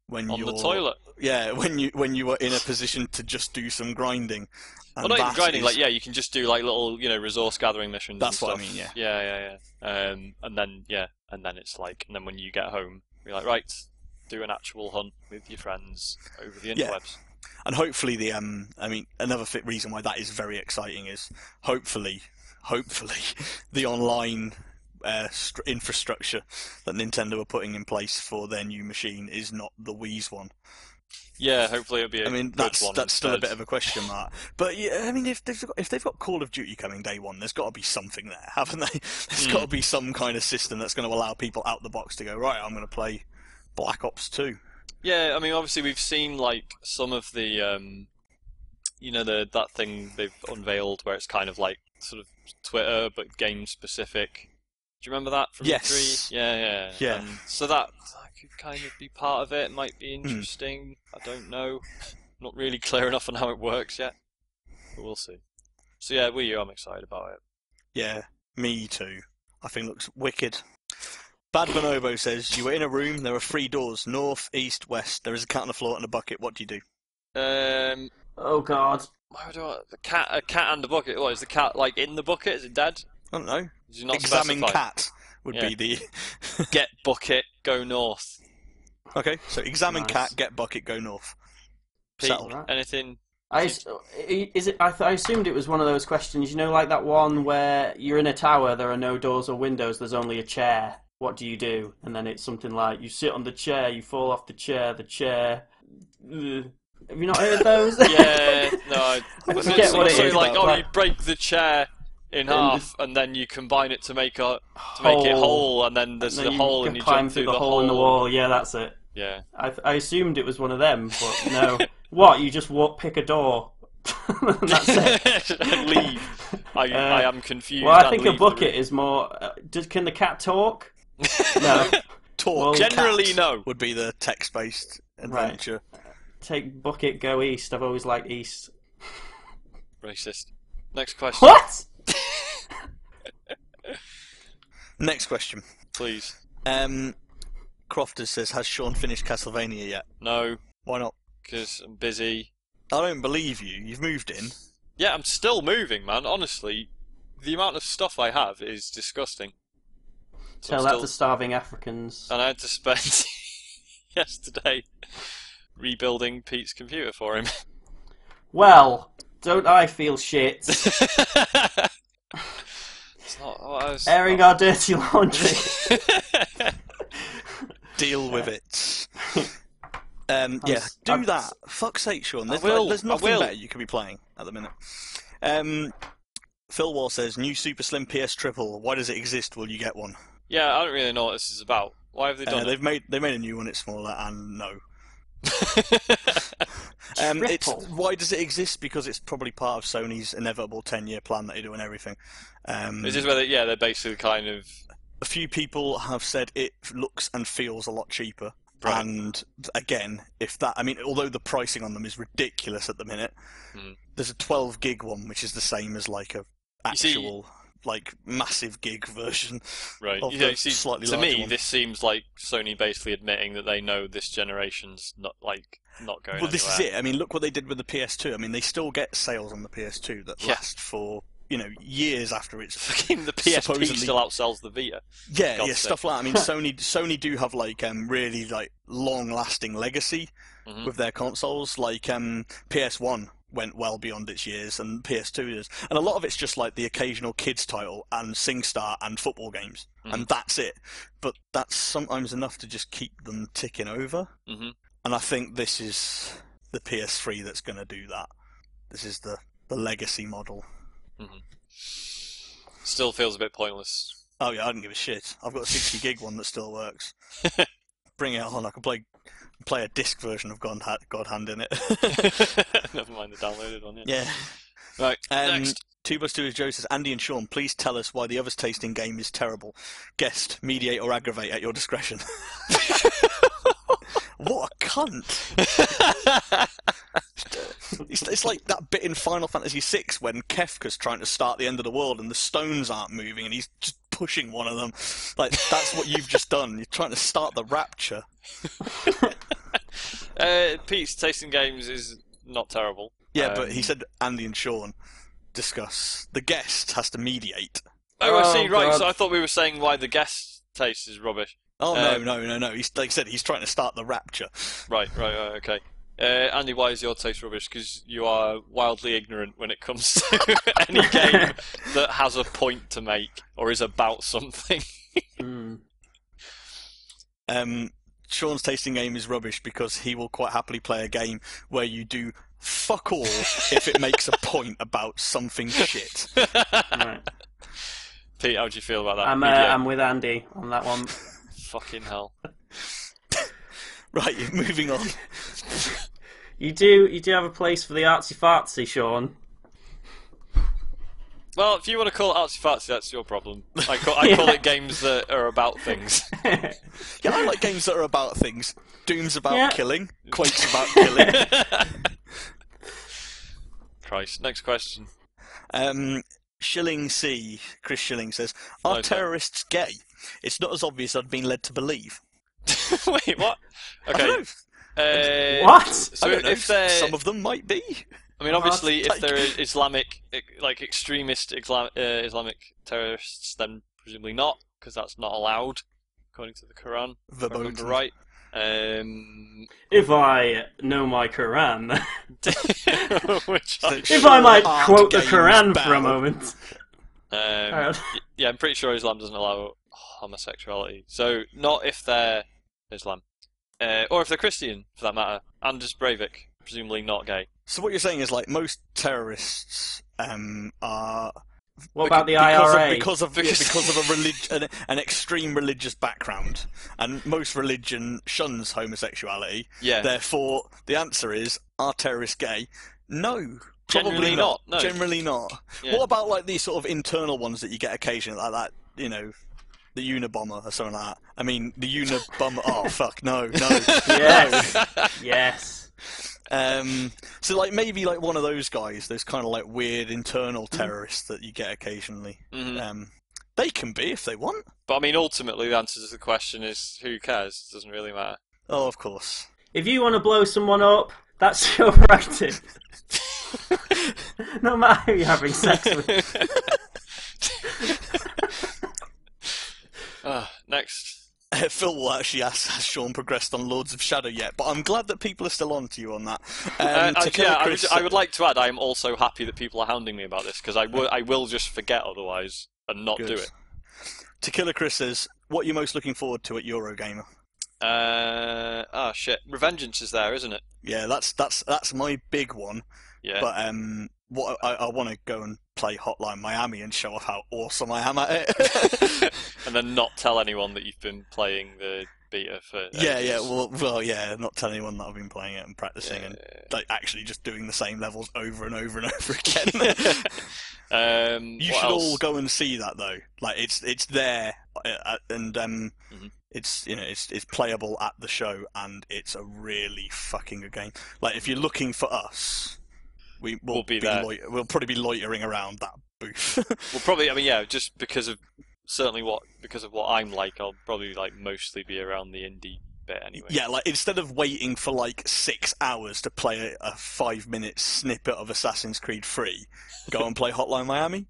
[SPEAKER 3] when
[SPEAKER 1] On
[SPEAKER 3] you're
[SPEAKER 1] the toilet,
[SPEAKER 3] Yeah, when you when you are in a position to just do some grinding.
[SPEAKER 1] Well,
[SPEAKER 3] And
[SPEAKER 1] not even
[SPEAKER 3] that
[SPEAKER 1] grinding.
[SPEAKER 3] is-
[SPEAKER 1] Like, yeah, you can just do like little, you know, resource gathering missions.
[SPEAKER 3] That's
[SPEAKER 1] and
[SPEAKER 3] what I
[SPEAKER 1] stuff.
[SPEAKER 3] mean, yeah.
[SPEAKER 1] Yeah, yeah, yeah. Um, and then yeah, and then it's like, and then when you get home, you're like, right, do an actual hunt with your friends over the
[SPEAKER 3] Yeah.
[SPEAKER 1] interwebs.
[SPEAKER 3] and hopefully the um i mean another fit reason why that is very exciting is hopefully hopefully the online uh, str infrastructure that nintendo are putting in place for their new machine is not the wii's one
[SPEAKER 1] Yeah, hopefully it'll be. A
[SPEAKER 3] i mean
[SPEAKER 1] good
[SPEAKER 3] that's
[SPEAKER 1] one
[SPEAKER 3] that's still a
[SPEAKER 1] instead.
[SPEAKER 3] bit of a question mark but yeah i mean if they've got, if they've got call of duty coming day one there's got to be something there haven't they There's
[SPEAKER 1] Hmm.
[SPEAKER 3] got to be some kind of system that's going to allow people out the box to go right i'm going to play black ops 2
[SPEAKER 1] Yeah, I mean, obviously we've seen like some of the, um, you know, the that thing they've unveiled where it's kind of like sort of Twitter but game specific. Do you remember that from
[SPEAKER 3] Yes.
[SPEAKER 1] E3? Yeah, yeah,
[SPEAKER 3] Yeah.
[SPEAKER 1] And so that, that could kind of be part of it. Might
[SPEAKER 3] Hmm.
[SPEAKER 1] be interesting. I don't know. Not really clear enough on how it works yet, but we'll see. So yeah, we I'm excited about it.
[SPEAKER 3] Yeah, me too. I think it looks wicked. Bad Bonobo says, You were in a room, there are three doors north, east, west. There is a cat on the floor and a bucket. What do you do?
[SPEAKER 1] Um,
[SPEAKER 2] Oh god.
[SPEAKER 1] why do I, the cat, a cat and a bucket. What is the cat like in the bucket? Is it dead?
[SPEAKER 3] I don't know.
[SPEAKER 1] Did you not
[SPEAKER 3] Examine
[SPEAKER 1] specify?
[SPEAKER 3] cat would
[SPEAKER 1] Yeah.
[SPEAKER 3] be the.
[SPEAKER 1] Get bucket, go north.
[SPEAKER 3] Okay, so examine
[SPEAKER 2] Nice.
[SPEAKER 3] cat, get bucket, go north.
[SPEAKER 1] Pete,
[SPEAKER 3] Settled.
[SPEAKER 2] Right.
[SPEAKER 1] anything?
[SPEAKER 2] I s- is it? I, th- I assumed it was one of those questions. You know, like that one where you're in a tower, there are no doors or windows, there's only a chair. What do you do? And then it's something like you sit on the chair, you fall off the chair, the chair. Ugh. Have you not heard those?
[SPEAKER 1] Yeah, no. I-
[SPEAKER 2] I
[SPEAKER 1] Was it
[SPEAKER 2] forget what it
[SPEAKER 1] something
[SPEAKER 2] is,
[SPEAKER 1] like, oh,
[SPEAKER 2] but,
[SPEAKER 1] you
[SPEAKER 2] like-
[SPEAKER 1] break the chair in half and then you combine it to make a to make it
[SPEAKER 2] Hole.
[SPEAKER 1] whole, and then there's
[SPEAKER 2] No,
[SPEAKER 1] the
[SPEAKER 2] you
[SPEAKER 1] hole,
[SPEAKER 2] can
[SPEAKER 1] and you
[SPEAKER 2] climb
[SPEAKER 1] jump
[SPEAKER 2] through the, hole in the wall. Yeah, that's it.
[SPEAKER 1] Yeah,
[SPEAKER 2] I, th- I assumed it was one of them, but no. what? You just walk, pick a door. and that's it.
[SPEAKER 1] And leave. I,
[SPEAKER 2] Uh,
[SPEAKER 1] I am confused.
[SPEAKER 2] Well, I
[SPEAKER 1] and
[SPEAKER 2] think a
[SPEAKER 1] leave the room.
[SPEAKER 2] bucket is more. Uh, does, can the cat talk? No.
[SPEAKER 3] Talk.
[SPEAKER 2] Well,
[SPEAKER 1] Generally,
[SPEAKER 3] cat
[SPEAKER 1] no.
[SPEAKER 3] Would be the text based adventure.
[SPEAKER 2] Take bucket, go east. I've always liked east.
[SPEAKER 1] Racist. Next question,
[SPEAKER 2] What?
[SPEAKER 3] Next question.
[SPEAKER 1] please.
[SPEAKER 3] Um, Crofter says, Has Sean finished Castlevania yet?
[SPEAKER 1] No,
[SPEAKER 3] Why not?
[SPEAKER 1] because I'm busy.
[SPEAKER 3] I don't believe you. You've moved in.
[SPEAKER 1] Yeah, I'm still moving, man. Honestly, the amount of stuff I have is disgusting. So
[SPEAKER 2] Tell
[SPEAKER 1] I'm
[SPEAKER 2] that
[SPEAKER 1] still- Uh,
[SPEAKER 2] to starving Africans.
[SPEAKER 1] and I had to spend yesterday rebuilding Pete's computer for him.
[SPEAKER 2] Well, don't I feel shit?
[SPEAKER 1] it's not what I was.
[SPEAKER 2] Airing our dirty laundry.
[SPEAKER 3] Deal with it. Um,
[SPEAKER 2] I
[SPEAKER 3] yeah,
[SPEAKER 2] was-
[SPEAKER 3] do
[SPEAKER 2] I was-
[SPEAKER 3] that. Fuck's sake, Sean. There's,
[SPEAKER 1] will,
[SPEAKER 3] like- there's
[SPEAKER 1] I
[SPEAKER 3] nothing
[SPEAKER 1] will.
[SPEAKER 3] better you could be playing at the minute. Um, Phil Wall says, new Super Slim PS Triple. Why does it exist? Will you get one?
[SPEAKER 1] yeah, I don't really know what this is about. Why have they
[SPEAKER 3] Uh,
[SPEAKER 1] done
[SPEAKER 3] they've made they made a new one. It's smaller and no.
[SPEAKER 1] it?
[SPEAKER 3] Um, it's,
[SPEAKER 2] Triple.
[SPEAKER 3] why does it exist? Because it's probably part of Sony's inevitable ten-year plan that they do and everything. Um,
[SPEAKER 1] Is this where they, yeah, they're basically kind of
[SPEAKER 3] a few people have said it looks and feels a lot cheaper.
[SPEAKER 1] Right.
[SPEAKER 3] And again, if that, I mean, although the pricing on them is ridiculous at the minute,
[SPEAKER 1] Hmm.
[SPEAKER 3] there's a 12 gig one, which is the same as like a
[SPEAKER 1] You see-
[SPEAKER 3] actual, like massive gig version.
[SPEAKER 1] right.
[SPEAKER 3] Of
[SPEAKER 1] Yeah,
[SPEAKER 3] the
[SPEAKER 1] you see,
[SPEAKER 3] slightly
[SPEAKER 1] to
[SPEAKER 3] larger
[SPEAKER 1] me,
[SPEAKER 3] one.
[SPEAKER 1] this seems like Sony basically admitting that they know this generation's not like not going.
[SPEAKER 3] Well, this is
[SPEAKER 1] anywhere.
[SPEAKER 3] it. I mean, look what they did with the PS2. I mean, they still get sales on the PS2 that
[SPEAKER 1] Yeah.
[SPEAKER 3] last for you know years after it's
[SPEAKER 1] Fucking the PSP
[SPEAKER 3] Supposedly-
[SPEAKER 1] still outsells the Vita.
[SPEAKER 3] Yeah,
[SPEAKER 1] God's
[SPEAKER 3] yeah,
[SPEAKER 1] sake.
[SPEAKER 3] stuff like I mean, Sony Sony do have like um really like long lasting legacy
[SPEAKER 1] Mhm.
[SPEAKER 3] with their consoles. Like um PS One went well beyond its years, and PS Two is, and a lot of it's just like the occasional kids title and SingStar and football games,
[SPEAKER 1] Mm-hmm.
[SPEAKER 3] and that's it. But that's sometimes enough to just keep them ticking over.
[SPEAKER 1] hmm
[SPEAKER 3] And I think this is the PS3 that's going to do that. This is the the legacy model.
[SPEAKER 1] Still feels a bit pointless.
[SPEAKER 3] Oh yeah, I don't give a shit. I've got a 60 gig one that still works. Bring it on. I can play play a disc version of God, ha- God Hand in it.
[SPEAKER 1] Never mind the downloaded one. Yeah.
[SPEAKER 3] yeah.
[SPEAKER 1] Right.
[SPEAKER 3] Um,
[SPEAKER 1] next.
[SPEAKER 3] Two plus two is Joe says Andy and Sean, please tell us why the others' tasting game is terrible. Guest, mediate or aggravate at your discretion. what a cunt! It's, it's like that bit in Final Fantasy VI when Kefka's trying to start the end of the world and the stones aren't moving and he's just pushing one of them. Like that's what you've just done. You're trying to start the rapture.
[SPEAKER 1] Uh, Pete's tasting games is not terrible.
[SPEAKER 3] Yeah,
[SPEAKER 1] Um,
[SPEAKER 3] but he said Andy and Sean discuss. The guest has to mediate.
[SPEAKER 1] Oh, I see.
[SPEAKER 2] Oh,
[SPEAKER 1] Right.
[SPEAKER 2] God.
[SPEAKER 1] So I thought we were saying why the guest taste is rubbish.
[SPEAKER 3] Oh
[SPEAKER 1] Um,
[SPEAKER 3] no, no, no, no. He's like I said, he's trying to start the rapture.
[SPEAKER 1] Right, right, right, okay. Uh, Andy, why is your taste rubbish? Because you are wildly ignorant when it comes to any game that has a point to make or is about something.
[SPEAKER 2] Mm.
[SPEAKER 3] Um, Sean's tasting game is rubbish because he will quite happily play a game where you do fuck all if it makes a point about something shit.
[SPEAKER 2] Right.
[SPEAKER 1] Pete, how do you feel about that?
[SPEAKER 2] I'm, uh,
[SPEAKER 1] Media.
[SPEAKER 2] I'm with Andy on that one.
[SPEAKER 1] Fucking hell.
[SPEAKER 3] Right, moving on.
[SPEAKER 2] You do you do have a place for the artsy fartsy, Sean.
[SPEAKER 1] Well, if you want to call it artsy fartsy, that's your problem. I call, I call it games that are about things.
[SPEAKER 3] Yeah, I like games that are about things. Doom's about
[SPEAKER 2] Yeah.
[SPEAKER 3] killing. Quake's about killing.
[SPEAKER 1] Christ. Next question.
[SPEAKER 3] Um, Shilling C, Chris Shilling says, Are
[SPEAKER 1] Hello, sir.
[SPEAKER 3] terrorists gay? It's not as obvious I'd been led to believe.
[SPEAKER 1] Wait, what?
[SPEAKER 3] I
[SPEAKER 1] Okay.
[SPEAKER 3] don't know.
[SPEAKER 1] Uh,
[SPEAKER 2] what?
[SPEAKER 1] So
[SPEAKER 3] I don't know.
[SPEAKER 1] if they're,
[SPEAKER 3] Some of them might be.
[SPEAKER 1] I mean, obviously, if
[SPEAKER 3] Like-
[SPEAKER 1] they're Islamic, e, like extremist Islam, uh, Islamic terrorists, then presumably not, because that's not allowed according to the Quran. If I remember
[SPEAKER 3] Verboten.
[SPEAKER 1] right. Um,
[SPEAKER 2] If I know my Quran,
[SPEAKER 1] which
[SPEAKER 3] So
[SPEAKER 1] I-
[SPEAKER 2] if I might
[SPEAKER 3] Art
[SPEAKER 2] quote the
[SPEAKER 3] games
[SPEAKER 2] Quran for
[SPEAKER 3] bow.
[SPEAKER 2] a moment.
[SPEAKER 1] um,
[SPEAKER 2] Alright.
[SPEAKER 1] y- yeah, I'm pretty sure Islam doesn't allow homosexuality. So not if they're Islam, uh, or if they're Christian, for that matter. Anders Breivik, presumably not gay.
[SPEAKER 3] So what you're saying is like most terrorists um, are
[SPEAKER 2] What about the
[SPEAKER 3] because
[SPEAKER 2] IRA?
[SPEAKER 3] of, because of yeah,
[SPEAKER 1] Because-
[SPEAKER 3] because of a relig- an, an extreme religious background, and most religion shuns homosexuality.
[SPEAKER 1] Yeah,
[SPEAKER 3] Therefore, the answer is: Are terrorists gay? No, probably
[SPEAKER 1] Generally not, no.
[SPEAKER 3] Generally not.
[SPEAKER 1] yeah.
[SPEAKER 3] What about like these sort of internal ones that you get occasionally, like that? You know, the Unabomber or something like that. I mean, the Unabomber. oh fuck, no, no.
[SPEAKER 2] yes, yes.
[SPEAKER 3] Um, so like maybe like one of those guys, those kind of like weird internal
[SPEAKER 1] Mm.
[SPEAKER 3] terrorists that you get occasionally.
[SPEAKER 1] Mhm.
[SPEAKER 3] Um, they can be if they want.
[SPEAKER 1] But I mean, ultimately, the answer to the question is who cares? It doesn't really matter.
[SPEAKER 3] Oh, of course.
[SPEAKER 2] If you want to blow someone up, that's your right. to- no matter who you're having sex with.
[SPEAKER 1] Ah, next.
[SPEAKER 3] Phil will actually ask, has Sean progressed on Lords of Shadow yet? But I'm glad that people are still on to you on that. Um,
[SPEAKER 1] Uh, I,
[SPEAKER 3] to Killer
[SPEAKER 1] yeah, I would,
[SPEAKER 3] Chris-
[SPEAKER 1] I would like to add I am also happy that people are hounding me about this because I wo- I will just forget otherwise and not do
[SPEAKER 3] Good.
[SPEAKER 1] it.
[SPEAKER 3] To Killer Chris says, what are you most looking forward to at Eurogamer?
[SPEAKER 1] Uh, oh, shit. Revengeance is there, isn't it?
[SPEAKER 3] Yeah, that's that's that's my big one.
[SPEAKER 1] Yeah.
[SPEAKER 3] But um, what I, I want to go and play Hotline Miami and show off how awesome I am at it.
[SPEAKER 1] and then not tell anyone that you've been playing the beta for.
[SPEAKER 3] Yeah, yeah.
[SPEAKER 1] ages.
[SPEAKER 3] Well, well, yeah. Not telling anyone that I've been playing it and practicing and
[SPEAKER 1] Yeah.
[SPEAKER 3] like actually just doing the same levels over and over and over again.
[SPEAKER 1] um,
[SPEAKER 3] you
[SPEAKER 1] what
[SPEAKER 3] should all
[SPEAKER 1] else?
[SPEAKER 3] go and see that though. Like it's it's there uh, uh, and um,
[SPEAKER 1] Mhm.
[SPEAKER 3] it's you know it's it's playable at the show and it's a really fucking good game. Like if you're looking for us, we will
[SPEAKER 1] We'll be there.
[SPEAKER 3] loiter- we'll probably be loitering around that booth.
[SPEAKER 1] Well, probably. I mean, yeah, just because of certainly what because of what I'm like, I'll probably like mostly be around the indie bit anyway.
[SPEAKER 3] Yeah, like instead of waiting for like six hours to play a, a five minute snippet of Assassin's Creed 3, go and play Hotline Miami.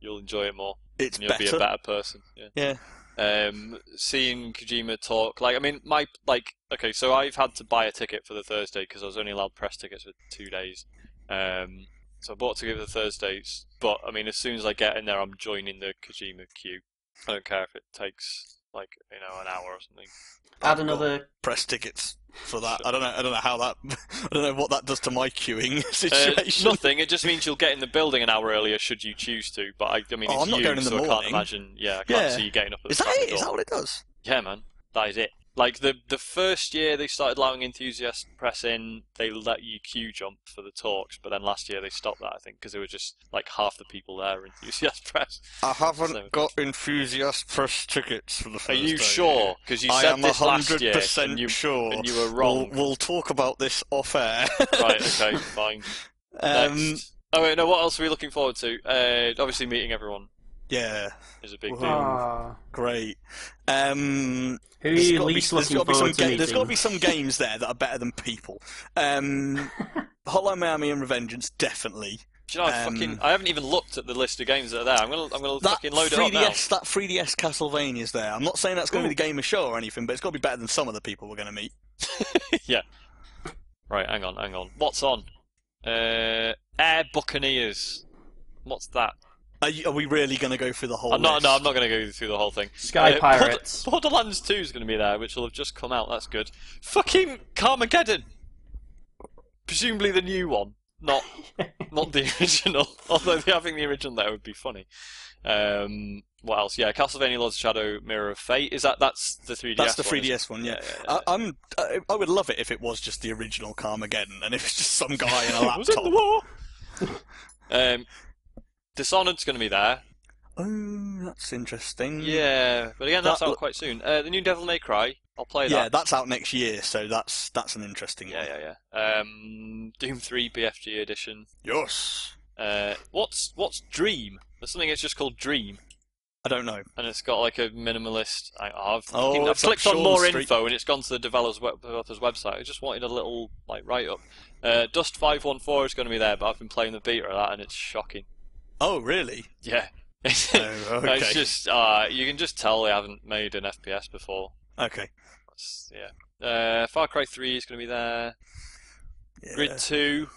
[SPEAKER 1] you'll enjoy it more.
[SPEAKER 3] It's
[SPEAKER 1] And you'll be a
[SPEAKER 3] better.
[SPEAKER 1] better person. Yeah.
[SPEAKER 3] Yeah.
[SPEAKER 1] Um, seeing Kojima talk, like, I mean, my like, okay, so I've had to buy a ticket for the Thursday because I was only allowed press tickets for two days. Um, so I bought a ticket for the Thursdays, but I mean, as soon as I get in there, I'm joining the Kojima queue. I don't care if it takes like you know an hour or something.
[SPEAKER 2] Add another.
[SPEAKER 3] Press tickets for that. I don't know. I don't know how that. I don't know what that does to my queuing situation.
[SPEAKER 1] Uh, nothing. It just means you'll get in the building an hour earlier should you choose to. But I, I mean,
[SPEAKER 3] Oh,
[SPEAKER 1] it's
[SPEAKER 3] I'm not
[SPEAKER 1] you,
[SPEAKER 3] going in the
[SPEAKER 1] so I can't
[SPEAKER 3] morning.
[SPEAKER 1] imagine. Yeah, I can't
[SPEAKER 3] Yeah.
[SPEAKER 1] see you getting up at
[SPEAKER 3] is
[SPEAKER 1] the
[SPEAKER 3] that
[SPEAKER 1] back
[SPEAKER 3] it?
[SPEAKER 1] door.
[SPEAKER 3] Is that what it does?
[SPEAKER 1] Yeah, man, that is it. Like the the first year they started allowing enthusiasts to press in, they let you queue jump for the talks. But then last year they stopped that, I think, because there were just like half the people there were enthusiast press.
[SPEAKER 3] I
[SPEAKER 1] So-
[SPEAKER 3] haven't got enthusiast press tickets for the
[SPEAKER 1] Are
[SPEAKER 3] first
[SPEAKER 1] you sure? Because you
[SPEAKER 3] I
[SPEAKER 1] said
[SPEAKER 3] am
[SPEAKER 1] this last
[SPEAKER 3] hundred
[SPEAKER 1] year, and
[SPEAKER 3] percent
[SPEAKER 1] you,
[SPEAKER 3] sure.
[SPEAKER 1] and you were
[SPEAKER 3] We'll,
[SPEAKER 1] wrong.
[SPEAKER 3] we'll talk about this off air.
[SPEAKER 1] right? Okay, fine.
[SPEAKER 3] um,
[SPEAKER 1] Next. Oh wait, no. What else are we looking forward to? Uh, obviously, meeting everyone
[SPEAKER 3] yeah,
[SPEAKER 1] is a big
[SPEAKER 3] Whoa.
[SPEAKER 1] deal.
[SPEAKER 2] Ah.
[SPEAKER 3] great. Um,
[SPEAKER 2] who are
[SPEAKER 3] There's
[SPEAKER 2] you
[SPEAKER 3] gotta be-
[SPEAKER 2] least
[SPEAKER 3] there's
[SPEAKER 2] looking
[SPEAKER 3] gotta be some
[SPEAKER 2] forward to
[SPEAKER 3] ga- There's got to
[SPEAKER 2] meeting?
[SPEAKER 3] be some games there that are better than people. Um, Hotline Miami and Revengeance, definitely.
[SPEAKER 1] Do you know, I
[SPEAKER 3] Um,
[SPEAKER 1] fucking I haven't even looked at the list of games that are there. I'm gonna I'm gonna fucking load it up now.
[SPEAKER 3] 3DS, that 3DS Castlevania's there. I'm not saying that's going to be the game of show or anything, but it's got to be better than some of the people we're going to meet.
[SPEAKER 1] Right, hang on, hang on. What's on? Uh, Air Buccaneers. What's that?
[SPEAKER 3] Are, you, are we really going to go through the whole?
[SPEAKER 1] I'm not, no,
[SPEAKER 3] list?
[SPEAKER 1] I'm not going to go through the whole thing.
[SPEAKER 2] Sky
[SPEAKER 1] Uh,
[SPEAKER 2] Pirates.
[SPEAKER 1] Border- Borderlands 2 is going to be there, which will have just come out. That's good. Fucking Carmageddon. Presumably the new one, not not the original. Although the- having the original there would be funny. Um, what else? Yeah, Castlevania: Lords of Shadow, Mirror of Fate. Is that that's the 3DS?
[SPEAKER 3] That's the
[SPEAKER 1] one, isn't it?
[SPEAKER 3] 3DS one, yeah.
[SPEAKER 1] Yeah, yeah,
[SPEAKER 3] I, I'm, I, I would love it if it was just the original Carmageddon, and if it's just some guy in a
[SPEAKER 1] I was in the
[SPEAKER 3] laptop.
[SPEAKER 1] war. um, Dishonored's going to be there.
[SPEAKER 3] oh, that's interesting.
[SPEAKER 1] Yeah, but again, that's
[SPEAKER 3] That
[SPEAKER 1] out
[SPEAKER 3] lo-
[SPEAKER 1] quite soon. Uh, the new Devil May Cry. I'll play
[SPEAKER 3] yeah,
[SPEAKER 1] that.
[SPEAKER 3] that's out next year, so that's that's an interesting
[SPEAKER 1] Yeah,
[SPEAKER 3] one.
[SPEAKER 1] yeah, yeah. Um, Doom 3 BFG edition.
[SPEAKER 3] Yes,
[SPEAKER 1] Uh, what's what's Dream? There's something that's just called Dream,
[SPEAKER 3] I don't know.
[SPEAKER 1] and it's got like a minimalist. I, I've,
[SPEAKER 3] Oh,
[SPEAKER 1] fucking- I've
[SPEAKER 3] it's up
[SPEAKER 1] clicked on more
[SPEAKER 3] Sean Street.
[SPEAKER 1] info, and it's gone to the developer's, web, developer's website. I just wanted a little like write up. Uh, Dust 514 is going to be there, but I've been playing the beta of that, and it's shocking.
[SPEAKER 3] Oh, really?
[SPEAKER 1] Yeah.
[SPEAKER 3] Oh,
[SPEAKER 1] No,
[SPEAKER 3] okay.
[SPEAKER 1] it's just uh, you can just tell they haven't made an FPS before.
[SPEAKER 3] Okay.
[SPEAKER 1] That's, yeah. Uh, Far Cry 3 is going to be there.
[SPEAKER 3] Yeah.
[SPEAKER 1] Grid Two.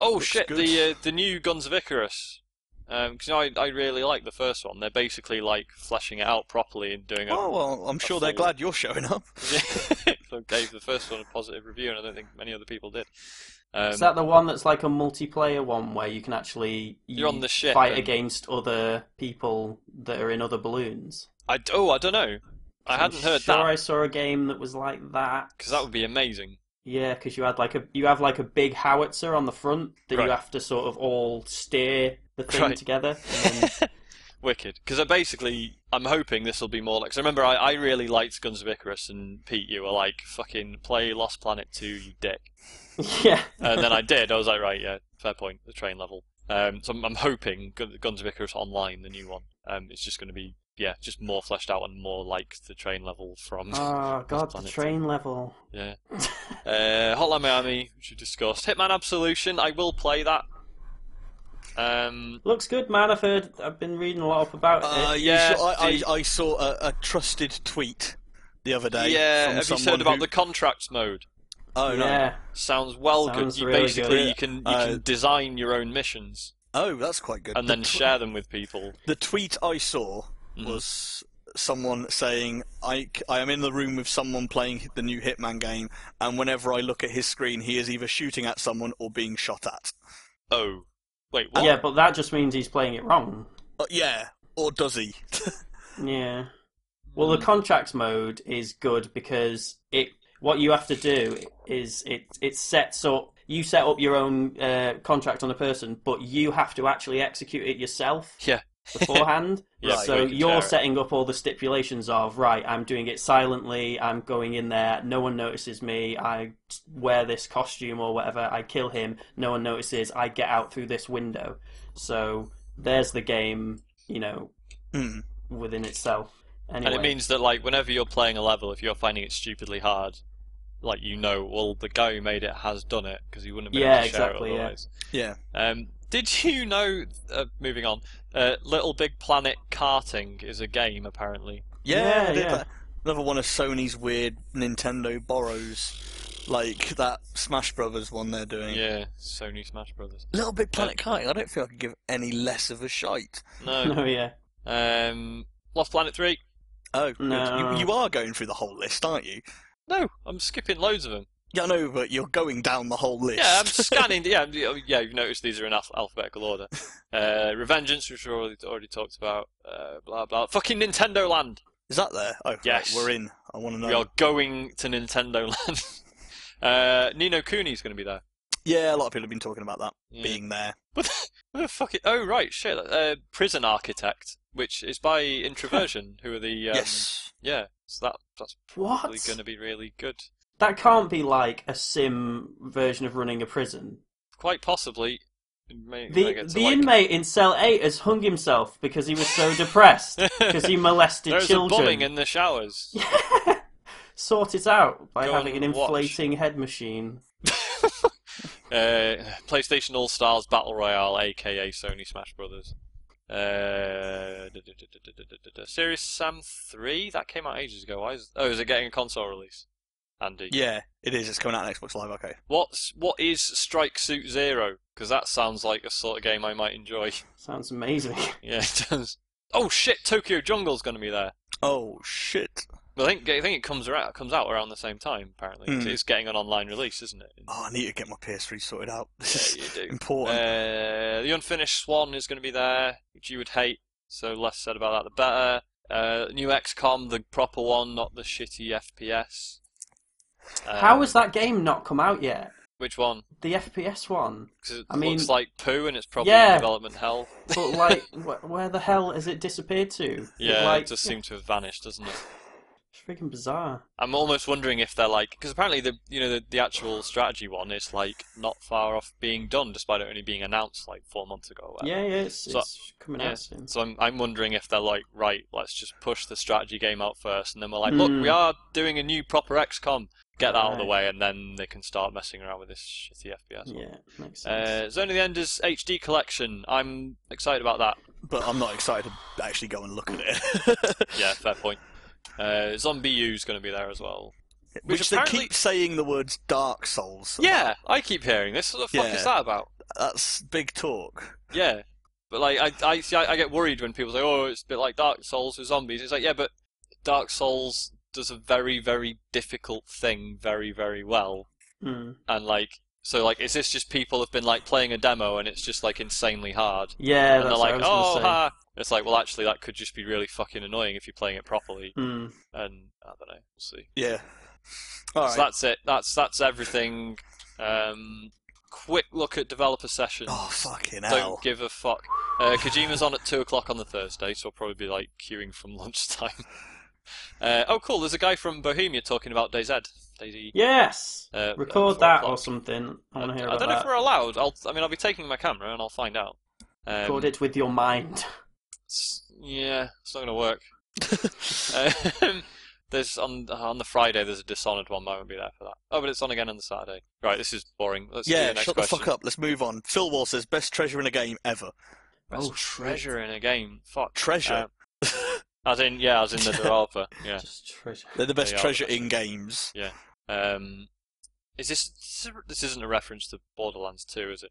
[SPEAKER 1] Oh
[SPEAKER 3] Looks
[SPEAKER 1] shit!
[SPEAKER 3] good.
[SPEAKER 1] The uh, the new Guns of Icarus. Because I I really like the first one. They're basically like fleshing it out properly and doing.
[SPEAKER 3] Oh
[SPEAKER 1] a,
[SPEAKER 3] well, I'm sure they're
[SPEAKER 1] full-
[SPEAKER 3] glad you're showing up.
[SPEAKER 1] so gave the first one a positive review, and I don't think many other people did. Um,
[SPEAKER 2] Is that the one that's like a multiplayer one where you can actually
[SPEAKER 1] You're on the ship
[SPEAKER 2] fight
[SPEAKER 1] and-
[SPEAKER 2] against other people that are in other balloons?
[SPEAKER 1] I d- oh I don't know. I
[SPEAKER 2] I'm
[SPEAKER 1] hadn't heard
[SPEAKER 2] sure
[SPEAKER 1] that
[SPEAKER 2] I saw a game that was like that.
[SPEAKER 1] because that would be amazing.
[SPEAKER 2] Yeah, because you had like a you have like a big howitzer on the front that
[SPEAKER 1] Right.
[SPEAKER 2] you have to sort of all steer the thing
[SPEAKER 1] Right.
[SPEAKER 2] together. And then-
[SPEAKER 3] Um,
[SPEAKER 1] Wicked. Because I basically, I'm hoping this will be more like. Cause I remember I, I really liked Guns of Icarus, and Pete, you were like, "Fucking play Lost Planet 2, you dick."
[SPEAKER 2] yeah,
[SPEAKER 1] and then I did. I was like, right, yeah, fair point. The train level. Um, so I'm, I'm hoping Gun- Guns of Icarus Online, the new one, um, it's just going to be yeah, just more fleshed out and more like the train level from
[SPEAKER 3] Uh.
[SPEAKER 2] Oh god, the
[SPEAKER 1] planet.
[SPEAKER 2] train level.
[SPEAKER 1] yeah. Uh, Hotline Miami, which you discussed. Hitman Absolution, I will play that. Um,
[SPEAKER 2] Looks good, man. I've heard. I've been reading a lot up about
[SPEAKER 3] Uh,
[SPEAKER 2] it.
[SPEAKER 3] you
[SPEAKER 1] yeah,
[SPEAKER 3] saw- I,
[SPEAKER 1] the-
[SPEAKER 3] I, I saw a, a trusted tweet the other day.
[SPEAKER 1] yeah,
[SPEAKER 3] from
[SPEAKER 1] have you
[SPEAKER 3] someone
[SPEAKER 1] heard about
[SPEAKER 3] who-
[SPEAKER 1] the contracts mode?
[SPEAKER 3] Oh no.
[SPEAKER 2] yeah,
[SPEAKER 1] Sounds well
[SPEAKER 2] Sounds
[SPEAKER 1] good. You
[SPEAKER 2] really
[SPEAKER 1] basically
[SPEAKER 2] good.
[SPEAKER 1] you can you
[SPEAKER 3] Uh,
[SPEAKER 1] can design your own missions
[SPEAKER 3] Oh, that's quite good.
[SPEAKER 1] and
[SPEAKER 3] The
[SPEAKER 1] then
[SPEAKER 3] tw-
[SPEAKER 1] share them with people.
[SPEAKER 3] The tweet I saw
[SPEAKER 1] Mhm.
[SPEAKER 3] was someone saying, I, c- I am in the room with someone playing the new Hitman game, and whenever I look at his screen, he is either shooting at someone or being shot at.
[SPEAKER 1] Oh, wait, what?
[SPEAKER 2] yeah, but that just means he's playing it wrong.
[SPEAKER 3] Uh, yeah, or does he?
[SPEAKER 2] Yeah. Well,
[SPEAKER 1] Mm.
[SPEAKER 2] the contracts mode is good because it what you have to do is it it sets up you set up your own uh, contract on a person, but you have to actually execute it yourself
[SPEAKER 1] Yeah.
[SPEAKER 2] beforehand.
[SPEAKER 1] Yeah, so
[SPEAKER 2] so
[SPEAKER 1] you can tear
[SPEAKER 2] you're
[SPEAKER 1] it.
[SPEAKER 2] setting up all the stipulations of right. I'm doing it silently. I'm going in there. No one notices me. I wear this costume or whatever. I kill him. No one notices. I get out through this window. So there's the game. You know,
[SPEAKER 3] Hmm.
[SPEAKER 2] within itself. Anyway,
[SPEAKER 1] And it means that like whenever you're playing a level, if you're finding it stupidly hard, like you know, well the guy who made it has done it because he wouldn't have been
[SPEAKER 2] Yeah,
[SPEAKER 1] able to share
[SPEAKER 2] exactly,
[SPEAKER 1] it
[SPEAKER 2] yeah.
[SPEAKER 1] otherwise.
[SPEAKER 3] Yeah.
[SPEAKER 1] Um, did you know? Uh, moving on, uh, Little Big Planet karting is a game apparently.
[SPEAKER 3] Yeah,
[SPEAKER 2] Yeah,
[SPEAKER 3] they-
[SPEAKER 2] yeah.
[SPEAKER 3] that- another one of Sony's weird Nintendo borrows, like that Smash Brothers one they're doing.
[SPEAKER 1] Yeah, Sony Smash Brothers.
[SPEAKER 3] Little Big Planet Kite, I don't feel I could give any less of a shite.
[SPEAKER 1] No,
[SPEAKER 2] no, yeah,
[SPEAKER 1] um, Lost Planet Three.
[SPEAKER 3] Oh, good.
[SPEAKER 2] No.
[SPEAKER 3] You, you are going through the whole list, aren't you?
[SPEAKER 1] No, I'm skipping loads of them.
[SPEAKER 3] Yeah, no, but you're going down the whole list.
[SPEAKER 1] Yeah, I'm scanning. yeah, I'm- yeah, you've noticed these are in alph- alphabetical order. Uh, Revengeance, which we already already talked about. Uh, blah blah. Fucking Nintendo Land.
[SPEAKER 3] Is that there? Oh, right,
[SPEAKER 1] Yes.
[SPEAKER 3] we're in. I want to know.
[SPEAKER 1] We are going to Nintendo Land. uh, Nino Cooney's going to be there.
[SPEAKER 3] Yeah, a lot of people have been talking about that
[SPEAKER 1] Yeah.
[SPEAKER 3] being there.
[SPEAKER 1] What the, what the fuck? Is, oh right, shit. Uh, Prison Architect, which is by Introversion, who are the um,
[SPEAKER 3] yes.
[SPEAKER 1] yeah. So that that's
[SPEAKER 2] what?
[SPEAKER 1] probably going to be really good.
[SPEAKER 2] That can't be like a sim version of running a prison.
[SPEAKER 1] Quite possibly. it May, may
[SPEAKER 2] The
[SPEAKER 1] get to,
[SPEAKER 2] the
[SPEAKER 1] like-
[SPEAKER 2] inmate in cell eight has hung himself because he was so depressed because he molested
[SPEAKER 1] There's a
[SPEAKER 2] children.
[SPEAKER 1] bombing in the showers.
[SPEAKER 2] Sort it out by
[SPEAKER 1] Go
[SPEAKER 2] having an
[SPEAKER 1] and watch.
[SPEAKER 2] inflating head machine.
[SPEAKER 1] Uh, PlayStation All Stars Battle Royale, aka Sony Smash Brothers. Uh, duh, duh, duh, duh, duh, duh, duh, duh. Serious Sam 3? That came out ages ago. Why is, oh, is it getting a console release? Andy.
[SPEAKER 3] Yeah, it is. It's coming out on Xbox Live. Okay.
[SPEAKER 1] What's, what is Strike Suit Zero? Because that sounds like a sort of game I might enjoy.
[SPEAKER 2] Sounds amazing.
[SPEAKER 1] yeah, it does. Oh shit, Tokyo Jungle's going to be there.
[SPEAKER 3] Oh shit.
[SPEAKER 1] I think, I think it comes, around, comes out around the same time, apparently.
[SPEAKER 3] Hmm.
[SPEAKER 1] It's getting an online release, isn't it?
[SPEAKER 3] Oh, I need to get my PS3 sorted out. This
[SPEAKER 1] Yeah,
[SPEAKER 3] is
[SPEAKER 1] you do.
[SPEAKER 3] important.
[SPEAKER 1] Uh, the unfinished Swan is going to be there, which you would hate. So less said about that, the better. Uh, new XCOM, the proper one, not the shitty FPS. Uh,
[SPEAKER 2] How has that game not come out yet?
[SPEAKER 1] Which one?
[SPEAKER 2] The FPS one.
[SPEAKER 1] 'Cause it
[SPEAKER 2] I mean-
[SPEAKER 1] looks like poo, and it's probably in
[SPEAKER 2] Yeah.
[SPEAKER 1] development hell.
[SPEAKER 2] But like, wh- where the hell has it disappeared to?
[SPEAKER 1] Yeah,
[SPEAKER 2] like,
[SPEAKER 1] it does seem to have vanished, doesn't it?
[SPEAKER 2] it's freaking bizarre.
[SPEAKER 1] I'm almost wondering if they're like, because apparently the you know the, the actual strategy one is like not far off being done, despite it only being announced like four months ago. Or whatever.
[SPEAKER 2] Yeah, yeah, it's,
[SPEAKER 1] So-
[SPEAKER 2] it's coming
[SPEAKER 1] yeah.
[SPEAKER 2] out soon.
[SPEAKER 1] So I'm I'm wondering if they're like, right, let's just push the strategy game out first, and then we're like, look, we
[SPEAKER 2] Hmm.
[SPEAKER 1] are doing a new proper XCOM, get that out of the
[SPEAKER 2] Right.
[SPEAKER 1] way, and then they can start messing around with this shitty FPS.
[SPEAKER 2] Yeah, makes sense.
[SPEAKER 1] Uh, Zone of the Enders HD collection. I'm excited about that.
[SPEAKER 3] But I'm not excited to actually go and look at it.
[SPEAKER 1] Yeah, fair point. Uh, Zombie U's going to be there as well.
[SPEAKER 3] Which,
[SPEAKER 1] Which
[SPEAKER 3] they
[SPEAKER 1] apparently-
[SPEAKER 3] keep saying the words Dark Souls.
[SPEAKER 1] Yeah, I keep hearing this. What the fuck is
[SPEAKER 3] Yeah.
[SPEAKER 1] that about?
[SPEAKER 3] That's big talk.
[SPEAKER 1] Yeah, but like I I see, I, I get worried when people say, "Oh, it's a bit like Dark Souls with zombies." It's like, yeah, but Dark Souls does a very very difficult thing very very well,
[SPEAKER 2] Hmm.
[SPEAKER 1] and like so like is this just people have been like playing a demo and it's just like insanely hard,
[SPEAKER 2] Yeah,
[SPEAKER 1] and
[SPEAKER 2] that's
[SPEAKER 1] they're
[SPEAKER 2] what
[SPEAKER 1] like,
[SPEAKER 2] I was
[SPEAKER 1] "Oh,
[SPEAKER 2] gonna say.
[SPEAKER 1] ha." It's like, well, actually, that could just be really fucking annoying if you're playing it properly,
[SPEAKER 2] Hmm.
[SPEAKER 1] and I don't know. We'll see.
[SPEAKER 3] Yeah. All right.
[SPEAKER 1] So that's it. That's that's everything. Um, quick look at developer sessions.
[SPEAKER 3] Oh fucking hell!
[SPEAKER 1] Don't give a fuck. Uh, Kojima's on at 2 o'clock on the Thursday, so I'll probably be like queuing from lunchtime. Uh, oh, cool. There's a guy from Bohemia talking about DayZ. DayZ.
[SPEAKER 2] Yes.
[SPEAKER 1] Uh,
[SPEAKER 2] Record
[SPEAKER 1] at
[SPEAKER 2] that
[SPEAKER 1] 4
[SPEAKER 2] or
[SPEAKER 1] o'clock.
[SPEAKER 2] something. I want to hear
[SPEAKER 1] I
[SPEAKER 2] about
[SPEAKER 1] don't know if
[SPEAKER 2] that.
[SPEAKER 1] we're allowed. I'll, I mean, I'll be taking my camera and I'll find out. Um,
[SPEAKER 2] Record it with your mind.
[SPEAKER 1] it's- Yeah, it's not going to work. um, there's on on the Friday. There's a Dishonored one. I won't be there for that. Oh, but it's on again on the Saturday. Right, this is boring. Let's do
[SPEAKER 3] yeah,
[SPEAKER 1] the next
[SPEAKER 3] shut the
[SPEAKER 1] question.
[SPEAKER 3] fuck up. Let's move on. Phil Wall says best treasure in a game ever.
[SPEAKER 1] Best
[SPEAKER 2] Oh, shit.
[SPEAKER 1] treasure in a game. Fuck.
[SPEAKER 3] Treasure.
[SPEAKER 1] Uh, as in, yeah, as in the developer. Yeah.
[SPEAKER 2] Just treasure.
[SPEAKER 3] They're the best
[SPEAKER 1] they are the
[SPEAKER 3] treasure
[SPEAKER 1] best.
[SPEAKER 3] in games.
[SPEAKER 1] Um, is this this is- this isn't a reference to Borderlands 2, is it?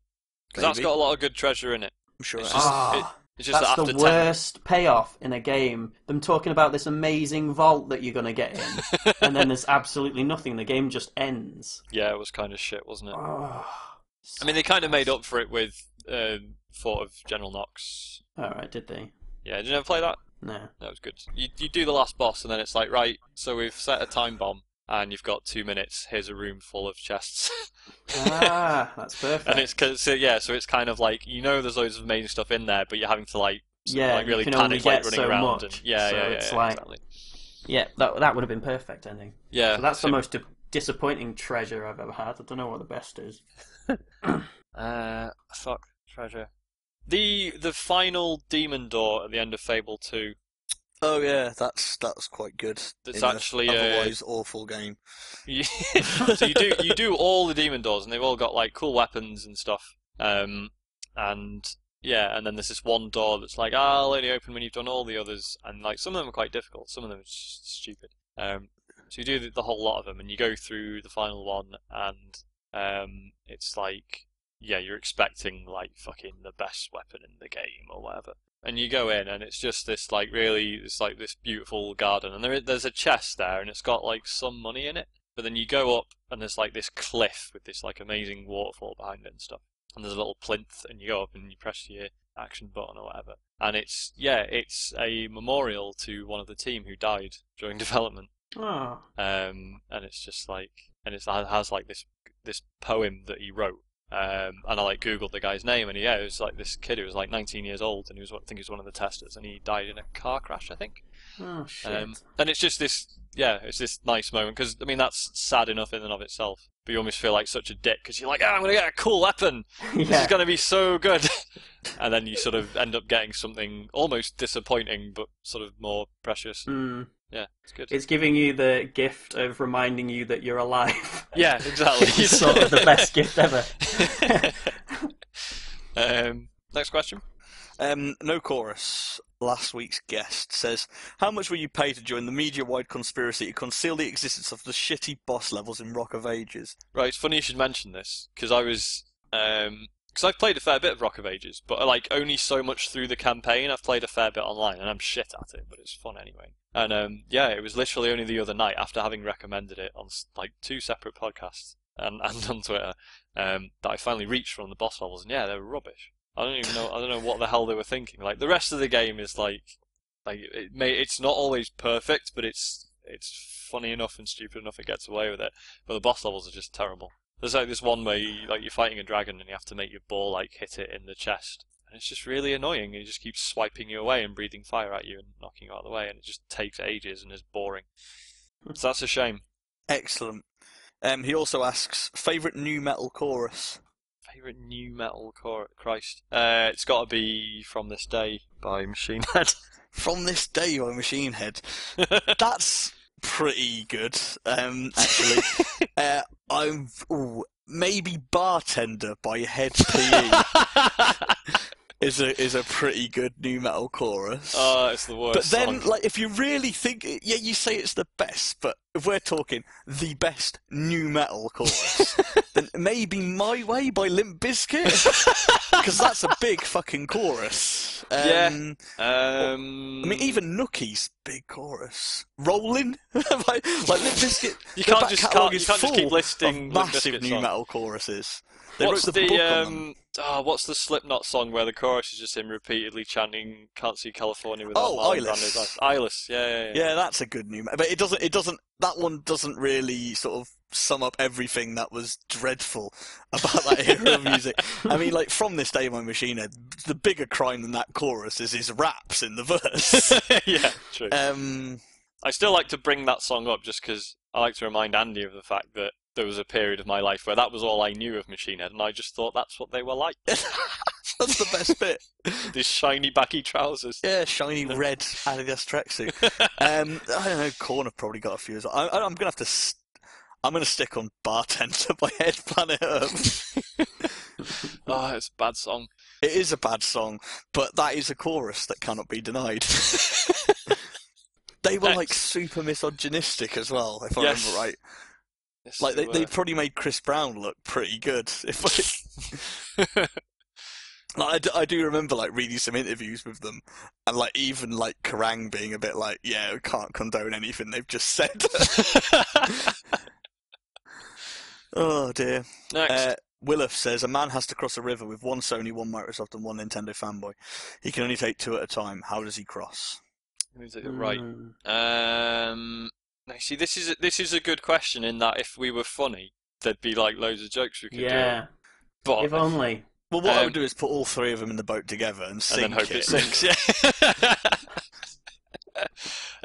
[SPEAKER 1] Because that's
[SPEAKER 3] Maybe.
[SPEAKER 1] got a lot of good treasure in it.
[SPEAKER 3] I'm sure.
[SPEAKER 1] It's
[SPEAKER 3] It's
[SPEAKER 1] just-
[SPEAKER 2] Ah,
[SPEAKER 1] It's just
[SPEAKER 2] that's
[SPEAKER 1] that after
[SPEAKER 2] the worst payoff in a game. Them talking about this amazing vault that you're gonna get in,
[SPEAKER 1] ten,
[SPEAKER 2] and then there's absolutely nothing. The game just ends.
[SPEAKER 1] yeah, it was kind of shit, wasn't it?
[SPEAKER 2] Oh,
[SPEAKER 1] I mean, they kind of made up for it with um, Fort of General Knox.
[SPEAKER 2] all right, did they?
[SPEAKER 1] Yeah, did you ever play that?
[SPEAKER 2] No.
[SPEAKER 1] That was good. You you do the last boss, and then it's like, right, so we've set a time bomb, and you've got two minutes. Here's a room full of chests.
[SPEAKER 2] Ah, that's perfect.
[SPEAKER 1] And it's 'cause- so yeah, so it's kind of like you know there's loads of amazing stuff in there, but you're having to like s-
[SPEAKER 2] Yeah,
[SPEAKER 1] like
[SPEAKER 2] you
[SPEAKER 1] really
[SPEAKER 2] can
[SPEAKER 1] panic
[SPEAKER 2] only
[SPEAKER 1] like
[SPEAKER 2] get
[SPEAKER 1] running
[SPEAKER 2] so
[SPEAKER 1] around
[SPEAKER 2] much,
[SPEAKER 1] and yeah,
[SPEAKER 2] so
[SPEAKER 1] yeah, yeah,
[SPEAKER 2] it's
[SPEAKER 1] yeah,
[SPEAKER 2] like-
[SPEAKER 1] exactly.
[SPEAKER 2] Yeah, that that would have been perfect ending.
[SPEAKER 1] Yeah,
[SPEAKER 2] So that's
[SPEAKER 1] so-
[SPEAKER 2] the most di- disappointing treasure I've ever had. I don't know what the best is.
[SPEAKER 1] Uh, fuck treasure. The the final demon door at the end of Fable Two.
[SPEAKER 3] oh yeah, that's that's quite good.
[SPEAKER 1] That's
[SPEAKER 3] in an
[SPEAKER 1] actually, uh,
[SPEAKER 3] otherwise awful game.
[SPEAKER 1] You- so you do you do all the demon doors, and they've all got like cool weapons and stuff. Um, and yeah, and then there's this one door that's like, ah, I'll only open when you've done all the others, and like some of them are quite difficult, some of them are just stupid. Um, so you do the, the whole lot of them, and you go through the final one, and um, it's like, yeah, you're expecting like fucking the best weapon in the game or whatever. And you go in, and it's just this like really, it's like this beautiful garden, and there is, there's a chest there, and it's got like some money in it. But then you go up, and there's like this cliff with this like amazing waterfall behind it and stuff. And there's a little plinth, and you go up and you press your action button or whatever. And it's yeah, it's a memorial to one of the team who died during development.
[SPEAKER 2] Oh,
[SPEAKER 1] Um, and it's just like, and it's, it has like this this poem that he wrote. Um, and I like googled the guy's name, and yeah, it was like this kid who was like 19 years old, and he was one- I think he was one of the testers, and he died in a car crash, I think.
[SPEAKER 2] oh shit.
[SPEAKER 1] Um, and it's just this, yeah, it's this nice moment because I mean that's sad enough in and of itself. but you almost feel like such a dick because you're like, ah, I'm going to get a cool weapon. This
[SPEAKER 2] yeah.
[SPEAKER 1] is going to be so good. and then you sort of end up getting something almost disappointing, but sort of more precious.
[SPEAKER 2] Mm.
[SPEAKER 1] Yeah, it's good.
[SPEAKER 2] It's giving you the gift of reminding you that you're alive.
[SPEAKER 1] yeah, exactly.
[SPEAKER 2] it's sort of the best gift ever.
[SPEAKER 1] um, next question.
[SPEAKER 3] Um, no chorus. Last week's guest says, "How much were you paid to join the media-wide conspiracy to conceal the existence of the shitty boss levels in Rock of Ages?"
[SPEAKER 1] Right, it's funny you should mention this because I was because I've played a fair bit of Rock of Ages, but like only so much through the campaign. I've played a fair bit online, and I'm shit at it, but it's fun anyway. And um, yeah, it was literally only the other night after having recommended it on s- like two separate podcasts and, and on Twitter um, that I finally reached one of the boss levels, and yeah, they were rubbish. I don't even know. I don't know what the hell they were thinking. Like the rest of the game is like like it may it's not always perfect, but it's it's funny enough and stupid enough it gets away with it. But the boss levels are just terrible. There's like this one where you like you're fighting a dragon and you have to make your ball like hit it in the chest, and it's just really annoying. It just keeps swiping you away and breathing fire at you and knocking you out of the way, and it just takes ages and is boring.
[SPEAKER 3] Hmm.
[SPEAKER 1] So that's a shame.
[SPEAKER 3] Excellent. Um, he also asks, "Favorite new metal chorus?"
[SPEAKER 1] Favorite new metal core, Christ, uh, it's got to be from this day by Machine Head.
[SPEAKER 3] From this day, by Machine Head. That's pretty good, um, actually. uh, I'm ooh, maybe bartender by Head PE is a is a pretty good new metal chorus.
[SPEAKER 1] Oh, it's the worst.
[SPEAKER 3] but then,
[SPEAKER 1] song.
[SPEAKER 3] like, if you really think, yeah, you say it's the best, but if we're talking the best new metal chorus, then maybe "My Way" by Limp Bizkit, because that's a big fucking chorus. Um,
[SPEAKER 1] Yeah. um,
[SPEAKER 3] I mean, even Nookie's big chorus. Rolling? like, like Limp Bizkit.
[SPEAKER 1] You
[SPEAKER 3] their
[SPEAKER 1] can't
[SPEAKER 3] back
[SPEAKER 1] just-
[SPEAKER 3] catalogue
[SPEAKER 1] can't- you
[SPEAKER 3] is
[SPEAKER 1] can't just
[SPEAKER 3] full
[SPEAKER 1] keep listing Limp
[SPEAKER 3] of massive
[SPEAKER 1] Bizkit
[SPEAKER 3] new
[SPEAKER 1] songs.
[SPEAKER 3] metal choruses. They
[SPEAKER 1] what's
[SPEAKER 3] wrote the, book on them.
[SPEAKER 1] um, ah, what's the Slipknot song where the chorus is just him repeatedly chanting "Can't see California without
[SPEAKER 3] Oh,
[SPEAKER 1] Marlon
[SPEAKER 3] Eyeless.
[SPEAKER 1] Brando's eyes." Eyeless, yeah, yeah, yeah.
[SPEAKER 3] Yeah, that's a good new metal. But it doesn't. It doesn't. That one doesn't really sort of sum up everything that was dreadful about that era of music. I mean, like from this day, my machine. Head, The bigger crime than that chorus is his raps in the verse.
[SPEAKER 1] yeah, true.
[SPEAKER 3] um,
[SPEAKER 1] I still like to bring that song up just because I like to remind Andy of the fact that there was a period of my life where that was all I knew of Machine Head, and I just thought that's what they were like.
[SPEAKER 3] that's the best bit.
[SPEAKER 1] These shiny, baggy trousers.
[SPEAKER 3] Yeah, shiny red Adidas tracksuit. Um, I don't know. Corn have probably got a few. as well. I, I, I'm gonna have to. St- I'm gonna stick on bartender by Head Planet Earth.
[SPEAKER 1] Ah, it's a bad song.
[SPEAKER 3] it is a bad song, but that is a chorus that cannot be denied. they were like
[SPEAKER 1] Ex-
[SPEAKER 3] super misogynistic as well, if I
[SPEAKER 1] Yes.
[SPEAKER 3] remember right.
[SPEAKER 1] Yes,
[SPEAKER 3] Like they,
[SPEAKER 1] were.
[SPEAKER 3] they probably made Chris Brown look pretty good. If I, like, I, d- I do remember like reading some interviews with them, and like even like Kerrang being a bit like, yeah, we can't condone anything they've just said.
[SPEAKER 1] uh,
[SPEAKER 3] oh dear.
[SPEAKER 1] Next.
[SPEAKER 3] Uh, Williff says a man has to cross a river with one Sony, one Microsoft, and one Nintendo fanboy. He can only take two at a time. How does he cross?
[SPEAKER 1] Let me take it right.
[SPEAKER 2] Mm.
[SPEAKER 1] Um, now see, this is a, this is a good question in that if we were funny, there'd be like loads of jokes we could do.
[SPEAKER 2] Yeah.
[SPEAKER 1] But
[SPEAKER 2] If only.
[SPEAKER 3] Well, what I
[SPEAKER 1] Um,
[SPEAKER 3] would do is put all three of them in the boat together and
[SPEAKER 1] and
[SPEAKER 3] sink
[SPEAKER 1] then hope it,
[SPEAKER 3] it.
[SPEAKER 1] sinks. Yeah.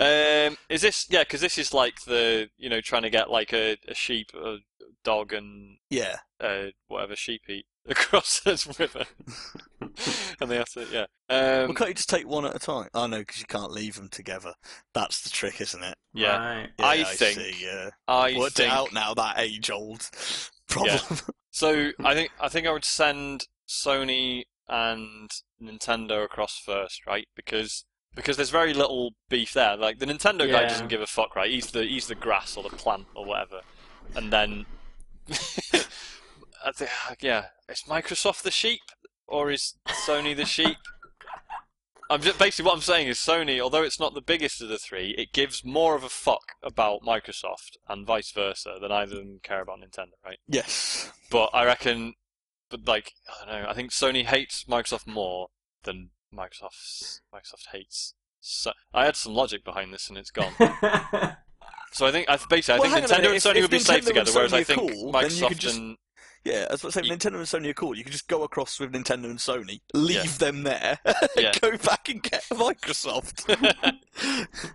[SPEAKER 1] um, is this yeah? Because this is like the you know trying to get like a, a sheep, a dog, and
[SPEAKER 3] Yeah,
[SPEAKER 1] uh, whatever sheep eat across this river, and they have to yeah. Um,
[SPEAKER 3] well, can't you just take one at a time? Oh no, because you can't leave them together. That's the trick, isn't it?
[SPEAKER 1] Yeah.
[SPEAKER 2] Right.
[SPEAKER 3] Yeah,
[SPEAKER 1] I think-
[SPEAKER 3] see, yeah.
[SPEAKER 1] I
[SPEAKER 3] worked
[SPEAKER 1] think
[SPEAKER 3] it out now. That age-old problem.
[SPEAKER 1] So I think I think I would send Sony and Nintendo across first, right? Because because there's very little beef there. Like the Nintendo guy
[SPEAKER 2] Yeah.
[SPEAKER 1] doesn't give a fuck, right? He's the he's the grass or the plant or whatever. And then I think yeah, is Microsoft the sheep or is Sony the sheep? I'm just, basically what I'm saying is Sony, although it's not the biggest of the three, it gives more of a fuck about Microsoft and vice versa than either of them care about Nintendo, right?
[SPEAKER 3] Yes.
[SPEAKER 1] But I reckon, but like I don't know. I think Sony hates Microsoft more than Microsoft Microsoft hates. So I had some logic behind this, and it's gone. so I think I basically I
[SPEAKER 3] Well, hang
[SPEAKER 1] think
[SPEAKER 3] on
[SPEAKER 1] Nintendo
[SPEAKER 3] a minute,
[SPEAKER 1] and
[SPEAKER 3] if-
[SPEAKER 1] Sony
[SPEAKER 3] if
[SPEAKER 1] would be safe
[SPEAKER 3] Nintendo and
[SPEAKER 1] together, whereas
[SPEAKER 3] Sony
[SPEAKER 1] I
[SPEAKER 3] are
[SPEAKER 1] think
[SPEAKER 3] cool, then you could
[SPEAKER 1] Microsoft
[SPEAKER 3] just-
[SPEAKER 1] and
[SPEAKER 3] Yeah, that's what I'm saying.
[SPEAKER 1] Ye-
[SPEAKER 3] Nintendo and Sony are cool. You can just go across with Nintendo and Sony, leave
[SPEAKER 1] Yeah.
[SPEAKER 3] them there,
[SPEAKER 1] Yeah.
[SPEAKER 3] go back and get Microsoft.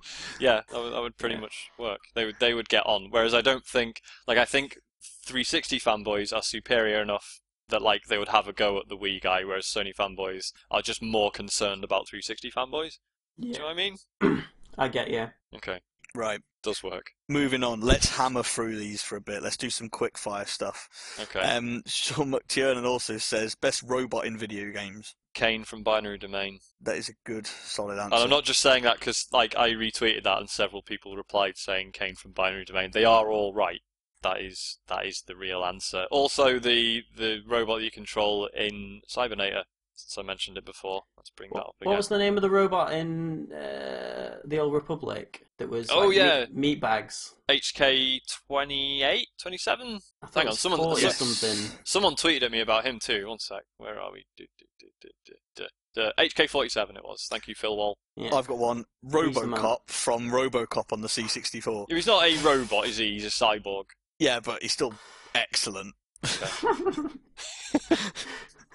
[SPEAKER 1] yeah, that would, that would pretty much work. They would they would get on. Whereas I don't think like I think 360 fanboys are superior enough that like they would have a go at the Wii guy, whereas Sony fanboys are just more concerned about 360 fanboys. Do you know
[SPEAKER 2] Yeah,
[SPEAKER 1] what I mean?
[SPEAKER 2] I get you.
[SPEAKER 1] Okay,
[SPEAKER 3] Right.
[SPEAKER 1] does work.
[SPEAKER 3] Moving on. Let's hammer through these for a bit. Let's do some quick fire stuff.
[SPEAKER 1] Okay,
[SPEAKER 3] Um, Sean McTiernan also says best robot in video games.
[SPEAKER 1] Kane from Binary Domain,
[SPEAKER 3] That is a good, solid answer.
[SPEAKER 1] and I'm not just saying that because like I retweeted that and several people replied saying Kane from Binary Domain. They are all right. That is that is the real answer. Also, the the robot you control in Cybernator, since I mentioned it before. Let's bring that up again.
[SPEAKER 2] What was the name of the robot in uh, the Old Republic that was?
[SPEAKER 1] Oh,
[SPEAKER 2] like,
[SPEAKER 1] yeah.
[SPEAKER 2] meat, meat bags.
[SPEAKER 1] HK 28, 27?
[SPEAKER 2] I thought
[SPEAKER 1] Hang
[SPEAKER 2] it
[SPEAKER 1] on,
[SPEAKER 2] was
[SPEAKER 1] someone-
[SPEAKER 2] 40 or
[SPEAKER 1] yes.
[SPEAKER 2] something.
[SPEAKER 1] Someone tweeted at me about him too. One sec. Where are we? Du- du- du- du- du- du- du- HK47 it was. Thank you, Phil Wall.
[SPEAKER 2] Yeah.
[SPEAKER 3] I've got one.
[SPEAKER 2] Who's the man?
[SPEAKER 3] RoboCop from RoboCop on the C64.
[SPEAKER 1] He's not a robot, is he? He's a cyborg.
[SPEAKER 3] Yeah, but he's still excellent.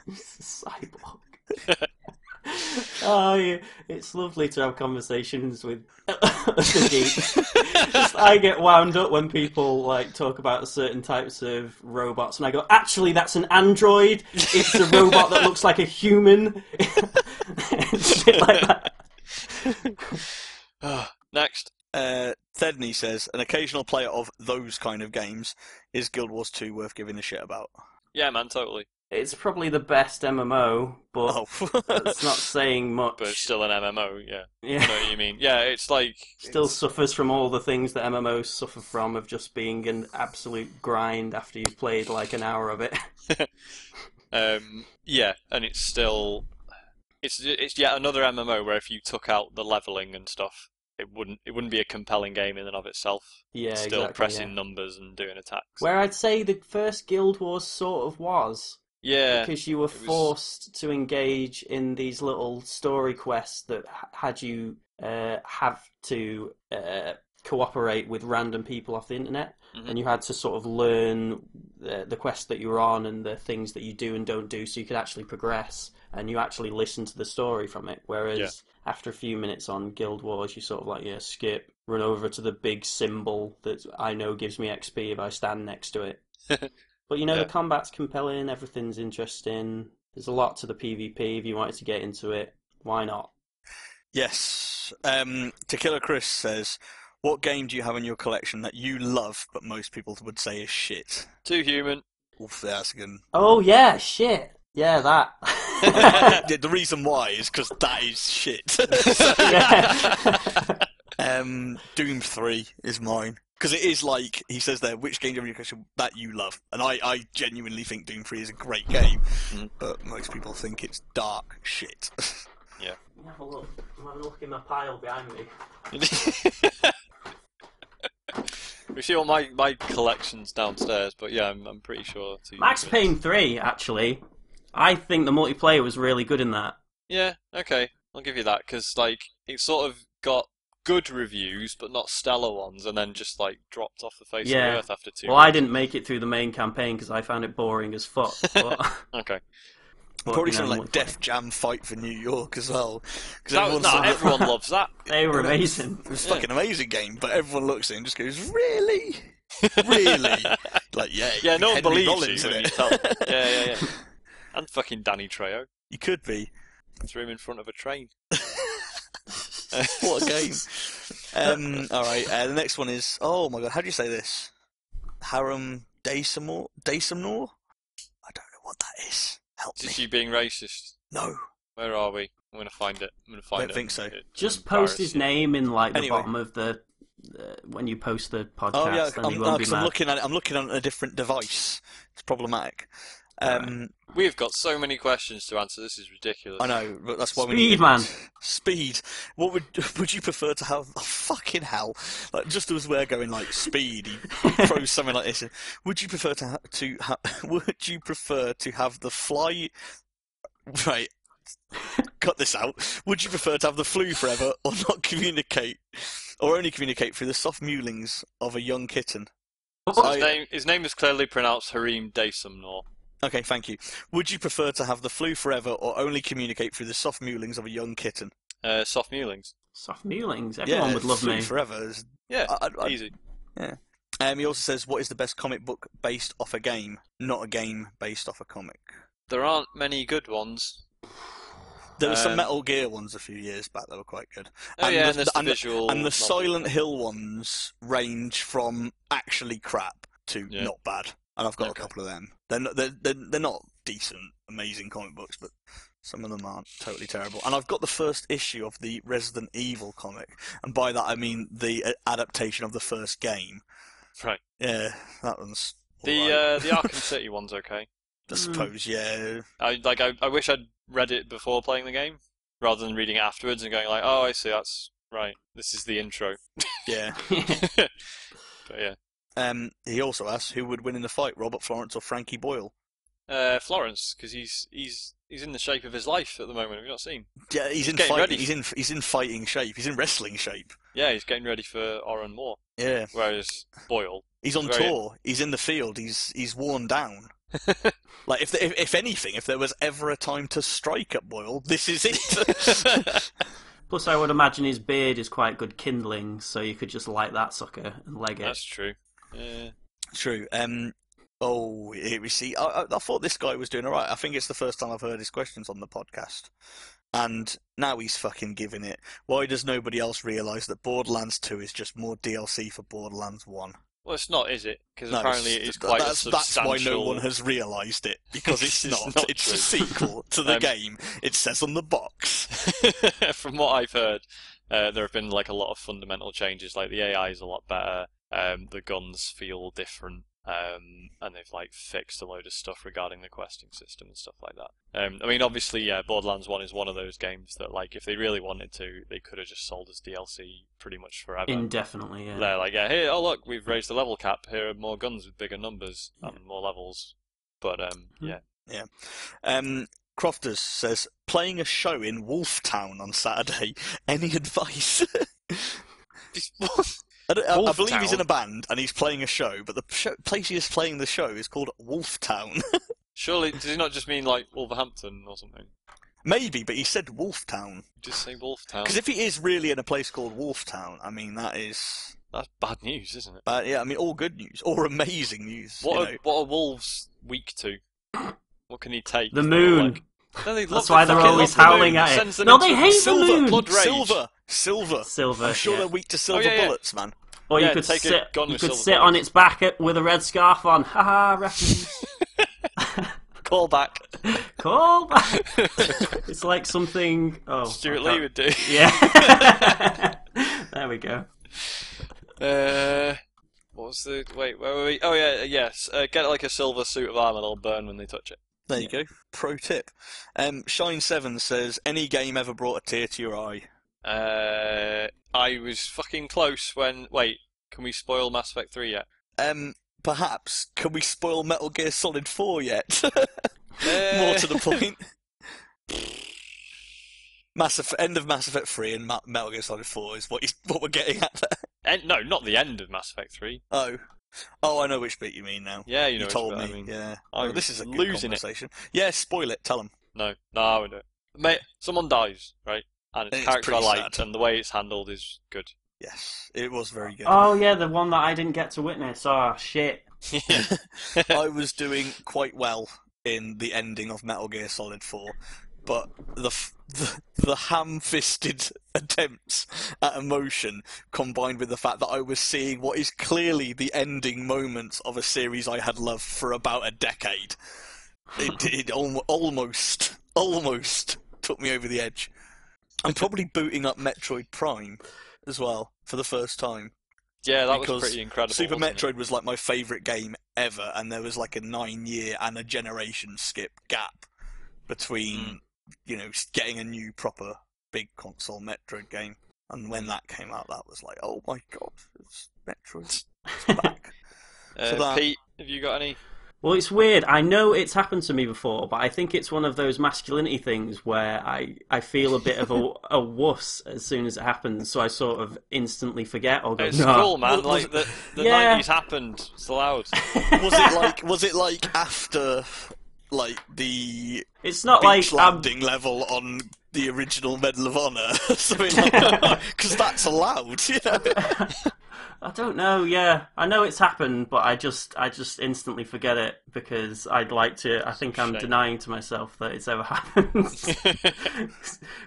[SPEAKER 2] He's a cyborg. oh, yeah. it's lovely to have conversations with the geeks. Just, I get wound up when people like talk about certain types of robots, and I go, "Actually, that's an android. It's a robot that looks like a human." Shit like that.
[SPEAKER 1] Next.
[SPEAKER 3] Uh, Thedney says an occasional player of those kind of games is Guild Wars 2 worth giving a shit about.
[SPEAKER 1] Yeah, man, totally.
[SPEAKER 2] It's probably the best MMO, but
[SPEAKER 3] Oh,
[SPEAKER 2] that's not saying much.
[SPEAKER 1] But it's still an MMO, yeah. I know
[SPEAKER 2] yeah.
[SPEAKER 1] what you mean. Yeah, it's like.
[SPEAKER 2] Still suffers from all the things that MMOs suffer from of just being an absolute grind after you've played like an hour of it.
[SPEAKER 1] Um, yeah, and it's still. It's it's yet another MMO where if you took out the leveling and stuff, it wouldn't it wouldn't be a compelling game in and of itself.
[SPEAKER 2] yeah,
[SPEAKER 1] still
[SPEAKER 2] exactly,
[SPEAKER 1] pressing
[SPEAKER 2] yeah.
[SPEAKER 1] numbers and doing attacks.
[SPEAKER 2] Where I'd say the first Guild Wars sort of was
[SPEAKER 1] yeah,
[SPEAKER 2] because you were
[SPEAKER 1] was-
[SPEAKER 2] forced to engage in these little story quests that h- had you uh, have to uh, cooperate with random people off the internet,
[SPEAKER 1] Mhm.
[SPEAKER 2] and you had to sort of learn the, the quest that you were on and the things that you do and don't do, so you could actually progress and you actually listen to the story from it. Whereas
[SPEAKER 1] Yeah.
[SPEAKER 2] after a few minutes on Guild Wars, you sort of like yeah, skip, run over to the big symbol that I know gives me XP if I stand next to it. But you know,
[SPEAKER 1] Yeah.
[SPEAKER 2] the combat's compelling, everything's interesting. There's a lot to the PvP if you wanted to get into it. Why not?
[SPEAKER 3] yes. Um, Tequila Chris says, What game do you have in your collection that you love but most people would say is shit?
[SPEAKER 1] too human.
[SPEAKER 3] Oof, that's a good one.
[SPEAKER 2] Oh, yeah, shit. Yeah, that.
[SPEAKER 3] Yeah, the reason why is because that is shit.
[SPEAKER 2] Yeah.
[SPEAKER 3] um, Doom 3 is mine. Because it is like, he says there, which game do you have in your collection that you love? And I, I genuinely think Doom 3 is a great game,
[SPEAKER 1] Mm.
[SPEAKER 3] but most people think it's dark shit.
[SPEAKER 2] Have a look. I'm having a look in my pile behind me.
[SPEAKER 1] we see all my, my collections downstairs, but yeah, I'm, I'm pretty sure. Too
[SPEAKER 2] Max
[SPEAKER 1] Human.
[SPEAKER 2] Payne 3, actually. I think the multiplayer was really good in that.
[SPEAKER 1] Yeah, okay, I'll give you that because like it sort of got good reviews, but not stellar ones, and then just like dropped off the face of
[SPEAKER 2] Yeah.
[SPEAKER 1] the earth after two.
[SPEAKER 2] Well, I didn't make it through the main campaign because I found it boring as fuck. But,
[SPEAKER 1] Okay,
[SPEAKER 2] but,
[SPEAKER 3] Probably
[SPEAKER 2] you know,
[SPEAKER 3] something like
[SPEAKER 2] multiplayer-
[SPEAKER 3] Def Jam Fight for New York as well. Because
[SPEAKER 1] that was, no, everyone loves that.
[SPEAKER 2] They were amazing.
[SPEAKER 3] It was a
[SPEAKER 1] Yeah.
[SPEAKER 3] fucking amazing game, but everyone looks at it and just goes, really? Really? like, yeah.
[SPEAKER 1] Yeah, no one
[SPEAKER 3] Henry
[SPEAKER 1] believes
[SPEAKER 3] Rollins
[SPEAKER 1] you
[SPEAKER 3] in
[SPEAKER 1] when
[SPEAKER 3] it.
[SPEAKER 1] you tell. Them. Yeah, yeah, yeah. And fucking Danny Trejo
[SPEAKER 3] You could be.
[SPEAKER 1] threw him in front of a train.
[SPEAKER 3] What a game. um, all right, uh, the next one is oh my god, how do you say this? Harem Dasamor Dasamnor? I don't know what that is. Help
[SPEAKER 1] Just
[SPEAKER 3] me.
[SPEAKER 1] you being racist.
[SPEAKER 3] No.
[SPEAKER 1] Where are we? I'm gonna find it. I'm gonna find
[SPEAKER 3] Don't
[SPEAKER 1] it.
[SPEAKER 3] think so.
[SPEAKER 1] It- it'll
[SPEAKER 2] Just post
[SPEAKER 1] embarrass
[SPEAKER 2] his
[SPEAKER 1] you.
[SPEAKER 2] name in like the
[SPEAKER 3] Anyway.
[SPEAKER 2] bottom of the uh, when you post the podcast,
[SPEAKER 3] Oh yeah,
[SPEAKER 2] then he
[SPEAKER 3] I'm,
[SPEAKER 2] won't
[SPEAKER 3] no,
[SPEAKER 2] be
[SPEAKER 3] 'cause
[SPEAKER 2] mad.
[SPEAKER 3] I'm looking at it. I'm looking on a different device. It's problematic. Um,
[SPEAKER 1] We've got so many questions to answer. This is ridiculous.
[SPEAKER 3] I know, but that's why we
[SPEAKER 2] Speed,
[SPEAKER 3] need
[SPEAKER 2] man.
[SPEAKER 3] speed. What would would you prefer to have? Oh, fucking hell! Like just as we're going like speed, he throws something like this. in. Would you prefer to ha- to ha- would you prefer to have the fly? Right, cut this out. Would you prefer to have the flu forever or not communicate, or only communicate through the soft mewlings of a young kitten?
[SPEAKER 1] So
[SPEAKER 3] I-
[SPEAKER 1] his name his name is clearly pronounced Harim Daysumnor.
[SPEAKER 3] Okay, thank you. Would you prefer to have the flu forever or only communicate through the soft mewlings of a young kitten?
[SPEAKER 1] Uh, soft mewlings.
[SPEAKER 2] Soft Mewlings. Everyone
[SPEAKER 3] yeah,
[SPEAKER 2] would love
[SPEAKER 3] flu
[SPEAKER 2] me.
[SPEAKER 3] forever. is-
[SPEAKER 1] Yeah,
[SPEAKER 3] I- I'd- I'd-
[SPEAKER 1] easy.
[SPEAKER 3] Um, he also says, "What is the best comic book based off a game, not a game based off a comic?"
[SPEAKER 1] There aren't many good ones.
[SPEAKER 3] There were some
[SPEAKER 1] Um,
[SPEAKER 3] Metal Gear ones a few years back that were quite good.
[SPEAKER 1] Oh
[SPEAKER 3] And
[SPEAKER 1] yeah,
[SPEAKER 3] the-
[SPEAKER 1] and there's the
[SPEAKER 3] and the-
[SPEAKER 1] visual
[SPEAKER 3] And the
[SPEAKER 1] novel.
[SPEAKER 3] Silent Hill ones range from actually crap to
[SPEAKER 1] Yeah.
[SPEAKER 3] not bad. And I've got
[SPEAKER 1] Okay.
[SPEAKER 3] a couple of them. They're not, they're, they're, they're not decent, amazing comic books, but some of them aren't totally terrible. And I've got the first issue of the Resident Evil comic. And by that, I mean the uh, adaptation of the first game.
[SPEAKER 1] Right.
[SPEAKER 3] Yeah, that one's.
[SPEAKER 1] The
[SPEAKER 3] alright,
[SPEAKER 1] uh, the Arkham City one's okay.
[SPEAKER 3] I suppose, yeah.
[SPEAKER 1] I like I, I wish I'd read it before playing the game rather than reading it afterwards and going like, oh, I see, that's right. This is the intro.
[SPEAKER 3] Yeah.
[SPEAKER 1] but yeah,
[SPEAKER 3] Um, he also asks who would win in the fight, Robert Florence or Frankie Boyle?
[SPEAKER 1] uh, Florence because he's he's he's in the shape of his life at the moment. Have you not seen?
[SPEAKER 3] Yeah, he's in
[SPEAKER 1] getting
[SPEAKER 3] fight,
[SPEAKER 1] ready.
[SPEAKER 3] he's in he's in fighting shape. He's in wrestling shape.
[SPEAKER 1] Yeah, he's getting ready for Oran Moore,
[SPEAKER 3] Yeah.
[SPEAKER 1] whereas Boyle.
[SPEAKER 3] He's on
[SPEAKER 1] Very-
[SPEAKER 3] tour. He's in the field. He's he's worn down. like if, if if anything, if there was ever a time to strike at Boyle, this is it.
[SPEAKER 2] Plus, I would imagine his beard is quite good kindling, so you could just light that sucker and leg it.
[SPEAKER 1] That's true. Yeah.
[SPEAKER 3] True. Um. Oh, here we see. I, I, I thought this guy was doing all right. I think it's the first time I've heard his questions on the podcast, and now he's fucking giving it. Why does nobody else realise that Borderlands Two is just more DLC for Borderlands One?
[SPEAKER 1] Well, it's not, is it? Because
[SPEAKER 3] No,
[SPEAKER 1] apparently it
[SPEAKER 3] it's-
[SPEAKER 1] is quite
[SPEAKER 3] that's,
[SPEAKER 1] a
[SPEAKER 3] that's
[SPEAKER 1] substantial.
[SPEAKER 3] why no one has realised it because it's
[SPEAKER 1] This is
[SPEAKER 3] not.
[SPEAKER 1] not
[SPEAKER 3] it's
[SPEAKER 1] true.
[SPEAKER 3] a sequel to the
[SPEAKER 1] Um,
[SPEAKER 3] game. It says on the box.
[SPEAKER 1] From what I've heard, uh, there have been like a lot of fundamental changes. Like the AI is a lot better. Um, the guns feel different. Um, and they've like fixed a load of stuff regarding the questing system and stuff like that. Um, I mean, obviously, yeah, Borderlands One is one of those games that, like, if they really wanted to, they could have just sold as DLC pretty much forever.
[SPEAKER 2] Indefinitely, yeah.
[SPEAKER 1] They're like, yeah, here, oh look, we've raised the level cap. Here are more guns with bigger numbers and more levels. But um,
[SPEAKER 2] Hmm.
[SPEAKER 1] yeah,
[SPEAKER 3] Um, Crofters says, playing a show in Wolftown on Saturday. Any advice? I, don't- I- I believe he's in a band and he's playing a show, but the show, place he is playing the show is called Wolftown.
[SPEAKER 1] surely does he not just mean like Wolverhampton or something?
[SPEAKER 3] Maybe, but he said Wolftown.
[SPEAKER 1] Just say Wolftown.
[SPEAKER 3] Because if he is really in a place called Wolftown, I mean, that is.
[SPEAKER 1] That's bad news, isn't it?
[SPEAKER 3] But yeah, I mean, all good news, or amazing news. you
[SPEAKER 1] What are,
[SPEAKER 3] know.
[SPEAKER 1] what are wolves weak to? What can he take?
[SPEAKER 2] The moon.
[SPEAKER 1] Like- No, they love
[SPEAKER 2] That's
[SPEAKER 1] the
[SPEAKER 2] why they're
[SPEAKER 1] fucking
[SPEAKER 2] always
[SPEAKER 1] love the moon.
[SPEAKER 2] howling at it.
[SPEAKER 1] sends them
[SPEAKER 2] No,
[SPEAKER 1] into
[SPEAKER 2] they hate the
[SPEAKER 1] silver,
[SPEAKER 2] moon.
[SPEAKER 1] Blood rage.
[SPEAKER 3] Silver! Silver!
[SPEAKER 2] Silver.
[SPEAKER 3] I'm sure
[SPEAKER 2] yeah.
[SPEAKER 3] they're weak to silver
[SPEAKER 1] Oh, yeah, yeah.
[SPEAKER 3] bullets, man.
[SPEAKER 2] Or you
[SPEAKER 1] Yeah,
[SPEAKER 2] could
[SPEAKER 1] take a
[SPEAKER 2] sit,
[SPEAKER 1] gun
[SPEAKER 2] you
[SPEAKER 1] with
[SPEAKER 2] could
[SPEAKER 1] silver
[SPEAKER 2] sit on its back at, with a red scarf on. Ha ha, reference.
[SPEAKER 1] Call back.
[SPEAKER 2] Call back. it's like something. Oh,
[SPEAKER 1] Stuart
[SPEAKER 2] I
[SPEAKER 1] Lee
[SPEAKER 2] can't-
[SPEAKER 1] would do.
[SPEAKER 2] Yeah. there we go.
[SPEAKER 1] Uh, what was the wait? Where were we? Oh yeah, yes. Uh, get like a silver suit of armor; that'll burn when they touch it.
[SPEAKER 3] There you go. Pro tip. Um, Shine Seven says, "Any game ever brought a tear to your eye?"
[SPEAKER 1] Uh, I was fucking close when. Wait, can we spoil Mass Effect Three yet?
[SPEAKER 3] Um, perhaps can we spoil Metal Gear Solid Four yet?
[SPEAKER 1] Uh,
[SPEAKER 3] More to the point. Mass Effect, end of Mass Effect Three and Ma- Metal Gear Solid Four is what he's, what we're getting at. There.
[SPEAKER 1] en- no, not the end of Mass Effect Three.
[SPEAKER 3] Oh, oh, I know which bit you mean now.
[SPEAKER 1] Yeah, you
[SPEAKER 3] You,
[SPEAKER 1] know. which
[SPEAKER 3] told
[SPEAKER 1] bit
[SPEAKER 3] me.
[SPEAKER 1] I mean. Oh,
[SPEAKER 3] yeah.
[SPEAKER 1] I'm
[SPEAKER 3] Well, this is a good
[SPEAKER 1] losing it.
[SPEAKER 3] conversation. Yeah, spoil it. Tell him.
[SPEAKER 1] No, no, I wouldn't. do it. Mate, someone dies, right? And it's,
[SPEAKER 3] It's
[SPEAKER 1] character I
[SPEAKER 3] pretty
[SPEAKER 1] liked,
[SPEAKER 3] sad.
[SPEAKER 1] and the way it's handled is good.
[SPEAKER 3] Yes, it was very
[SPEAKER 1] Uh,
[SPEAKER 3] good.
[SPEAKER 2] Oh yeah, the one that I didn't get to witness. Oh shit.
[SPEAKER 3] I was doing quite well in the ending of Metal Gear Solid 4, but the f- the, the ham-fisted attempts at emotion combined with the fact that I was seeing what is clearly the ending moments of a series I had loved for about a decade. It it al- almost almost took me over the edge. I'm probably booting up Metroid Prime as well for the first time.
[SPEAKER 1] yeah, that was
[SPEAKER 3] Because
[SPEAKER 1] pretty incredible.
[SPEAKER 3] Super
[SPEAKER 1] wasn't it?
[SPEAKER 3] Metroid was like my favorite game ever, and there was like a nine year and a generation skip gap between
[SPEAKER 1] Hmm.
[SPEAKER 3] you know s- getting a new proper big console Metroid game, and when that came out, that was like, oh my god, it's Metroid it's back.
[SPEAKER 1] Uh,
[SPEAKER 3] for that.
[SPEAKER 1] Pete, have you got any?
[SPEAKER 2] Well, it's weird. I know it's happened to me before, but I think it's one of those masculinity things where I, I feel a bit of a, a wuss as soon as it happens, so I sort of instantly forget or go,
[SPEAKER 1] It's
[SPEAKER 2] "Nah."
[SPEAKER 1] cool, man.
[SPEAKER 3] Was- was
[SPEAKER 1] Like
[SPEAKER 3] it-
[SPEAKER 1] the the
[SPEAKER 2] Yeah.
[SPEAKER 1] nineties happened. It's allowed.
[SPEAKER 3] was it like was it like after like the
[SPEAKER 2] It's not
[SPEAKER 3] beach
[SPEAKER 2] like
[SPEAKER 1] um,
[SPEAKER 2] I'm,
[SPEAKER 3] landing level on the original Medal of Honor, something like that? Because that's allowed. You know?
[SPEAKER 2] I don't know. Yeah, I know it's happened, but I just I just instantly forget it because I'd like to. I think I'm
[SPEAKER 1] Shame.
[SPEAKER 2] denying to myself that it's ever happened.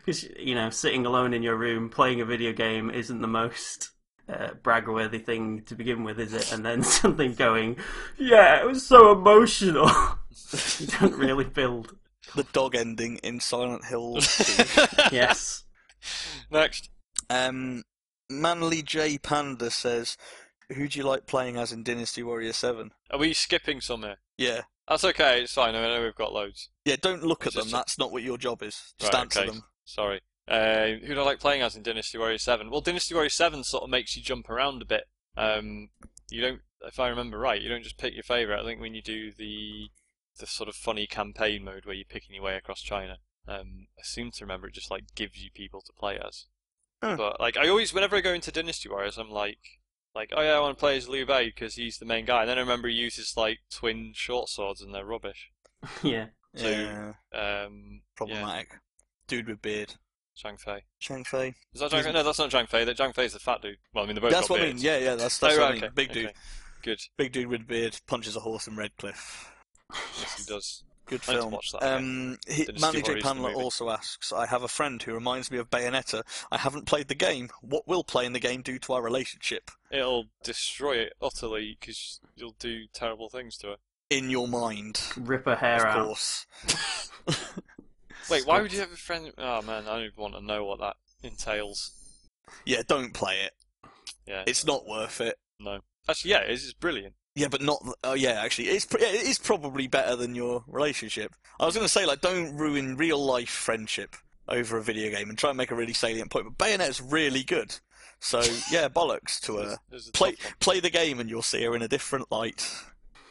[SPEAKER 2] Because you know, sitting alone in your room playing a video game isn't the most uh, brag-worthy thing to begin with, is it? And then something going, yeah, it was so emotional. you don't really build.
[SPEAKER 3] the dog ending in Silent Hill. 2.
[SPEAKER 2] Yes.
[SPEAKER 1] Next.
[SPEAKER 3] um, Manly J Panda says, "Who do you like playing as in Dynasty Warrior 7?
[SPEAKER 1] Are we skipping some here?
[SPEAKER 3] Yeah,
[SPEAKER 1] That's okay. It's fine. I know we've got loads.
[SPEAKER 3] yeah. Don't look at
[SPEAKER 1] Just-
[SPEAKER 3] them. That's not what your job is. Just
[SPEAKER 1] Right,
[SPEAKER 3] answer
[SPEAKER 1] okay.
[SPEAKER 3] them.
[SPEAKER 1] Sorry. Uh, who do I like playing as in Dynasty Warrior 7? Well, Dynasty Warrior 7 sort of makes you jump around a bit. Um, you don't, if I remember right, you don't just pick your favourite. I think when you do the the sort of funny campaign mode where you're picking your way across China, um, I seem to remember it just like gives you people to play as.
[SPEAKER 3] Huh.
[SPEAKER 1] But like, I always, whenever I go into Dynasty Warriors, I'm like, like, oh yeah, I want to play as Liu Bei because he's the main guy. And then I remember he uses like twin short swords and they're rubbish.
[SPEAKER 2] Yeah.
[SPEAKER 1] So-
[SPEAKER 3] yeah,
[SPEAKER 1] Um, yeah,
[SPEAKER 3] problematic. Dude with beard.
[SPEAKER 1] Zhang Fei.
[SPEAKER 3] Chang Fei.
[SPEAKER 1] Is that Zhang Fei? No, that's not Zhang Fei. That Zhang Fei's the fat dude. Well, I mean, the both
[SPEAKER 3] That's
[SPEAKER 1] got
[SPEAKER 3] what I mean.
[SPEAKER 1] beards.
[SPEAKER 3] Yeah, yeah. That's that's
[SPEAKER 1] oh,
[SPEAKER 3] what
[SPEAKER 1] right,
[SPEAKER 3] I mean.
[SPEAKER 1] okay,
[SPEAKER 3] Big
[SPEAKER 1] okay.
[SPEAKER 3] dude.
[SPEAKER 1] Good.
[SPEAKER 3] Big dude with beard punches a horse in Redcliffe.
[SPEAKER 1] Yes, he does.
[SPEAKER 3] Good
[SPEAKER 1] I need to
[SPEAKER 3] film.
[SPEAKER 1] watch that
[SPEAKER 3] Um, he,
[SPEAKER 1] Dynasty
[SPEAKER 3] Manly J
[SPEAKER 1] Warriors, the
[SPEAKER 3] Panler
[SPEAKER 1] movie.
[SPEAKER 3] also asks, I have a friend who reminds me of Bayonetta. I haven't played the game. What will playing the game do to our relationship?
[SPEAKER 1] It'll destroy it utterly because you'll do terrible things to her.
[SPEAKER 3] In your mind,
[SPEAKER 2] Rip her hair
[SPEAKER 3] of
[SPEAKER 2] out.
[SPEAKER 3] course.
[SPEAKER 1] Wait, why would you have a friend? Oh man, I don't even want to know what that entails.
[SPEAKER 3] Yeah, don't play it.
[SPEAKER 1] Yeah,
[SPEAKER 3] It's not worth it.
[SPEAKER 1] no. Actually, yeah, it is. It's brilliant.
[SPEAKER 3] Yeah, but not. Oh, yeah. Actually, it's pr- yeah, it is probably better than your relationship. I was going to say like, don't ruin real life friendship over a video game and try and make a really salient point. But Bayonetta's really good, so yeah, bollocks to her.
[SPEAKER 1] It was a
[SPEAKER 3] Uh, Play
[SPEAKER 1] tough one.
[SPEAKER 3] play the game and you'll see her in a different light.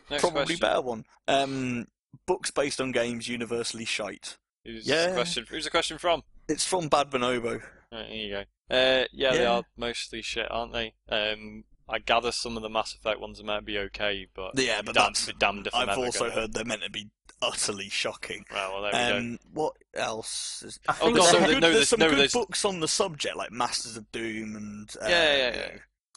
[SPEAKER 1] Next
[SPEAKER 3] probably
[SPEAKER 1] question.
[SPEAKER 3] better one. Um, books based on games universally shite.
[SPEAKER 1] Who's the
[SPEAKER 3] Yeah.
[SPEAKER 1] question? Who's the question from?
[SPEAKER 3] It's from Bad Bonobo.
[SPEAKER 1] Right, there you go. Uh, yeah, they
[SPEAKER 3] Yeah.
[SPEAKER 1] are mostly shit, aren't they? Um, I gather some of the Mass Effect ones might be okay, but
[SPEAKER 3] Yeah, but
[SPEAKER 1] damn,
[SPEAKER 3] that's-
[SPEAKER 1] be damned if I'm
[SPEAKER 3] I've
[SPEAKER 1] ever
[SPEAKER 3] also
[SPEAKER 1] gonna-
[SPEAKER 3] heard they're meant to be utterly shocking.
[SPEAKER 1] Right, well, there we go.
[SPEAKER 3] Um, what else? Is...
[SPEAKER 2] I think
[SPEAKER 1] Oh, God,
[SPEAKER 3] there's
[SPEAKER 1] so
[SPEAKER 2] the
[SPEAKER 3] some
[SPEAKER 1] they-
[SPEAKER 2] head-
[SPEAKER 1] no,
[SPEAKER 3] good,
[SPEAKER 1] there's-
[SPEAKER 3] there's some
[SPEAKER 1] no,
[SPEAKER 3] good
[SPEAKER 1] there's-
[SPEAKER 3] books on the subject, like Masters of Doom and uh,
[SPEAKER 1] Yeah, yeah, yeah.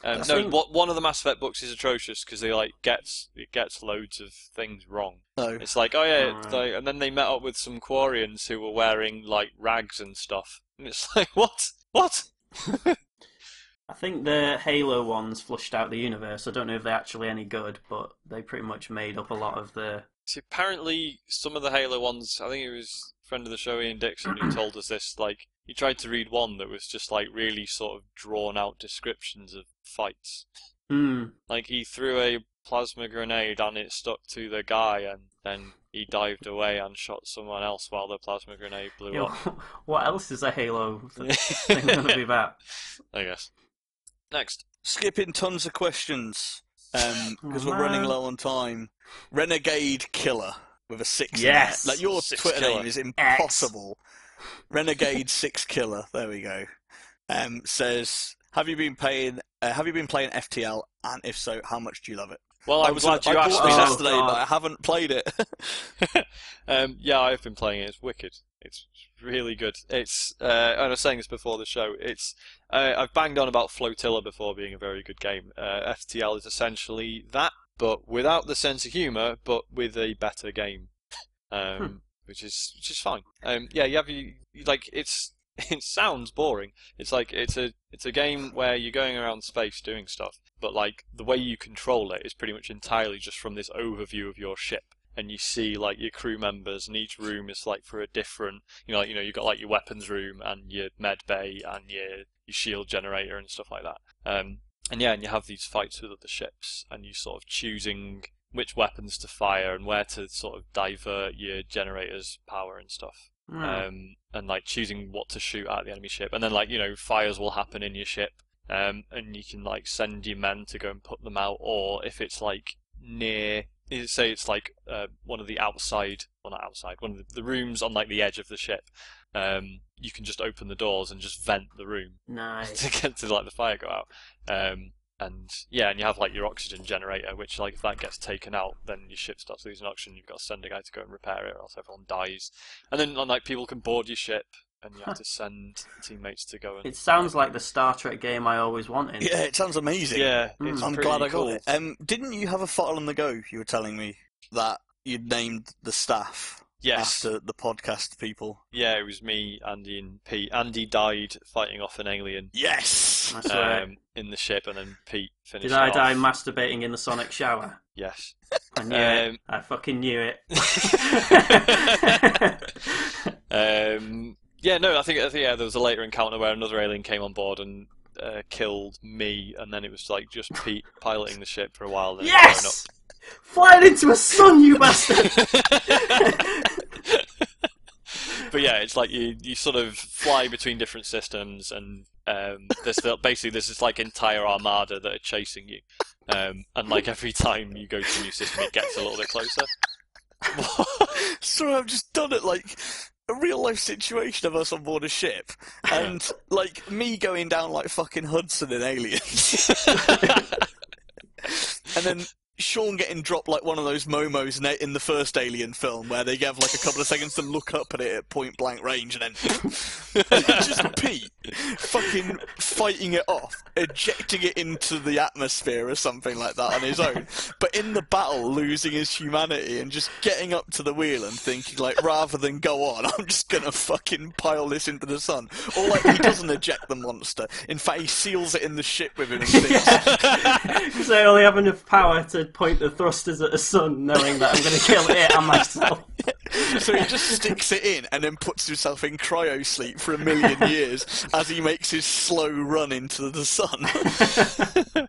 [SPEAKER 1] Um,
[SPEAKER 2] I
[SPEAKER 1] no,
[SPEAKER 2] think-
[SPEAKER 1] what, one of the Mass Effect books is atrocious because they like gets it gets loads of things wrong.
[SPEAKER 3] No,
[SPEAKER 1] It's like, oh yeah,
[SPEAKER 2] Alright.
[SPEAKER 1] they, and then they met up with some Quarians who were wearing like rags and stuff, and it's like, what, what?
[SPEAKER 2] I think the Halo ones flushed out the universe. I don't know if they're actually any good, but they pretty much made up a lot of the.
[SPEAKER 1] See, apparently some of the Halo ones, I think it was a friend of the show Ian Dixon who told us this. Like, he tried to read one that was just like really sort of drawn out descriptions of fights.
[SPEAKER 2] Mm,
[SPEAKER 1] Like he threw a plasma grenade and it stuck to the guy, and then he dived away and shot someone else while the plasma grenade blew
[SPEAKER 2] you know,
[SPEAKER 1] up.
[SPEAKER 2] what else is a Halo th- thing going to be about?
[SPEAKER 1] I guess. Next.
[SPEAKER 3] skipping tons of questions because
[SPEAKER 2] Oh,
[SPEAKER 3] we're running
[SPEAKER 2] man.
[SPEAKER 3] low on time. Renegade Killer with a six. in
[SPEAKER 2] Yes.
[SPEAKER 3] it. like your
[SPEAKER 1] Six
[SPEAKER 3] Twitter
[SPEAKER 1] killer.
[SPEAKER 3] name is impossible. Renegade Six Killer. There we go. Um, says, have you been paying? Uh, have you been playing FTL? And if so, how much do you love it?
[SPEAKER 1] Well, I'm
[SPEAKER 3] was
[SPEAKER 1] glad you
[SPEAKER 3] I
[SPEAKER 1] asked
[SPEAKER 3] bought
[SPEAKER 1] me
[SPEAKER 3] it
[SPEAKER 2] that.
[SPEAKER 1] that.
[SPEAKER 3] yesterday,
[SPEAKER 2] Oh,
[SPEAKER 3] but
[SPEAKER 2] God.
[SPEAKER 3] I haven't played it.
[SPEAKER 1] um, yeah, I've been playing it. It's wicked. It's really good. It's uh, and I was saying this before the show. It's uh, I've banged on about Flotilla before being a very good game. Uh, FTL is essentially that, but without the sense of humour, but with a better game, um,
[SPEAKER 2] Hmm.
[SPEAKER 1] which is which is fine. Um, yeah, you have you like it's it sounds boring. It's like it's a it's a game where you're going around space doing stuff, but like the way you control it is pretty much entirely just from this overview of your ship and you see like your crew members and each room is like for a different you know like, you know you've got like your weapons room and your med bay and your your shield generator and stuff like that um and yeah and you have these fights with other ships and you sort of choosing which weapons to fire and where to sort of divert your generators power and stuff
[SPEAKER 2] Mm.
[SPEAKER 1] um, and like choosing what to shoot at the enemy ship, and then like you know fires will happen in your ship, um, and you can like send your men to go and put them out, or if it's like near, say it's like uh, one of the outside, well not outside, one of the, the rooms on like the edge of the ship, um, you can just open the doors and just vent the room
[SPEAKER 2] nice.
[SPEAKER 1] to get to like the fire go out. Um, and yeah, and you have like your oxygen generator, which like if that gets taken out, then your ship starts losing oxygen. You've got to send a guy to go and repair it, or else everyone dies. And then like people can board your ship and you have to send teammates to go and.
[SPEAKER 2] It sounds like the Star Trek game I always wanted.
[SPEAKER 3] Yeah, it sounds amazing.
[SPEAKER 1] Yeah,
[SPEAKER 2] Mm.
[SPEAKER 1] it's
[SPEAKER 3] I'm
[SPEAKER 1] pretty
[SPEAKER 3] glad I got
[SPEAKER 1] cool.
[SPEAKER 3] it. Um, didn't you have a file on the go? You were telling me that you'd named the staff
[SPEAKER 1] Yes,
[SPEAKER 3] after the podcast people.
[SPEAKER 1] yeah, it was me, Andy, and Pete. Andy died fighting off an alien
[SPEAKER 3] Yes.
[SPEAKER 2] That's right.
[SPEAKER 1] um, in the ship, and then Pete finished.
[SPEAKER 2] Did
[SPEAKER 1] it
[SPEAKER 2] I die
[SPEAKER 1] off.
[SPEAKER 2] masturbating in the Sonic shower?
[SPEAKER 1] Yes.
[SPEAKER 2] I knew it.
[SPEAKER 1] Um,
[SPEAKER 2] I fucking knew it.
[SPEAKER 1] Um, yeah, no, I think, I think yeah, there was a later encounter where another alien came on board and uh, killed me, and then it was like just Pete piloting the ship for a while. Then
[SPEAKER 2] yes! Flying into a sun, you
[SPEAKER 1] blown
[SPEAKER 2] bastard!
[SPEAKER 1] up. but yeah, it's like you, you sort of fly between different systems, and um, there's the, basically there's this like entire armada that are chasing you, um, and like every time you go to a new system, it gets a little bit closer.
[SPEAKER 3] Sorry, I've just done it like a real life situation of us on board a ship, and like me going down like fucking Hudson in Aliens, and then Sean getting dropped like one of those momos in, in the first Alien film where they have like a couple of seconds to look up at it at point blank range, and then just Pete fucking fighting it off, ejecting it into the atmosphere or something like that on his own. But in the battle, losing his humanity and just getting up to the wheel and thinking, like, rather than go on, I'm just gonna fucking pile this into the sun. Or like he doesn't eject the monster. In fact, he seals it in the ship with him and thinks,
[SPEAKER 2] Because I only have enough power to point the thrusters at the sun, knowing that I'm going to kill it and myself.
[SPEAKER 3] So he just sticks it in and then puts himself in cryo sleep for a million years as he makes his slow run into the sun.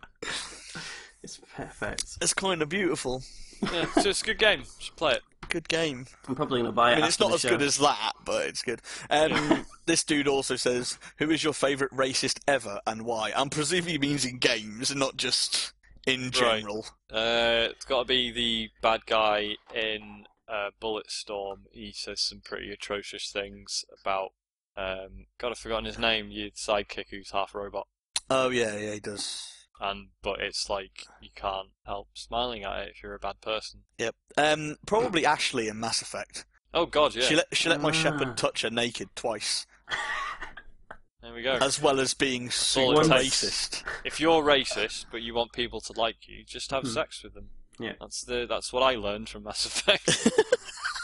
[SPEAKER 2] It's perfect.
[SPEAKER 3] It's kind of beautiful.
[SPEAKER 1] yeah, so it's a good game. Should play it.
[SPEAKER 3] Good game.
[SPEAKER 2] I'm probably going to buy it.
[SPEAKER 3] I mean, it's
[SPEAKER 2] after
[SPEAKER 3] not
[SPEAKER 2] the
[SPEAKER 3] as
[SPEAKER 2] show.
[SPEAKER 3] good as that, but it's good. Um, this dude also says, "Who is your favourite racist ever and why?" I'm presuming he means in games, and not just in general.
[SPEAKER 1] Uh, it's got to be the bad guy in uh, Bulletstorm. He says some pretty atrocious things about. Um, God, I've forgotten his name. Your sidekick who's half robot,
[SPEAKER 3] Oh yeah, yeah, he does.
[SPEAKER 1] and but it's like you can't help smiling at it if you're a bad person.
[SPEAKER 3] Yep. Um, probably Ashley in Mass Effect.
[SPEAKER 1] Oh God, yeah.
[SPEAKER 3] She let she let my
[SPEAKER 2] Ah.
[SPEAKER 3] shepherd touch her naked twice,
[SPEAKER 1] There we go.
[SPEAKER 3] as well as being
[SPEAKER 1] all
[SPEAKER 3] super
[SPEAKER 1] it takes.
[SPEAKER 3] racist.
[SPEAKER 1] If you're racist but you want people to like you, just have
[SPEAKER 2] Hmm.
[SPEAKER 1] sex with them.
[SPEAKER 2] Yeah.
[SPEAKER 1] That's the that's what I learned from Mass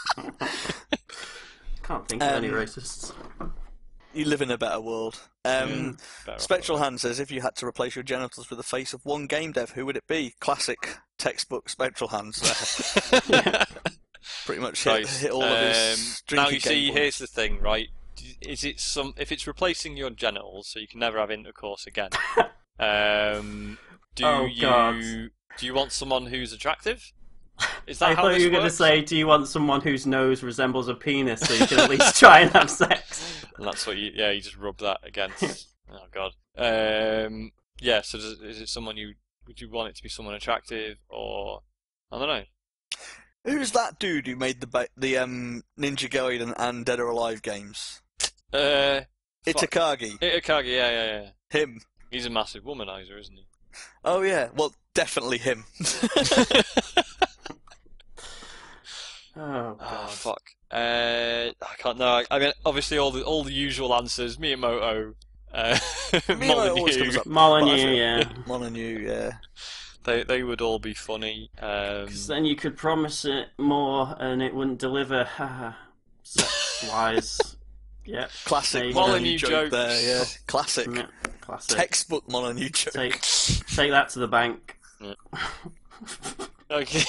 [SPEAKER 1] Effect.
[SPEAKER 2] Can't think of any
[SPEAKER 3] Um,
[SPEAKER 2] racists.
[SPEAKER 3] You live in a better world. Um,
[SPEAKER 1] Better off
[SPEAKER 3] Spectral Hand says, if you had to replace your genitals with the face of one game dev, who would it be? Classic textbook Spectral Hands there. pretty much hit,
[SPEAKER 1] Right,
[SPEAKER 3] hit all of his
[SPEAKER 1] um, now
[SPEAKER 3] drinking
[SPEAKER 1] you see,
[SPEAKER 3] game
[SPEAKER 1] here's the thing, right? D- Is it some? If it's replacing your genitals, so you can never have intercourse again. um, do
[SPEAKER 2] Oh,
[SPEAKER 1] you
[SPEAKER 2] God.
[SPEAKER 1] do you want someone who's attractive? Is that
[SPEAKER 2] I
[SPEAKER 1] how
[SPEAKER 2] thought
[SPEAKER 1] this
[SPEAKER 2] you were going to
[SPEAKER 1] works?
[SPEAKER 2] say, do you want someone whose nose resembles a penis so you can at least try and have sex?
[SPEAKER 1] And that's what you. Yeah, you just rub that against. oh God. Um, yeah. So does, is it someone you? Would you want it to be someone attractive or? I don't know.
[SPEAKER 3] board. Who's that dude who made the ba- the um, Ninja Gaiden and Dead or Alive games?
[SPEAKER 1] Uh, Fuck.
[SPEAKER 3] Itakagi,
[SPEAKER 1] Itakagi, yeah, yeah, yeah.
[SPEAKER 3] him.
[SPEAKER 1] He's a massive womanizer, isn't he?
[SPEAKER 3] Oh yeah, well definitely him.
[SPEAKER 2] Oh,
[SPEAKER 1] Oh,
[SPEAKER 3] Ah,
[SPEAKER 2] God.
[SPEAKER 1] fuck. Uh, I can't know. I mean, obviously, all the all the usual answers. Miyamoto, uh,
[SPEAKER 3] Miyamoto always
[SPEAKER 1] Molyneux,
[SPEAKER 3] comes up.
[SPEAKER 2] Molyneux, yeah.
[SPEAKER 3] Molyneux, yeah.
[SPEAKER 1] They they would all be funny. Um,
[SPEAKER 2] 'Cause then you could promise it more and it wouldn't deliver. Haha. Sex wise. Yep. There
[SPEAKER 3] Classic
[SPEAKER 2] you
[SPEAKER 3] Molyneux
[SPEAKER 1] go. Molyneux
[SPEAKER 3] joke there, yeah.
[SPEAKER 1] jokes.
[SPEAKER 3] Classic.
[SPEAKER 2] yeah, Classic.
[SPEAKER 3] Textbook Molyneux joke.
[SPEAKER 2] Take, take that to the bank.
[SPEAKER 1] okay,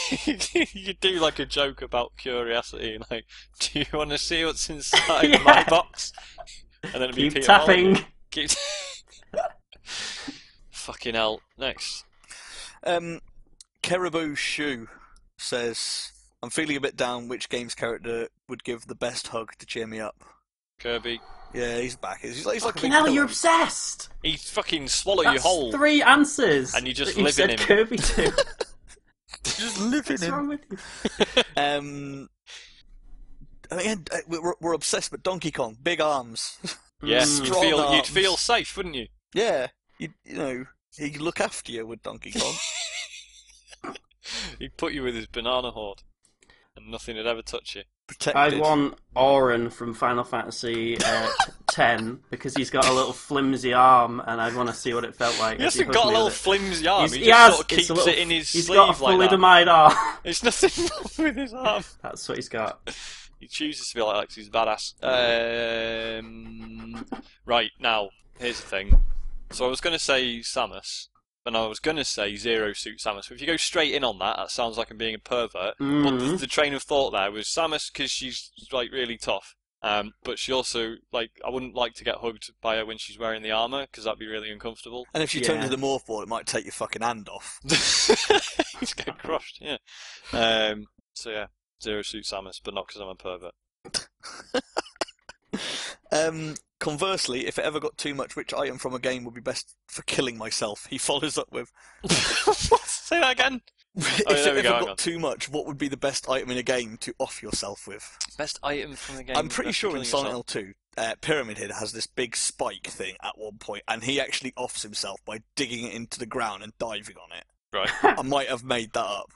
[SPEAKER 1] you do like a joke about curiosity, like, do you want to see what's inside
[SPEAKER 2] Yeah.
[SPEAKER 1] my box? And then it'd be
[SPEAKER 2] Keep
[SPEAKER 1] Peter
[SPEAKER 2] tapping.
[SPEAKER 1] Molyneux. Keep. Fucking hell! Next,
[SPEAKER 3] Um, Caribou Shoe says, I'm feeling a bit down. Which game's character would give the best hug to cheer me up?
[SPEAKER 1] Kirby.
[SPEAKER 3] Yeah, he's back. He's, he's like a
[SPEAKER 2] Fucking
[SPEAKER 3] big
[SPEAKER 2] hell, you're
[SPEAKER 3] pillow.
[SPEAKER 2] obsessed!
[SPEAKER 1] He fucking swallow you
[SPEAKER 2] That's
[SPEAKER 1] whole.
[SPEAKER 2] three answers.
[SPEAKER 1] And you just
[SPEAKER 2] that you
[SPEAKER 1] live in
[SPEAKER 2] said
[SPEAKER 1] him.
[SPEAKER 2] Kirby to.
[SPEAKER 3] just living
[SPEAKER 2] What's wrong with you?
[SPEAKER 3] Um, and again, uh, we're, we're obsessed with Donkey Kong. Big arms.
[SPEAKER 1] Yeah,
[SPEAKER 2] Mm.
[SPEAKER 1] you'd
[SPEAKER 3] Strong
[SPEAKER 1] feel you'd
[SPEAKER 3] arms.
[SPEAKER 1] feel safe, wouldn't you?
[SPEAKER 3] yeah, you, you know, he'd look after you with Donkey Kong.
[SPEAKER 1] He'd put you with his banana hoard, and nothing would ever touch you.
[SPEAKER 3] protected.
[SPEAKER 2] I want Auron from Final Fantasy uh, ten because he's got a little flimsy arm, and I want to see what it felt like.
[SPEAKER 1] He
[SPEAKER 2] as he
[SPEAKER 1] hasn't got
[SPEAKER 2] hugged
[SPEAKER 1] a
[SPEAKER 2] me
[SPEAKER 1] little
[SPEAKER 2] with it.
[SPEAKER 1] flimsy arm.
[SPEAKER 2] He's-
[SPEAKER 1] He
[SPEAKER 2] he
[SPEAKER 1] just
[SPEAKER 2] has,
[SPEAKER 1] sort of
[SPEAKER 2] it's
[SPEAKER 1] keeps
[SPEAKER 2] a little,
[SPEAKER 1] it in his
[SPEAKER 2] He's
[SPEAKER 1] sleeve
[SPEAKER 2] got a
[SPEAKER 1] like that.
[SPEAKER 2] thalidomide arm.
[SPEAKER 1] It's nothing wrong with his arm.
[SPEAKER 2] That's what he's got.
[SPEAKER 1] He chooses to be like Alex. He's a badass. Um, right now, here's the thing. So I was going to say Samus, and I was going to say Zero Suit Samus. But if you go straight in on that, that sounds like I'm being a pervert. But the,
[SPEAKER 3] Mm-hmm.
[SPEAKER 2] Mm.
[SPEAKER 1] the train of thought there was Samus because she's like really tough. Um, but she also like I wouldn't like to get hugged by her when she's wearing the armor because that'd be really uncomfortable.
[SPEAKER 3] And if you turn
[SPEAKER 2] Yeah.
[SPEAKER 3] to the morph ball, it might take your fucking hand off.
[SPEAKER 1] Just get crushed. Yeah. Um, so yeah, Zero Suit Samus, but not because I'm a pervert.
[SPEAKER 3] Um, conversely, if it ever got too much, which item from a game would be best for killing myself? He follows up with,
[SPEAKER 1] Say that again.
[SPEAKER 3] if
[SPEAKER 1] Oh, there
[SPEAKER 3] it
[SPEAKER 1] we
[SPEAKER 3] ever
[SPEAKER 1] go, hang
[SPEAKER 3] got
[SPEAKER 1] on.
[SPEAKER 3] too much, what would be the best item in a game to off yourself with?
[SPEAKER 1] Best item from the game.
[SPEAKER 3] I'm pretty
[SPEAKER 1] best for
[SPEAKER 3] sure in
[SPEAKER 1] killing
[SPEAKER 3] Silent Hill
[SPEAKER 1] yourself.
[SPEAKER 3] 2, uh, Pyramid Head has this big spike thing at one point, and he actually offs himself by digging it into the ground and diving on it.
[SPEAKER 1] Right.
[SPEAKER 3] I might have made that up.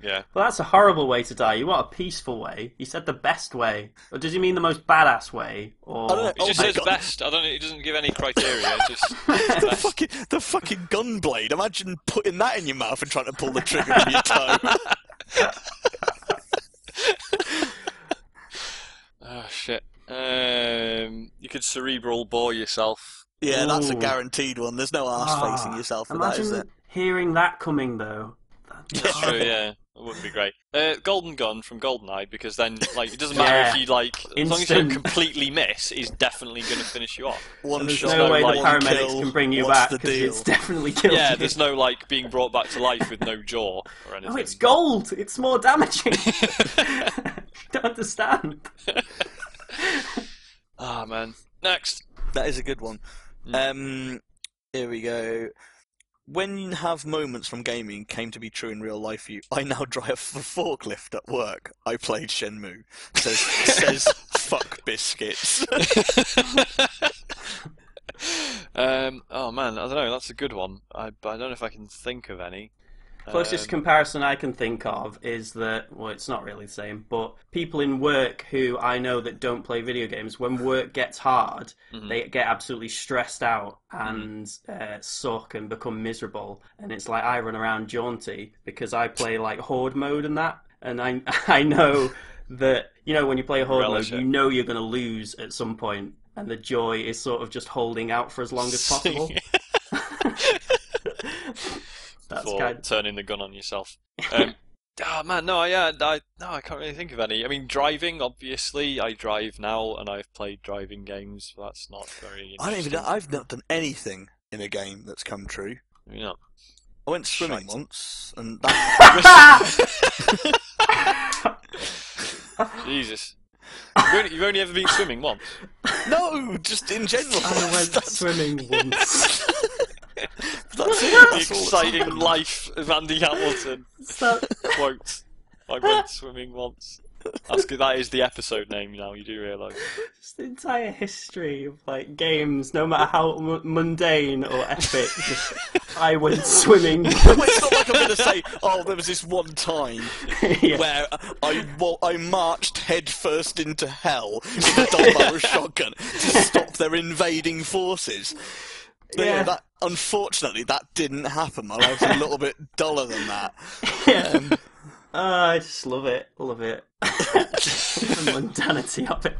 [SPEAKER 1] Yeah.
[SPEAKER 2] Well, that's a horrible way to die. You want a peaceful way. You said the best way. Or did you mean the most badass way? Or
[SPEAKER 3] I don't know.
[SPEAKER 1] It just
[SPEAKER 3] Oh my
[SPEAKER 1] says
[SPEAKER 3] God.
[SPEAKER 1] best. I don't. It doesn't give any criteria. It just
[SPEAKER 3] the
[SPEAKER 1] best.
[SPEAKER 3] fucking the fucking gun blade. Imagine putting that in your mouth and trying to pull the trigger with your toe.
[SPEAKER 1] Oh shit. Um, you could cerebral bore yourself.
[SPEAKER 3] Yeah, that's a
[SPEAKER 2] Ooh.
[SPEAKER 3] guaranteed one. There's no arse
[SPEAKER 2] Ah,
[SPEAKER 3] facing yourself for that,
[SPEAKER 2] Imagine
[SPEAKER 3] is there?
[SPEAKER 2] hearing that coming though. That's
[SPEAKER 1] That's true. Yeah. That would be great. Uh, golden gun from Goldeneye because then like it doesn't matter if
[SPEAKER 2] Yeah.
[SPEAKER 1] you like as long as you don't
[SPEAKER 2] Instant.
[SPEAKER 1] completely miss, he's definitely going to finish you off.
[SPEAKER 3] One
[SPEAKER 2] There's
[SPEAKER 3] shot,
[SPEAKER 2] no way the
[SPEAKER 1] like,
[SPEAKER 3] one
[SPEAKER 2] paramedics
[SPEAKER 3] kill.
[SPEAKER 2] can bring you
[SPEAKER 3] What's
[SPEAKER 2] back
[SPEAKER 3] the
[SPEAKER 2] because
[SPEAKER 3] deal?
[SPEAKER 2] it's definitely killed
[SPEAKER 1] Yeah.
[SPEAKER 2] you.
[SPEAKER 1] There's no like being brought back to life with no jaw or anything.
[SPEAKER 2] Oh, it's gold. It's more damaging. Don't understand.
[SPEAKER 1] Ah man. Next.
[SPEAKER 3] That is a good one.
[SPEAKER 2] Mm.
[SPEAKER 3] Um, here we go. When have moments from gaming came to be true in real life? for You, I now drive a forklift at work. I played Shenmue. Says says fuck biscuits.
[SPEAKER 1] Um, oh man, I don't know. That's a good one. I, I don't know if I can think of any.
[SPEAKER 2] Closest
[SPEAKER 1] Um,
[SPEAKER 2] comparison I can think of is that well, it's not really the same, but people in work who I know that don't play video games, when work gets hard,
[SPEAKER 1] Mhm.
[SPEAKER 2] they get absolutely stressed out
[SPEAKER 1] Mm.
[SPEAKER 2] and uh, suck and become miserable. And it's like I run around jaunty because I play like horde mode and that, and I I know that you know when you play horde
[SPEAKER 1] Relish
[SPEAKER 2] mode,
[SPEAKER 1] it.
[SPEAKER 2] you know you're going to lose at some point, and the joy is sort of just holding out for as long as possible. That's
[SPEAKER 1] for
[SPEAKER 2] kind.
[SPEAKER 1] turning the gun on yourself. Um, oh man, no, yeah, I, no, I can't really think of any. I mean, driving, obviously, I drive now, and I've played driving games. but that's not very.
[SPEAKER 3] I don't even.
[SPEAKER 1] interesting.
[SPEAKER 3] know- I've not done anything in a game that's come true.
[SPEAKER 1] You know.
[SPEAKER 3] I went swimming
[SPEAKER 1] Shite.
[SPEAKER 3] once, and that
[SPEAKER 1] Jesus. You've only, you've only ever been swimming once.
[SPEAKER 3] no, just in general.
[SPEAKER 2] I went
[SPEAKER 3] That's-
[SPEAKER 2] swimming once.
[SPEAKER 3] That's it.
[SPEAKER 1] The
[SPEAKER 3] That's all that's
[SPEAKER 1] exciting
[SPEAKER 3] happened.
[SPEAKER 1] life of Andy Hamilton.
[SPEAKER 2] So,
[SPEAKER 1] Quote. I went swimming once. That's good. That is the episode name now. You do realise.
[SPEAKER 2] just the entire history of like games, no matter how m- mundane or epic. just, I went swimming.
[SPEAKER 3] Well, it's not like I'm going to say, oh, there was this one time
[SPEAKER 2] Yeah.
[SPEAKER 3] where I, wa I marched headfirst into hell with a double-barrel shotgun to stop their invading forces. But yeah,
[SPEAKER 2] Yeah.
[SPEAKER 3] that, unfortunately, that didn't happen. My life's a little bit duller than that.
[SPEAKER 2] Yeah.
[SPEAKER 1] um,
[SPEAKER 2] Oh, I just love it, love it. the mundanity of it.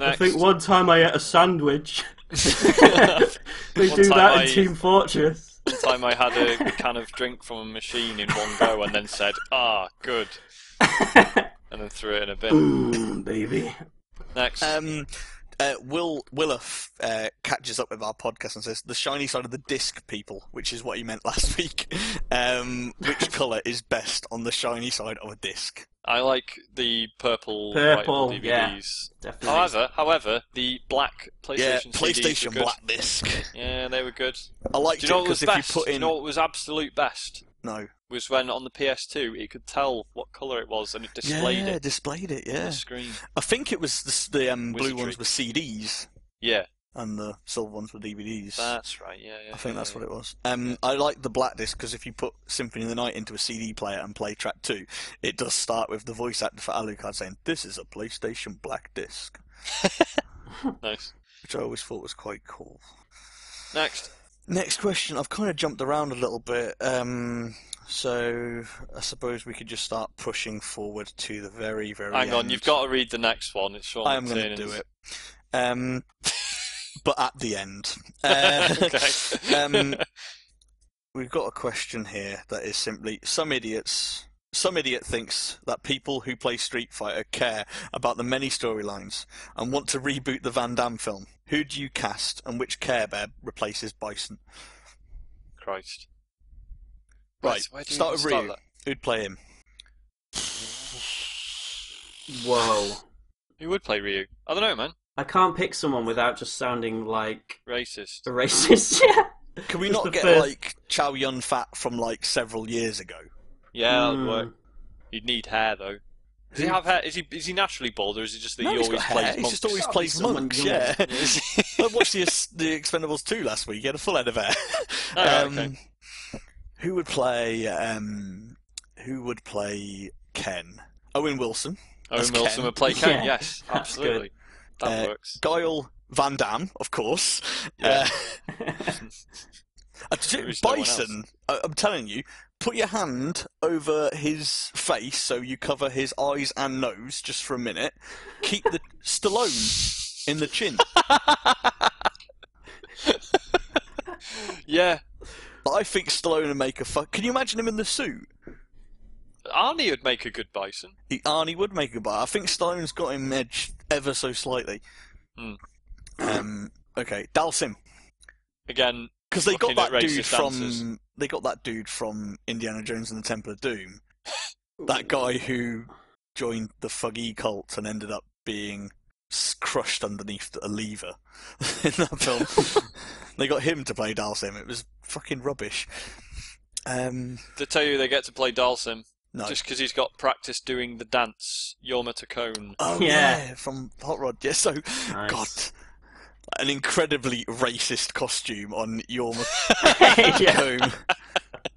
[SPEAKER 2] I
[SPEAKER 1] Next.
[SPEAKER 2] think one time I ate a sandwich. they
[SPEAKER 1] One
[SPEAKER 2] do
[SPEAKER 1] time
[SPEAKER 2] that in
[SPEAKER 1] I-
[SPEAKER 2] Team Fortress.
[SPEAKER 1] time I had a can of drink from a machine in one go and then said, ah, good. and then threw it in a bin.
[SPEAKER 2] Mm, baby.
[SPEAKER 1] Next.
[SPEAKER 3] Um, uh, Will Williff uh, catches up with our podcast and says the shiny side of the disc, people, which is what he meant last week. Um, which colour is best on the shiny side of a disc?
[SPEAKER 1] I like the purple,
[SPEAKER 2] Purple,
[SPEAKER 1] white
[SPEAKER 2] yeah.
[SPEAKER 1] DVDs.
[SPEAKER 2] Definitely.
[SPEAKER 1] However, however, the black PlayStation
[SPEAKER 3] Yeah,
[SPEAKER 1] CDs were
[SPEAKER 3] PlayStation
[SPEAKER 1] good.
[SPEAKER 3] Black disc.
[SPEAKER 1] Yeah, they were good.
[SPEAKER 3] I liked
[SPEAKER 1] Do you know
[SPEAKER 3] it
[SPEAKER 1] what was
[SPEAKER 3] because if
[SPEAKER 1] best?
[SPEAKER 3] you put
[SPEAKER 1] Do
[SPEAKER 3] in
[SPEAKER 1] you know what was absolute best?
[SPEAKER 3] no,
[SPEAKER 1] Was when on the PS2 it could tell what colour it was and it displayed
[SPEAKER 3] yeah,
[SPEAKER 1] it
[SPEAKER 3] displayed it.
[SPEAKER 1] on
[SPEAKER 3] Yeah,
[SPEAKER 1] the screen.
[SPEAKER 3] I think it was the, s- the um, blue
[SPEAKER 1] Wizardry.
[SPEAKER 3] ones were CDs.
[SPEAKER 1] Yeah,
[SPEAKER 3] and the silver ones were DVDs.
[SPEAKER 1] That's right. Yeah, yeah.
[SPEAKER 3] I think that's what it was. Um, I like the Black Disc because if you put Symphony of the Night into a CD player and play track two, it does start with the voice actor for Alucard saying, "This is a PlayStation Black Disc,"
[SPEAKER 1] it. Nice.
[SPEAKER 3] which I always thought was quite cool.
[SPEAKER 1] Next.
[SPEAKER 3] Next question. I've kind of jumped around a little bit, um, so I suppose we could just start pushing forward to the very, very.
[SPEAKER 1] Hang on,
[SPEAKER 3] end.
[SPEAKER 1] you've got to read the next one. It's Sean
[SPEAKER 3] I am going to do
[SPEAKER 1] McTiernan's.
[SPEAKER 3] it, um, but at the end. Uh,
[SPEAKER 1] okay.
[SPEAKER 3] um, We've got a question here that is simply some idiots. Some idiot thinks that people who play Street Fighter care about the many storylines and want to reboot the Van Damme film. Who do you cast and which Care Bear replaces Bison?
[SPEAKER 1] Christ.
[SPEAKER 3] Right,
[SPEAKER 1] where do you
[SPEAKER 3] start
[SPEAKER 1] even
[SPEAKER 3] with Ryu.
[SPEAKER 1] that?
[SPEAKER 3] Who'd play him?
[SPEAKER 2] Whoa.
[SPEAKER 1] Who would play Ryu? I don't know, man.
[SPEAKER 2] I can't pick someone without just sounding like
[SPEAKER 1] Racist.
[SPEAKER 2] a racist. yeah.
[SPEAKER 3] Can we
[SPEAKER 2] Just
[SPEAKER 3] not
[SPEAKER 2] the
[SPEAKER 3] get
[SPEAKER 2] first-
[SPEAKER 3] like Chow Yun Fat from like several years ago?
[SPEAKER 1] Yeah, that'd
[SPEAKER 2] Hmm.
[SPEAKER 1] work. You'd need hair though. Does he
[SPEAKER 3] Who-
[SPEAKER 1] have hair? Is he is he naturally bald, or is it just that
[SPEAKER 3] No,
[SPEAKER 1] he
[SPEAKER 3] he's
[SPEAKER 1] always
[SPEAKER 3] got
[SPEAKER 1] plays
[SPEAKER 3] hair. He's
[SPEAKER 1] monks?
[SPEAKER 3] just always
[SPEAKER 2] Oh,
[SPEAKER 3] plays
[SPEAKER 2] someone
[SPEAKER 3] monks.
[SPEAKER 2] young.
[SPEAKER 3] Yeah, I watched the the Expendables two last week. He had a full head of hair.
[SPEAKER 1] Oh, right, okay.
[SPEAKER 3] Who would play? Um, who would play Ken? Owen Wilson,
[SPEAKER 1] Owen
[SPEAKER 3] That's
[SPEAKER 1] Wilson
[SPEAKER 3] Ken.
[SPEAKER 1] would play Ken.
[SPEAKER 2] Yeah,
[SPEAKER 1] yes,
[SPEAKER 2] that's
[SPEAKER 1] absolutely. That
[SPEAKER 3] Uh,
[SPEAKER 1] works.
[SPEAKER 3] Guile Van Damme, of course.
[SPEAKER 1] Yeah.
[SPEAKER 3] Uh, Uh, t-
[SPEAKER 1] There is no one else.
[SPEAKER 3] Bison, I- I'm telling you, put your hand over his face so you cover his eyes and nose just for a minute. Keep the Stallone in the chin.
[SPEAKER 1] yeah,
[SPEAKER 3] But I think Stallone would make a fuck. Can you imagine him in the suit?
[SPEAKER 1] Arnie would make a good bison.
[SPEAKER 3] He, Arnie would make a bar. I think Stallone's got him edged ever so slightly.
[SPEAKER 1] Hmm.
[SPEAKER 3] Um, okay, Dalsim,
[SPEAKER 1] Again,
[SPEAKER 3] because they
[SPEAKER 1] Looking
[SPEAKER 3] got that
[SPEAKER 1] at
[SPEAKER 3] dude
[SPEAKER 1] racist
[SPEAKER 3] from
[SPEAKER 1] answers.
[SPEAKER 3] they got that dude from Indiana Jones and the Temple of Doom. that guy who joined the Fuggy cult and ended up being s- crushed underneath a lever in that film. they got him to play Dalsim. It was fucking rubbish. Um,
[SPEAKER 1] to tell you they get to play Dalsim
[SPEAKER 3] no.
[SPEAKER 1] just because he's got practice doing the dance Yorma Tacone.
[SPEAKER 3] Oh yeah.
[SPEAKER 2] Yeah.
[SPEAKER 3] from Hot Rod. Yeah, so God,
[SPEAKER 2] Hmm. Nice.
[SPEAKER 3] an incredibly racist costume on your
[SPEAKER 2] yeah.
[SPEAKER 3] home.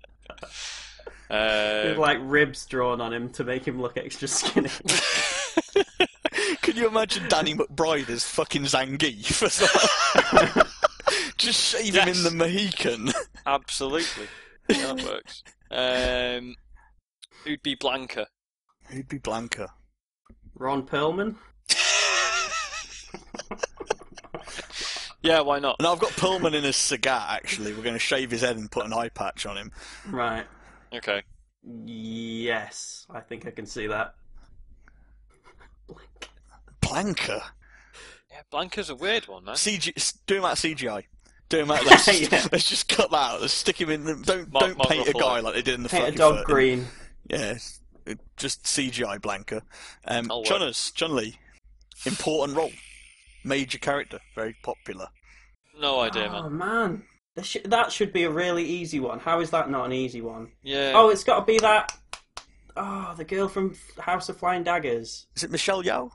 [SPEAKER 2] With
[SPEAKER 1] Uh,
[SPEAKER 2] like ribs drawn on him to make him look extra skinny.
[SPEAKER 3] Can you imagine Danny McBride as fucking Zangief? as well? Just shave him in
[SPEAKER 1] Yes.
[SPEAKER 3] the Mohican.
[SPEAKER 1] absolutely, Yeah, that works. Um, who'd be Blanca?
[SPEAKER 3] Who'd be Blanca?
[SPEAKER 2] Ron Perlman.
[SPEAKER 1] Yeah, why not?
[SPEAKER 3] And I've got Pullman in his cigar. Actually, we're going to shave his head and put an eye patch on him.
[SPEAKER 2] Right.
[SPEAKER 1] Okay.
[SPEAKER 2] Yes, I think I can see that. Blank.
[SPEAKER 3] Blanca.
[SPEAKER 1] Yeah, Blanca's a weird one, man.
[SPEAKER 3] CG. s- Do him out of CGI. Do him out. Let's, just-
[SPEAKER 2] Yeah.
[SPEAKER 3] let's just cut that out. Let's stick him in. The, don't
[SPEAKER 1] Mark-
[SPEAKER 3] don't
[SPEAKER 1] Mark
[SPEAKER 3] paint a
[SPEAKER 1] Ruffalo.
[SPEAKER 3] guy like they did in the
[SPEAKER 2] Paint a
[SPEAKER 3] fucking
[SPEAKER 2] dog
[SPEAKER 3] fir-
[SPEAKER 2] green.
[SPEAKER 3] Yeah, it's- it- just CGI Blanca. Um,
[SPEAKER 1] Oh, well.
[SPEAKER 3] Chunners, Chun Li, important role, major character, very popular.
[SPEAKER 1] No idea, man.
[SPEAKER 2] Oh man, That sh- that should be a really easy one. How is that not an easy one?
[SPEAKER 1] Yeah.
[SPEAKER 2] Oh, it's got to be that. Oh, the girl from F- House of Flying Daggers.
[SPEAKER 3] Is it Michelle Yao?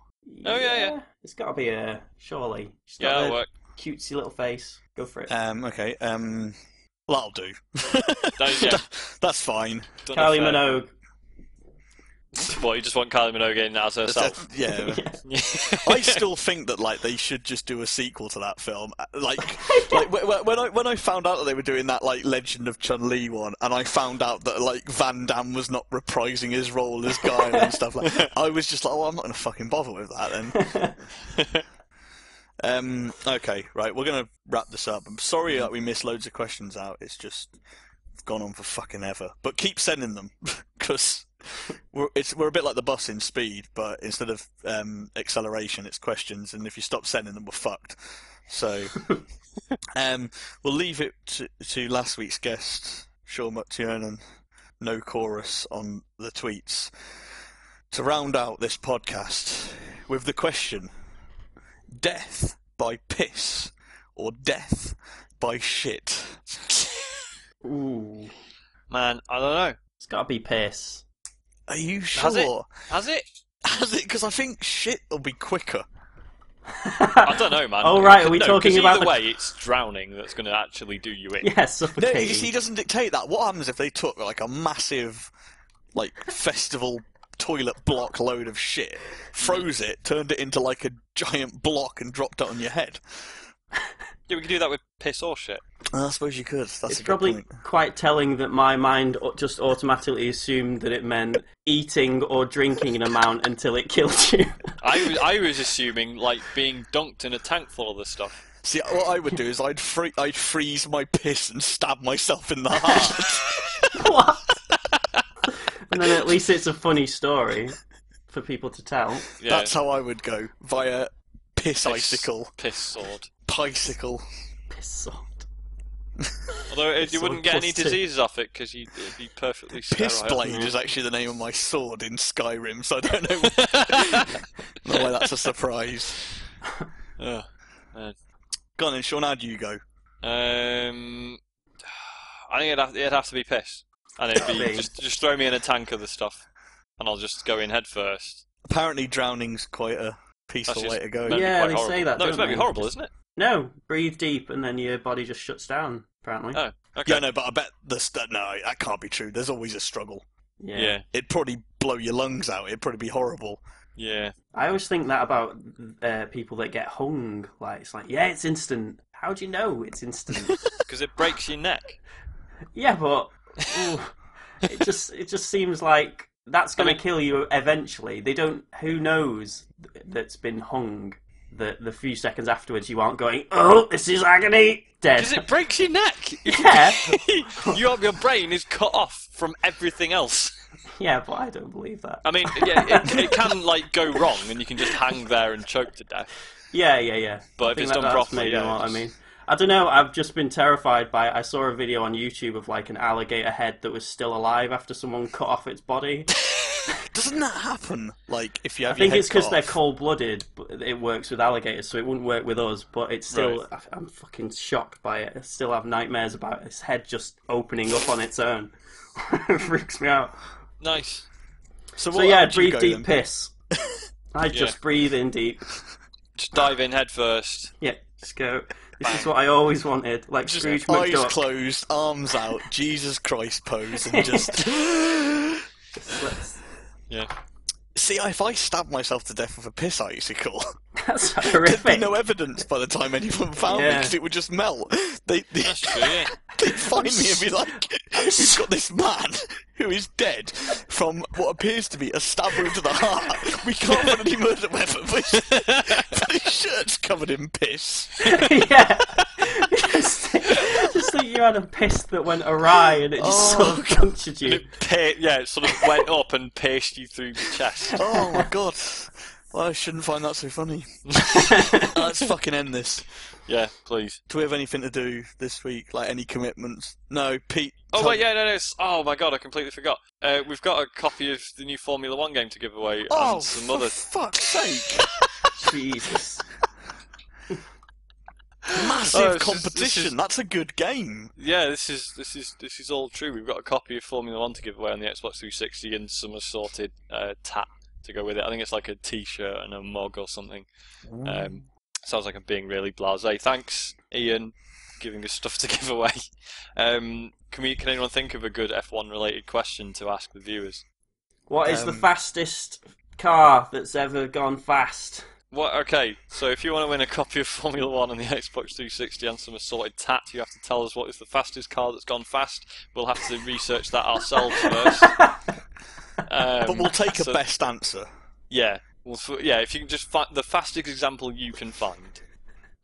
[SPEAKER 1] Oh, yeah, yeah.
[SPEAKER 2] It's got to be her, surely. She's
[SPEAKER 1] yeah,
[SPEAKER 2] got
[SPEAKER 1] that'll
[SPEAKER 2] the
[SPEAKER 1] work. Uh,
[SPEAKER 2] cutesy little face. Go for it.
[SPEAKER 3] Um, okay. Um, well, that'll do.
[SPEAKER 1] That- yeah.
[SPEAKER 3] That- That's fine.
[SPEAKER 1] Done a
[SPEAKER 2] Kylie
[SPEAKER 1] fair-
[SPEAKER 2] Minogue.
[SPEAKER 1] What, you just want Kylie Minogue in as herself?
[SPEAKER 3] That's- yeah.
[SPEAKER 2] Yeah.
[SPEAKER 3] I still think that like they should just do a sequel to that film. Uh, Like, like wh- wh- when I when I found out that they were doing that like Legend of Chun Li one, and I found out that like Van Damme was not reprising his role as Guy and stuff like, I was just like, oh, I'm not gonna fucking bother with that then. Um, okay, right, we're gonna wrap this up. I'm sorry that we missed loads of questions out. It's just gone on for fucking ever. But keep sending them because we're it's we're a bit like the bus in speed, but instead of um, acceleration, it's questions. And if you stop sending them, we're fucked. So um, we'll leave it to, to last week's guest, Sean McTiernan, no chorus on the tweets, to round out this podcast with the question death by piss or death by shit.
[SPEAKER 2] Ooh,
[SPEAKER 1] Man, I don't know.
[SPEAKER 2] it's got to be piss.
[SPEAKER 3] Are you
[SPEAKER 1] Has it?
[SPEAKER 3] sure?
[SPEAKER 1] Has it?
[SPEAKER 3] Has it? Because I think shit will be quicker.
[SPEAKER 1] I don't know, man.
[SPEAKER 2] Oh, right,
[SPEAKER 1] Could-
[SPEAKER 2] are we
[SPEAKER 1] no,
[SPEAKER 2] talking
[SPEAKER 1] 'cause
[SPEAKER 2] about
[SPEAKER 1] Either
[SPEAKER 2] the-
[SPEAKER 1] way, it's drowning that's going to actually do you in.
[SPEAKER 2] yeah,
[SPEAKER 3] No,
[SPEAKER 2] suffocating.
[SPEAKER 3] you see, he doesn't dictate that. What happens if they took like a massive, like festival toilet block load of shit, froze it, turned it into like a giant block, and dropped it on your head?
[SPEAKER 1] Yeah, we can do that with piss or shit.
[SPEAKER 3] I suppose you could. That's
[SPEAKER 2] it's
[SPEAKER 3] a good
[SPEAKER 2] probably
[SPEAKER 3] point.
[SPEAKER 2] quite telling that my mind au- just automatically assumed that it meant eating or drinking an amount until it killed you.
[SPEAKER 1] I was, I was assuming like being dunked in a tank full of this stuff.
[SPEAKER 3] See, what I would do is I'd free- I'd freeze my piss and stab myself in the heart.
[SPEAKER 2] what? and then at least it's a funny story for people to tell.
[SPEAKER 1] Yeah,
[SPEAKER 3] That's how I would go via piss icicle,
[SPEAKER 1] piss sword.
[SPEAKER 3] picicle.
[SPEAKER 2] Piss salt.
[SPEAKER 1] Although it, you
[SPEAKER 2] Sword
[SPEAKER 1] wouldn't get any
[SPEAKER 2] plus two.
[SPEAKER 1] diseases off it because you'd it'd be perfectly sterile.
[SPEAKER 3] Piss blade is actually the name of my sword in Skyrim, so I don't know don't know why that's a surprise.
[SPEAKER 1] Ugh, man.
[SPEAKER 3] Go on then, Sean, how do you go?
[SPEAKER 1] Um, I think it'd have, it'd have to be piss, and it'd be
[SPEAKER 2] Bing.
[SPEAKER 1] just just throw me in a tank of the stuff, and I'll just go in head first.
[SPEAKER 3] Apparently, drowning's quite a peaceful
[SPEAKER 1] That's
[SPEAKER 3] way
[SPEAKER 1] just
[SPEAKER 3] to go.
[SPEAKER 1] meant to be
[SPEAKER 2] Oh, Yeah,
[SPEAKER 1] quite
[SPEAKER 2] they
[SPEAKER 1] horrible.
[SPEAKER 2] say that,
[SPEAKER 1] No, it's
[SPEAKER 2] don't
[SPEAKER 1] meant to be
[SPEAKER 2] they?
[SPEAKER 1] horrible, isn't it?
[SPEAKER 2] No, breathe deep and then your body just shuts down, apparently.
[SPEAKER 1] Oh, okay.
[SPEAKER 3] Yeah, no, but I bet the st- no, that can't be true. There's always a struggle.
[SPEAKER 2] yeah.
[SPEAKER 1] yeah,
[SPEAKER 3] It'd probably blow your lungs out. It'd probably be horrible.
[SPEAKER 1] yeah.
[SPEAKER 2] I always think that about uh, people that get hung. Like, it's like, yeah, it's instant. How do you know it's instant?
[SPEAKER 1] Because it breaks your neck.
[SPEAKER 2] yeah, but ooh, it just it just seems like that's going
[SPEAKER 1] mean-
[SPEAKER 2] to kill you eventually. They don't. Who knows th- that's been hung? That the few seconds afterwards, you aren't going, oh, this is agony, dead.
[SPEAKER 1] Because it breaks your neck.
[SPEAKER 2] Yeah,
[SPEAKER 1] your your brain is cut off from everything else.
[SPEAKER 2] yeah, but I don't believe that.
[SPEAKER 1] I mean, yeah, it, it can like go wrong, and you can just hang there and choke to death.
[SPEAKER 2] Yeah, yeah, yeah.
[SPEAKER 1] But
[SPEAKER 2] I
[SPEAKER 1] if
[SPEAKER 2] think
[SPEAKER 1] it's
[SPEAKER 2] that-
[SPEAKER 1] done
[SPEAKER 2] that's
[SPEAKER 1] properly,
[SPEAKER 2] maybe
[SPEAKER 1] yeah,
[SPEAKER 2] what I
[SPEAKER 1] it's-
[SPEAKER 2] mean. I don't know. I've just been terrified by. I saw a video on YouTube of like an alligator head that was still alive after someone cut off its body.
[SPEAKER 3] Doesn't that happen? Like if you have
[SPEAKER 2] I think
[SPEAKER 3] your
[SPEAKER 2] it's because they're cold blooded, but it works with alligators, so it wouldn't work with us. But it's still. I, I'm fucking shocked by it. I still have nightmares about its head just opening up on its own. it freaks me out.
[SPEAKER 1] Nice.
[SPEAKER 3] So,
[SPEAKER 2] So
[SPEAKER 3] what-
[SPEAKER 2] yeah,
[SPEAKER 3] how'd you
[SPEAKER 2] breathe
[SPEAKER 3] go
[SPEAKER 2] deep
[SPEAKER 3] then?
[SPEAKER 2] piss. I just breathe in deep.
[SPEAKER 1] Just dive in head first.
[SPEAKER 2] Yeah, just go. This is what I always wanted, like
[SPEAKER 3] Just
[SPEAKER 2] Scrooge
[SPEAKER 3] eyes
[SPEAKER 2] McDuck.
[SPEAKER 3] closed, arms out, Jesus Christ pose, and just
[SPEAKER 2] Let's-
[SPEAKER 1] Yeah.
[SPEAKER 3] see. If I stabbed myself to death with a piss icicle,
[SPEAKER 2] That's
[SPEAKER 3] there'd be
[SPEAKER 2] horrific.
[SPEAKER 3] no evidence by the time anyone found me
[SPEAKER 2] Yeah.
[SPEAKER 3] because it would just melt. They, they
[SPEAKER 1] That's true. Yeah.
[SPEAKER 3] They find me and be like, we've got this man who is dead from what appears to be a stab wound to the heart. We can't find any murder weapon, but his, but his shirt's covered in piss.
[SPEAKER 2] yeah. just, think, just think you had a piss that went awry and it just
[SPEAKER 3] Oh,
[SPEAKER 2] sort of punctured you.
[SPEAKER 1] Pa- yeah, it sort of went up and pierced you through the chest.
[SPEAKER 3] Oh my god. Well, I shouldn't find that so funny. Let's fucking end this.
[SPEAKER 1] Yeah, please.
[SPEAKER 3] Do we have anything to do this week? Like any commitments? No, Pete.
[SPEAKER 1] Oh
[SPEAKER 3] tell-
[SPEAKER 1] wait, yeah, no, no. It's, oh my god, I completely forgot. Uh, we've got a copy of the new Formula One game to give away
[SPEAKER 3] Oh,
[SPEAKER 1] and some
[SPEAKER 3] for
[SPEAKER 1] other. Oh,
[SPEAKER 3] fuck's sake!
[SPEAKER 2] Jesus.
[SPEAKER 3] Massive
[SPEAKER 1] Oh, it's just-
[SPEAKER 3] competition.
[SPEAKER 1] this is-
[SPEAKER 3] That's a good game.
[SPEAKER 1] Yeah, this is this is this is all true. We've got a copy of Formula One to give away on the Xbox 360 and some assorted uh, tat to go with it. I think it's like a T-shirt and a mug or something. Um, sounds like I'm being really blasé. Thanks, Ian, giving us stuff to give away. Um, can we? Can anyone think of a good F1 related question to ask the viewers?
[SPEAKER 2] What is the
[SPEAKER 3] Um,
[SPEAKER 2] fastest car that's ever gone fast?
[SPEAKER 1] What? Okay, so if you want to win a copy of Formula One on the Xbox 360 and some assorted tat, you have to tell us what is the fastest car that's gone fast. We'll have to research that ourselves first. Um,
[SPEAKER 3] But we'll take a
[SPEAKER 1] so-
[SPEAKER 3] best answer.
[SPEAKER 1] Yeah, well, f yeah. If you can just find the fastest example you can find,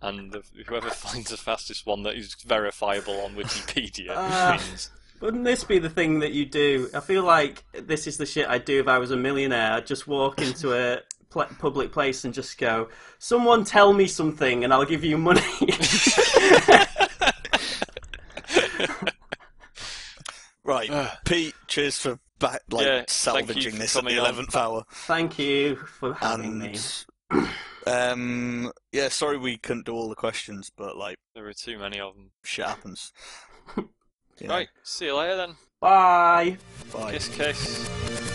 [SPEAKER 1] and the, whoever finds the fastest one that is verifiable on Wikipedia
[SPEAKER 3] Uh,
[SPEAKER 2] Ah.
[SPEAKER 1] wins.
[SPEAKER 2] Wouldn't this be the thing that you do? I feel like this is the shit I'd do if I was a millionaire. I'd just walk into a pl- public place and just go, Someone tell me something and I'll give you money.
[SPEAKER 3] Right, Pete. Cheers for back, like
[SPEAKER 1] Uh. Yeah, thank you
[SPEAKER 3] salvaging
[SPEAKER 1] for
[SPEAKER 3] this at the
[SPEAKER 1] coming on.
[SPEAKER 3] eleventh hour.
[SPEAKER 2] Thank you for having me.
[SPEAKER 3] And um, yeah, sorry we couldn't do all the questions, but like
[SPEAKER 1] There are too many of them.
[SPEAKER 3] shit happens. Yeah,
[SPEAKER 1] Right, see you later then.
[SPEAKER 2] Bye.
[SPEAKER 3] Bye.
[SPEAKER 1] Kiss, kiss.